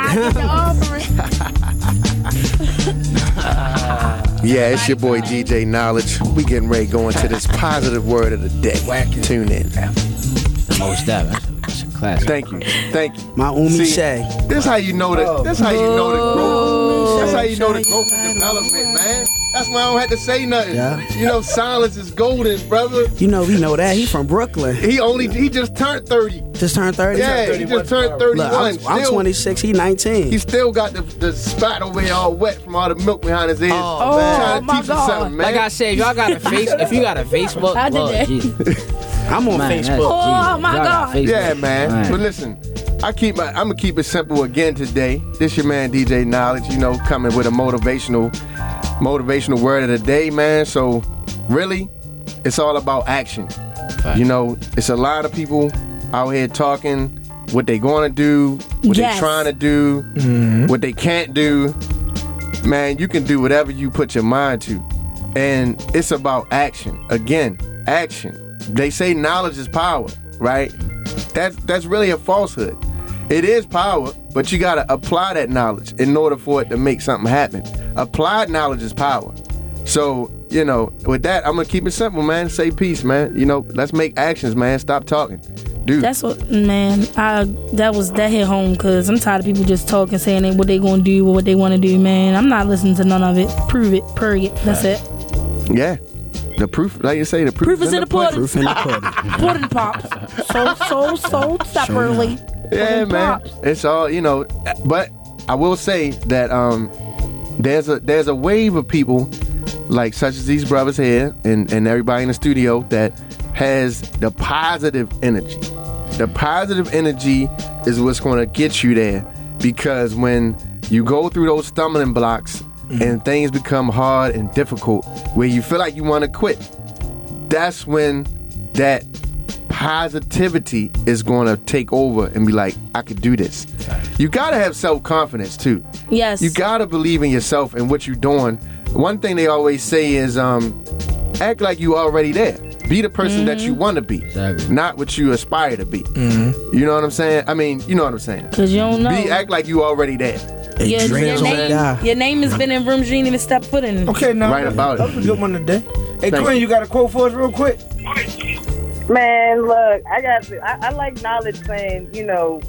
[SPEAKER 3] it. Yeah, it's your boy DJ Knowledge. We getting ready to go into this positive word of the day.
[SPEAKER 1] Whack it.
[SPEAKER 3] Tune in.
[SPEAKER 5] Most definitely. That's a classic.
[SPEAKER 3] Thank you. Thank you.
[SPEAKER 4] My Umi
[SPEAKER 3] See,
[SPEAKER 4] Shay.
[SPEAKER 3] This how you know that. This how you know the growth. That's how you know the growth and development, man. That's why I don't have to say nothing.
[SPEAKER 4] Yeah.
[SPEAKER 3] You know, silence is golden, brother.
[SPEAKER 4] You know, we know that. He from Brooklyn.
[SPEAKER 3] He only he just turned thirty.
[SPEAKER 4] Just turned 30.
[SPEAKER 3] Yeah, he just
[SPEAKER 1] 31.
[SPEAKER 3] turned thirty-one.
[SPEAKER 4] Look, I'm, I'm
[SPEAKER 3] Still-
[SPEAKER 4] 26. He 19.
[SPEAKER 3] He still got the, the spot over here all wet from all the milk behind his ears.
[SPEAKER 4] Oh,
[SPEAKER 3] Trying to
[SPEAKER 2] Oh, my
[SPEAKER 3] teach him
[SPEAKER 2] God.
[SPEAKER 3] something, man.
[SPEAKER 5] Like I said, if y'all got a face, if you got a Facebook,
[SPEAKER 2] I did
[SPEAKER 5] Lord
[SPEAKER 2] that. Oh,
[SPEAKER 5] Jesus.
[SPEAKER 4] I'm on
[SPEAKER 3] oh, Man, that's
[SPEAKER 4] Facebook.
[SPEAKER 3] Jesus. Y'all got Facebook. Yeah, man.
[SPEAKER 4] Right.
[SPEAKER 3] But listen, I keep my, I'm gonna keep it simple again today. This your man DJ Knowledge, you know, coming with a motivational, motivational word of the day, man. So really, it's all about action. You know, it's a lot of people out here talking what they gonna do, what
[SPEAKER 13] Yes.
[SPEAKER 3] they trying to do, what they can't do. Man, you can do whatever you put your mind to. And it's about action. Again, action. They say knowledge is power, right? That's that's really a falsehood. It is power, but you gotta apply that knowledge in order for it to make something happen. Applied knowledge is power. So, you know, with that, I'm gonna keep it simple, man. Say peace, man. You know, let's make actions, man. Stop talking. Dude.
[SPEAKER 2] That's what, man. I that was that hit home because I'm tired of people just talking, saying they- what they gonna do or what they want to do. Man, I'm not listening to none of it. Prove it, period. That's it.
[SPEAKER 3] Yeah. The proof, like you say, the proof,
[SPEAKER 2] Proof is in the pudding. Proof in the pudding.
[SPEAKER 3] pudding.
[SPEAKER 2] Pudding pop, sold, sold, sold separately.
[SPEAKER 3] yeah,
[SPEAKER 2] Pudding
[SPEAKER 3] man.
[SPEAKER 2] pop.
[SPEAKER 3] It's all you know. But I will say that um, there's a there's a wave of people like such as these brothers here and and everybody in the studio that has the positive energy. The positive energy is what's going to get you there because when you go through those stumbling blocks and things become hard and difficult, where you feel like you want to quit, that's when that positivity is going to take over and be like, I could do this. You got to have self confidence too.
[SPEAKER 2] Yes.
[SPEAKER 3] You got to believe in yourself and what you're doing. One thing they always say is, um, act like you already there. Be the person that
[SPEAKER 2] Mm-hmm.
[SPEAKER 3] you want to be, not what you aspire to be. You know what I'm saying? I mean, you know what I'm saying.
[SPEAKER 2] 'Cause you don't know.
[SPEAKER 3] Be act like you already there.
[SPEAKER 2] Your, your, name, your name has been in rooms you didn't even step foot in.
[SPEAKER 1] Okay, now
[SPEAKER 3] Right about
[SPEAKER 1] that was a good one today. Hey,
[SPEAKER 3] Thank
[SPEAKER 1] Queen, you got a quote for us real quick?
[SPEAKER 14] Man, look, I got. to- I, I like knowledge saying, you know,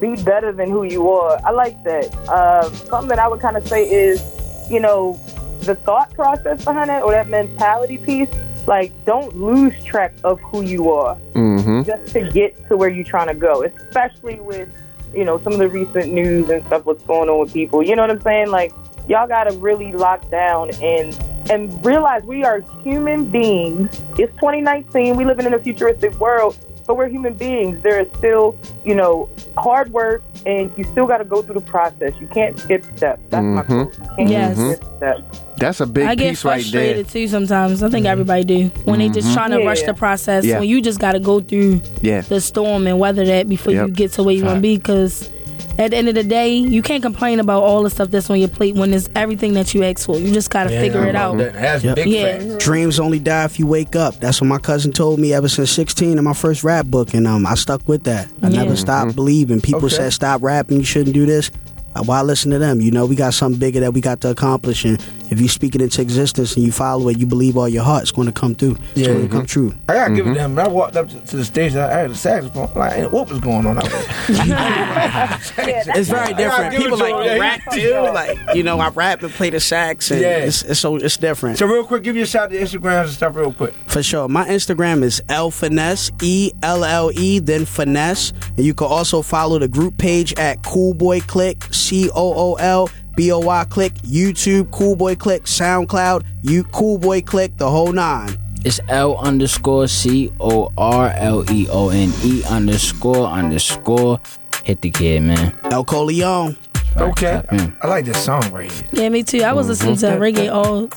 [SPEAKER 14] be better than who you are. I like that. Uh, something that I would kind of say is, you know, the thought process behind it or that mentality piece. Like, don't lose track of who you are
[SPEAKER 13] Mhm.
[SPEAKER 14] just to get to where you're trying to go, especially with, you know, some of the recent news and stuff what's going on with people. You know what I'm saying? Like, y'all got to really lock down and and realize we are human beings. It's 2019. We living in a futuristic world, but we're human beings. There is still, you know, hard work, and you still got to go through the process. You can't skip steps. That's my
[SPEAKER 3] Mhm.
[SPEAKER 14] can't
[SPEAKER 2] Yes.
[SPEAKER 14] skip steps.
[SPEAKER 3] Mm-hmm. That's a big
[SPEAKER 2] I get
[SPEAKER 3] piece right there.
[SPEAKER 2] frustrated too sometimes. I think everybody do when they just
[SPEAKER 3] Mhm.
[SPEAKER 2] trying to rush
[SPEAKER 3] Yeah.
[SPEAKER 2] the process.
[SPEAKER 3] Yeah.
[SPEAKER 2] When you just got to go through
[SPEAKER 3] Yeah.
[SPEAKER 2] the storm and weather that before you
[SPEAKER 3] Yep.
[SPEAKER 2] get to where you want to
[SPEAKER 3] Fact.
[SPEAKER 2] be. Because at the end of the day, you can't complain about all the stuff that's on your plate when it's everything that you asked for. You just got to figure it out.
[SPEAKER 4] Yep.
[SPEAKER 2] yeah.
[SPEAKER 1] Mm-hmm.
[SPEAKER 4] Dreams only die if you wake up. That's what my cousin told me ever since 16 in my first rap book, and um, I stuck with that. I
[SPEAKER 2] Yeah.
[SPEAKER 4] never stopped believing. People
[SPEAKER 2] Okay.
[SPEAKER 4] said, stop rapping, you shouldn't do this. Uh, Why listen to them? You know, we got something bigger that we got to accomplish, and if you speak it into existence and you follow it, you believe all your heart, it's going to come through. It's
[SPEAKER 1] Yeah.
[SPEAKER 4] going to come true.
[SPEAKER 1] I gotta give it
[SPEAKER 4] Mm-hmm.
[SPEAKER 1] to him. When I walked up to, to the station, I had a saxophone. I'm like, "Hey, what was going on out there?
[SPEAKER 4] It's
[SPEAKER 1] I
[SPEAKER 4] very
[SPEAKER 1] gotta
[SPEAKER 4] different.
[SPEAKER 1] give it
[SPEAKER 4] People
[SPEAKER 1] to
[SPEAKER 4] like
[SPEAKER 1] him. Yeah,
[SPEAKER 4] rap
[SPEAKER 1] he-
[SPEAKER 4] too. Like you know, I rap and play the sax, and
[SPEAKER 1] Yeah.
[SPEAKER 4] it's, it's so it's different.
[SPEAKER 1] So real quick, give you a shout out to Instagrams and stuff real quick.
[SPEAKER 4] For sure. My Instagram is L Finesse, E L L E, then Finesse. And you can also follow the group page at Cool Boy Click, C O O L B O Y Click, YouTube, Cool Boy Click, SoundCloud, you Cool Boy Click, the whole nine.
[SPEAKER 5] It's L underscore C O R L E O N E underscore underscore. Hit the kid, man.
[SPEAKER 4] El Coleon.
[SPEAKER 1] Okay. I like this song right here.
[SPEAKER 2] Yeah, me too. I was listening to
[SPEAKER 3] Mm-hmm.
[SPEAKER 2] reggae all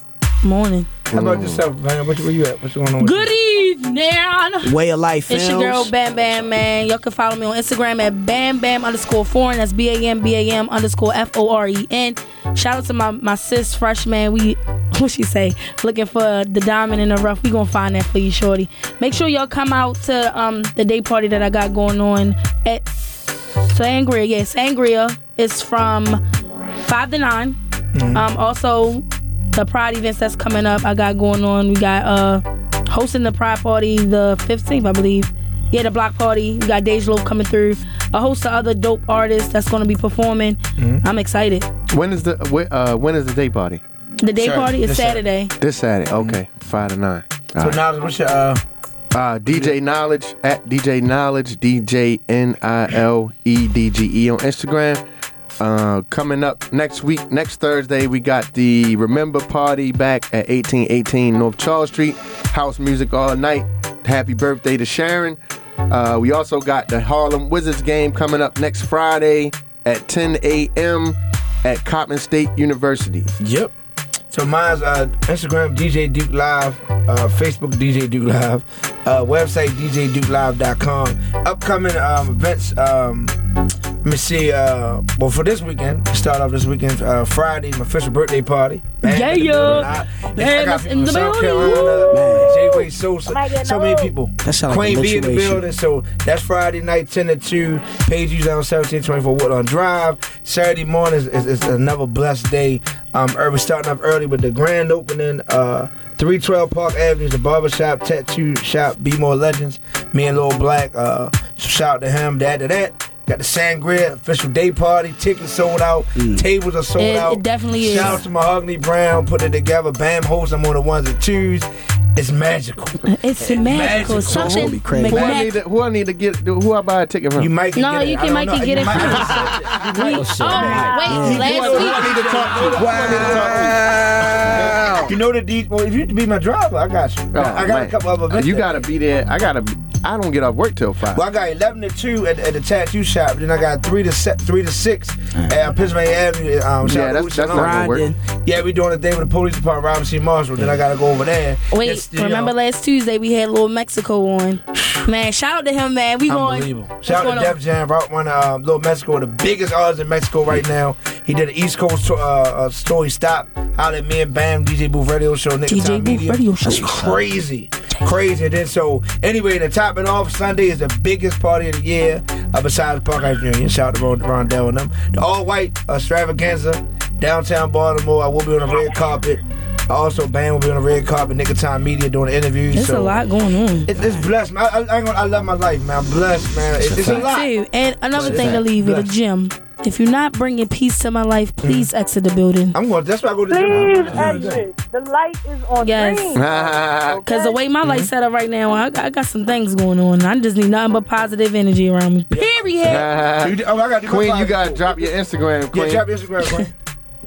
[SPEAKER 2] morning.
[SPEAKER 1] How about yourself, man? What, where you at? What's going on? With
[SPEAKER 2] Good evening.
[SPEAKER 4] Way of life,
[SPEAKER 2] It's your girl
[SPEAKER 4] films.
[SPEAKER 2] Bam Bam Man. Y'all can follow me on Instagram at Bam Bam underscore foreign. That's B A M B A M underscore F O R E N. Shout out to my my sis freshman. We what she say? Looking for the diamond in the rough. We gonna find that for you, shorty. Make sure y'all come out to um the day party that I got going on at Sangria. Yeah, Sangria is from five to 9
[SPEAKER 1] Mm-hmm.
[SPEAKER 2] Um, also the pride events that's coming up. I got going on. We got uh hosting the pride party the fifteenth, I believe. Yeah, the block party. We got Dej Loaf coming through. A host of other dope artists that's going to be performing.
[SPEAKER 1] Mm-hmm.
[SPEAKER 3] Mhm.
[SPEAKER 2] I'm excited.
[SPEAKER 3] When is the wh- uh, when is the day party?
[SPEAKER 2] The day party is Saturday.
[SPEAKER 3] This Saturday, okay, five to nine. All right.
[SPEAKER 1] Knowledge, what's your uh,
[SPEAKER 3] Uh, DJ Knowledge at DJ Knowledge, DJ N I L E D G E on Instagram. Uh, coming up next week, next Thursday, we got the Remember Party back at 1818 North Charles Street. House music all night. happy birthday to Sharon. Uh, we also got the Harlem Wizards game coming up next Friday at 10 a.m. at Cotman State University.
[SPEAKER 1] Yep. So mine's uh, Instagram DJ Duke Live, uh, Facebook DJ Duke Live, uh, website DJDukeLive.com. Upcoming um, events. Um, let me see. Uh, well, for this weekend, start off this weekend. Uh, Friday, my official birthday party.
[SPEAKER 2] Yeah,
[SPEAKER 1] in the
[SPEAKER 2] yo.
[SPEAKER 1] building. I-
[SPEAKER 2] Bam
[SPEAKER 1] I got
[SPEAKER 2] is
[SPEAKER 1] people
[SPEAKER 2] in
[SPEAKER 1] from
[SPEAKER 2] the
[SPEAKER 1] South
[SPEAKER 2] building.
[SPEAKER 1] Carolina,
[SPEAKER 2] Woo.
[SPEAKER 1] Jay Way Sosa, so many people.
[SPEAKER 4] That sound like
[SPEAKER 1] Queen
[SPEAKER 4] a
[SPEAKER 1] B in the
[SPEAKER 4] lituation.
[SPEAKER 1] building. So that's Friday night, 10 to 2. Page U's on 1724 Woodlawn Drive. Saturday morning is, is, is another blessed day. Um, er, we're starting off early with the grand opening. Uh, 312 Park Avenue is the barbershop, tattoo shop, Be More Legends. Me and Lil Black, uh, shout out to him, that to that. Got the Sangria official day party. Tickets sold out. Tables are sold
[SPEAKER 2] It- it
[SPEAKER 1] out.
[SPEAKER 2] definitely
[SPEAKER 1] Shout
[SPEAKER 2] is.
[SPEAKER 1] out to Mahogany Brown. Put it together. Bam hoes. I'm on the ones and twos. It's magical.
[SPEAKER 2] It's magical. Something
[SPEAKER 1] Holy crap.
[SPEAKER 3] Who
[SPEAKER 2] magnetic.
[SPEAKER 3] I, need to, who I need to get? Who I buy a ticket from?
[SPEAKER 1] You might
[SPEAKER 2] No, you can make it get it from. We- oh, wait, last week.
[SPEAKER 1] You know the D. Well, if you be my driver, I got you.
[SPEAKER 3] Oh,
[SPEAKER 1] I got
[SPEAKER 3] man.
[SPEAKER 1] a couple other events.
[SPEAKER 3] You
[SPEAKER 1] that-
[SPEAKER 3] gotta be there. I gotta. I don't get off work till five.
[SPEAKER 1] Well, I got eleven to two at, at the tattoo shop. Then I got three to se- three to six at Pennsylvania Avenue.
[SPEAKER 3] Mm. Yeah,
[SPEAKER 1] Um, shout out to
[SPEAKER 3] that's-
[SPEAKER 1] Uchi
[SPEAKER 3] that's not gonna work.
[SPEAKER 1] Alonso. Yeah, we doing a thing with the police department, Robert C. Marshall. Then I gotta go over there.
[SPEAKER 2] Wait,
[SPEAKER 1] It's, you
[SPEAKER 2] remember
[SPEAKER 1] know,
[SPEAKER 2] last Tuesday we had Little Mexico on. Man, shout out to him, man. We going.
[SPEAKER 1] Unbelievable. Shout out to Def Jam, Route One, uh, Little Mexico, the biggest artist in Mexico right now. He did an East Coast tour, uh, uh, story stop. Holla at me and Bam, DJ Booth Radio Show, Nick
[SPEAKER 2] DJ
[SPEAKER 1] Time
[SPEAKER 2] Booth
[SPEAKER 1] Media.
[SPEAKER 2] Radio Show.
[SPEAKER 1] It's crazy. Crazy. And then so, anyway, to top it off, Sunday is the biggest party of the year uh, besides Parkhouse Union. Shout out to Ron- Rondell and them. The all white extravaganza, downtown Baltimore. I will be on the red carpet. Also, Bam will be on the red carpet. Nick Time Media doing the interviews.
[SPEAKER 2] There's a
[SPEAKER 1] so-
[SPEAKER 2] lot going on.
[SPEAKER 1] it, it's blessed, man. I, I, I, ain't gonna- I love my life, man. I'm blessed, man. It- it's a lot.
[SPEAKER 2] Too. And another
[SPEAKER 1] It's
[SPEAKER 2] thing
[SPEAKER 1] a
[SPEAKER 2] to
[SPEAKER 1] fact.
[SPEAKER 2] leave with the
[SPEAKER 1] Bless.
[SPEAKER 2] gym. If you're not bringing peace to my life, please exit the building.
[SPEAKER 1] I'm going. That's why I go to the
[SPEAKER 9] Please,
[SPEAKER 1] gym.
[SPEAKER 9] exit. The light is on
[SPEAKER 2] Yes.
[SPEAKER 9] green.
[SPEAKER 3] Oh,
[SPEAKER 2] Cause the way my life set up right now, I, I got some things going on. I just need nothing but positive energy around me. Period.
[SPEAKER 1] So you do- oh, I gotta do my
[SPEAKER 3] Queen, you
[SPEAKER 1] five.
[SPEAKER 3] gotta drop your Instagram,
[SPEAKER 1] Yeah,
[SPEAKER 3] Queen.
[SPEAKER 1] drop your Instagram, Queen.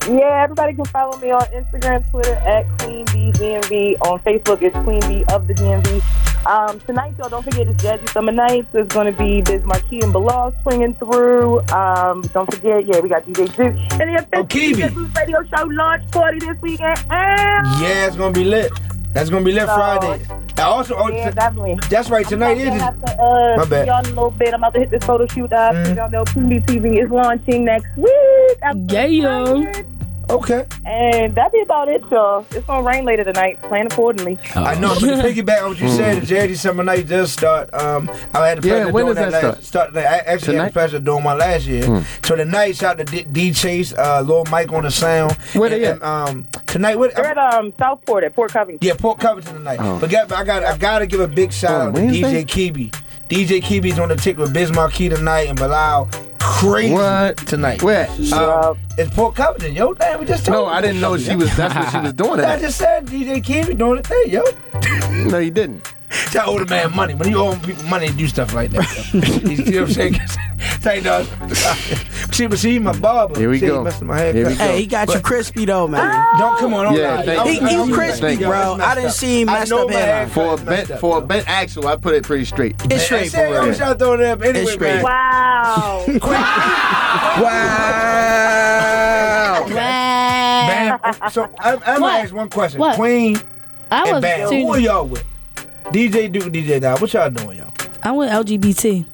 [SPEAKER 9] Yeah, everybody can follow me on Instagram, Twitter at Queen B DMV. On Facebook, it's Queen B of the DMV. Um, tonight, y'all, don't forget it's Jazzy Summer Nights. It's going to be Biz Marquis and Bilal swinging through. Um, don't forget, yeah, we got DJ Duke. And the official
[SPEAKER 1] Okibi.
[SPEAKER 9] DJ Duke Radio Show launch party this weekend. And
[SPEAKER 1] yeah, it's gonna be lit. That's gonna be lit
[SPEAKER 9] So-
[SPEAKER 1] Friday. I also. Oh,
[SPEAKER 9] yeah,
[SPEAKER 1] t-
[SPEAKER 9] definitely.
[SPEAKER 1] that's right. Tonight
[SPEAKER 9] I'm
[SPEAKER 1] is.
[SPEAKER 9] about to have to, uh,
[SPEAKER 1] My
[SPEAKER 9] see
[SPEAKER 1] bad.
[SPEAKER 9] Y'all in a little bit. I'm about to hit this photo shoot up.
[SPEAKER 1] Mhm.
[SPEAKER 9] Y'all know Queen Bee TV is launching next week. I'm so
[SPEAKER 2] Yeah, yo.
[SPEAKER 9] excited.
[SPEAKER 1] Okay.
[SPEAKER 9] And that'd be about it, y'all. It's gonna rain later tonight. Plan accordingly.
[SPEAKER 1] I know. But to piggyback on what you said, the Jazzy Summer Night does start. Um, I had the
[SPEAKER 3] Hmm. Yeah,
[SPEAKER 1] pleasure
[SPEAKER 3] when
[SPEAKER 1] doing
[SPEAKER 3] does
[SPEAKER 1] that,
[SPEAKER 3] that
[SPEAKER 1] last. Start? today. I actually had
[SPEAKER 3] Tonight? Hmm.
[SPEAKER 1] the pleasure of doing my last year. So tonight, shout out to D, D Chase, uh, Lil Mike on the sound.
[SPEAKER 3] Where they at?
[SPEAKER 1] And, um, tonight, what?
[SPEAKER 9] They're at um, Southport at Port Covington.
[SPEAKER 1] Yeah, Port Covington tonight. But got, I got I gotta give a big shout
[SPEAKER 3] Oh. On
[SPEAKER 1] out to
[SPEAKER 3] Wednesday?
[SPEAKER 1] DJ Kibi. DJ Kibi's on the tick with Biz Marquee tonight and Bilal. Crazy
[SPEAKER 3] What?
[SPEAKER 1] tonight?
[SPEAKER 3] Where?
[SPEAKER 1] Um, it's Port Covington, yo. Damn, we just told
[SPEAKER 3] Uh, No,
[SPEAKER 1] you.
[SPEAKER 3] I didn't know she was. That's what she was doing.
[SPEAKER 1] I
[SPEAKER 3] At.
[SPEAKER 1] just said DJ Kibi doing the thing, yo.
[SPEAKER 3] No, you didn't.
[SPEAKER 1] That old man money. When you owe people money, you do stuff like that. yo. you know what I'm saying? Say no. She was she my barber.
[SPEAKER 3] Here we
[SPEAKER 1] She
[SPEAKER 3] go.
[SPEAKER 1] messed up my haircut.
[SPEAKER 3] Here we go.
[SPEAKER 4] Hey, he got you crispy though, man.
[SPEAKER 2] Ah!
[SPEAKER 1] Don't come on. Don't
[SPEAKER 3] Yeah,
[SPEAKER 1] lie.
[SPEAKER 3] thank
[SPEAKER 1] I'm-
[SPEAKER 3] you.
[SPEAKER 1] I'm-
[SPEAKER 3] He- he
[SPEAKER 1] I'm-
[SPEAKER 3] crispy,
[SPEAKER 1] thank you.
[SPEAKER 4] bro.
[SPEAKER 1] It's messed
[SPEAKER 4] I done
[SPEAKER 1] up.
[SPEAKER 4] seen
[SPEAKER 1] I
[SPEAKER 4] messed
[SPEAKER 1] know
[SPEAKER 4] up
[SPEAKER 1] my
[SPEAKER 4] hairline.
[SPEAKER 1] haircut
[SPEAKER 3] For a
[SPEAKER 1] is
[SPEAKER 3] bent
[SPEAKER 1] messed up,
[SPEAKER 3] for a
[SPEAKER 1] yo.
[SPEAKER 3] bent axle, I put it pretty straight.
[SPEAKER 4] It's straight,
[SPEAKER 1] Say,
[SPEAKER 4] boy.
[SPEAKER 1] I'm just out throwing it up anyway,
[SPEAKER 4] It's straight.
[SPEAKER 1] man. Oh,
[SPEAKER 9] Wow.
[SPEAKER 3] Wow.
[SPEAKER 2] Wow.
[SPEAKER 1] Bam. So I'm, I'm gonna
[SPEAKER 2] What?
[SPEAKER 1] ask one question.
[SPEAKER 2] What?
[SPEAKER 1] Queen
[SPEAKER 2] I
[SPEAKER 1] and
[SPEAKER 2] was
[SPEAKER 1] Bam. Who are
[SPEAKER 2] too,
[SPEAKER 1] y'all with? DJ Duke, DJ Now. What y'all doing, y'all?
[SPEAKER 2] I went LGBT.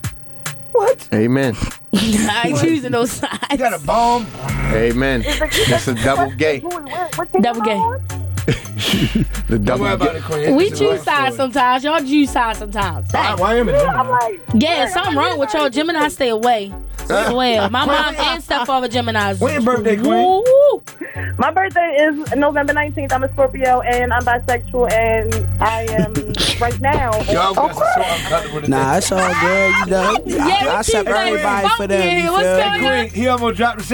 [SPEAKER 1] What?
[SPEAKER 3] Amen.
[SPEAKER 2] I ain't choosing those
[SPEAKER 1] You
[SPEAKER 2] sides.
[SPEAKER 1] got a bomb?
[SPEAKER 3] Amen. It's a double gay.
[SPEAKER 2] Double gay.
[SPEAKER 3] The
[SPEAKER 1] Don't
[SPEAKER 3] double
[SPEAKER 1] worry about
[SPEAKER 3] gay.
[SPEAKER 1] it, Queen.
[SPEAKER 2] We
[SPEAKER 1] It's a long
[SPEAKER 2] choose sides
[SPEAKER 1] story.
[SPEAKER 2] sometimes. Y'all choose sides sometimes.
[SPEAKER 1] Why, why am I
[SPEAKER 9] I'm
[SPEAKER 1] doing
[SPEAKER 9] like,
[SPEAKER 2] Yeah, something wrong with y'all. Gemini, stay away. Well, my mom and stepfather Gemini's.
[SPEAKER 1] When your birthday, Queen?
[SPEAKER 2] Woo!
[SPEAKER 9] my birthday is November 19th. I'm a Scorpio and I'm bisexual and I am right now.
[SPEAKER 1] Y'all got so uncomfortable today.
[SPEAKER 4] Nah, it's all good. You know,
[SPEAKER 2] Yeah, we
[SPEAKER 4] I, I accept
[SPEAKER 2] keep it
[SPEAKER 4] everybody
[SPEAKER 2] funky.
[SPEAKER 4] for
[SPEAKER 1] um,
[SPEAKER 4] them. You
[SPEAKER 2] What's
[SPEAKER 4] feel me?
[SPEAKER 2] going
[SPEAKER 1] Queen, he almost dropped the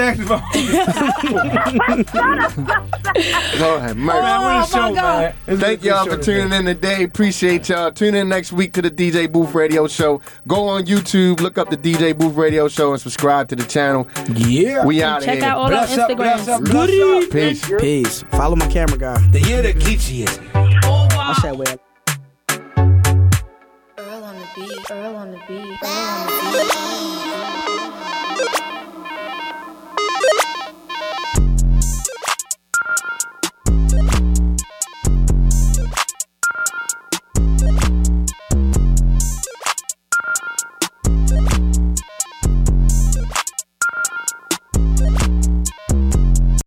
[SPEAKER 1] saxophone.
[SPEAKER 3] Lord have mercy.
[SPEAKER 1] Man, what a
[SPEAKER 2] Oh, my God.
[SPEAKER 1] show, man. This is
[SPEAKER 3] Thank
[SPEAKER 1] a good
[SPEAKER 3] y'all
[SPEAKER 1] show
[SPEAKER 3] for
[SPEAKER 1] today.
[SPEAKER 3] tuning in today. Appreciate y'all. Tune in next week to the DJ Booth Radio Show. Go on YouTube, look up the DJ Booth Radio Show, and subscribe to the channel.
[SPEAKER 1] Yeah.
[SPEAKER 3] We out
[SPEAKER 2] Check
[SPEAKER 3] here.
[SPEAKER 2] out all our
[SPEAKER 1] bless up, bless up,
[SPEAKER 2] Instagrams.
[SPEAKER 1] bless up.
[SPEAKER 3] Peace.
[SPEAKER 4] Peace. Follow my camera guy.
[SPEAKER 1] The year the geechiest.
[SPEAKER 4] I said, well.
[SPEAKER 6] beat. Earl on the beat. Earl on the beat.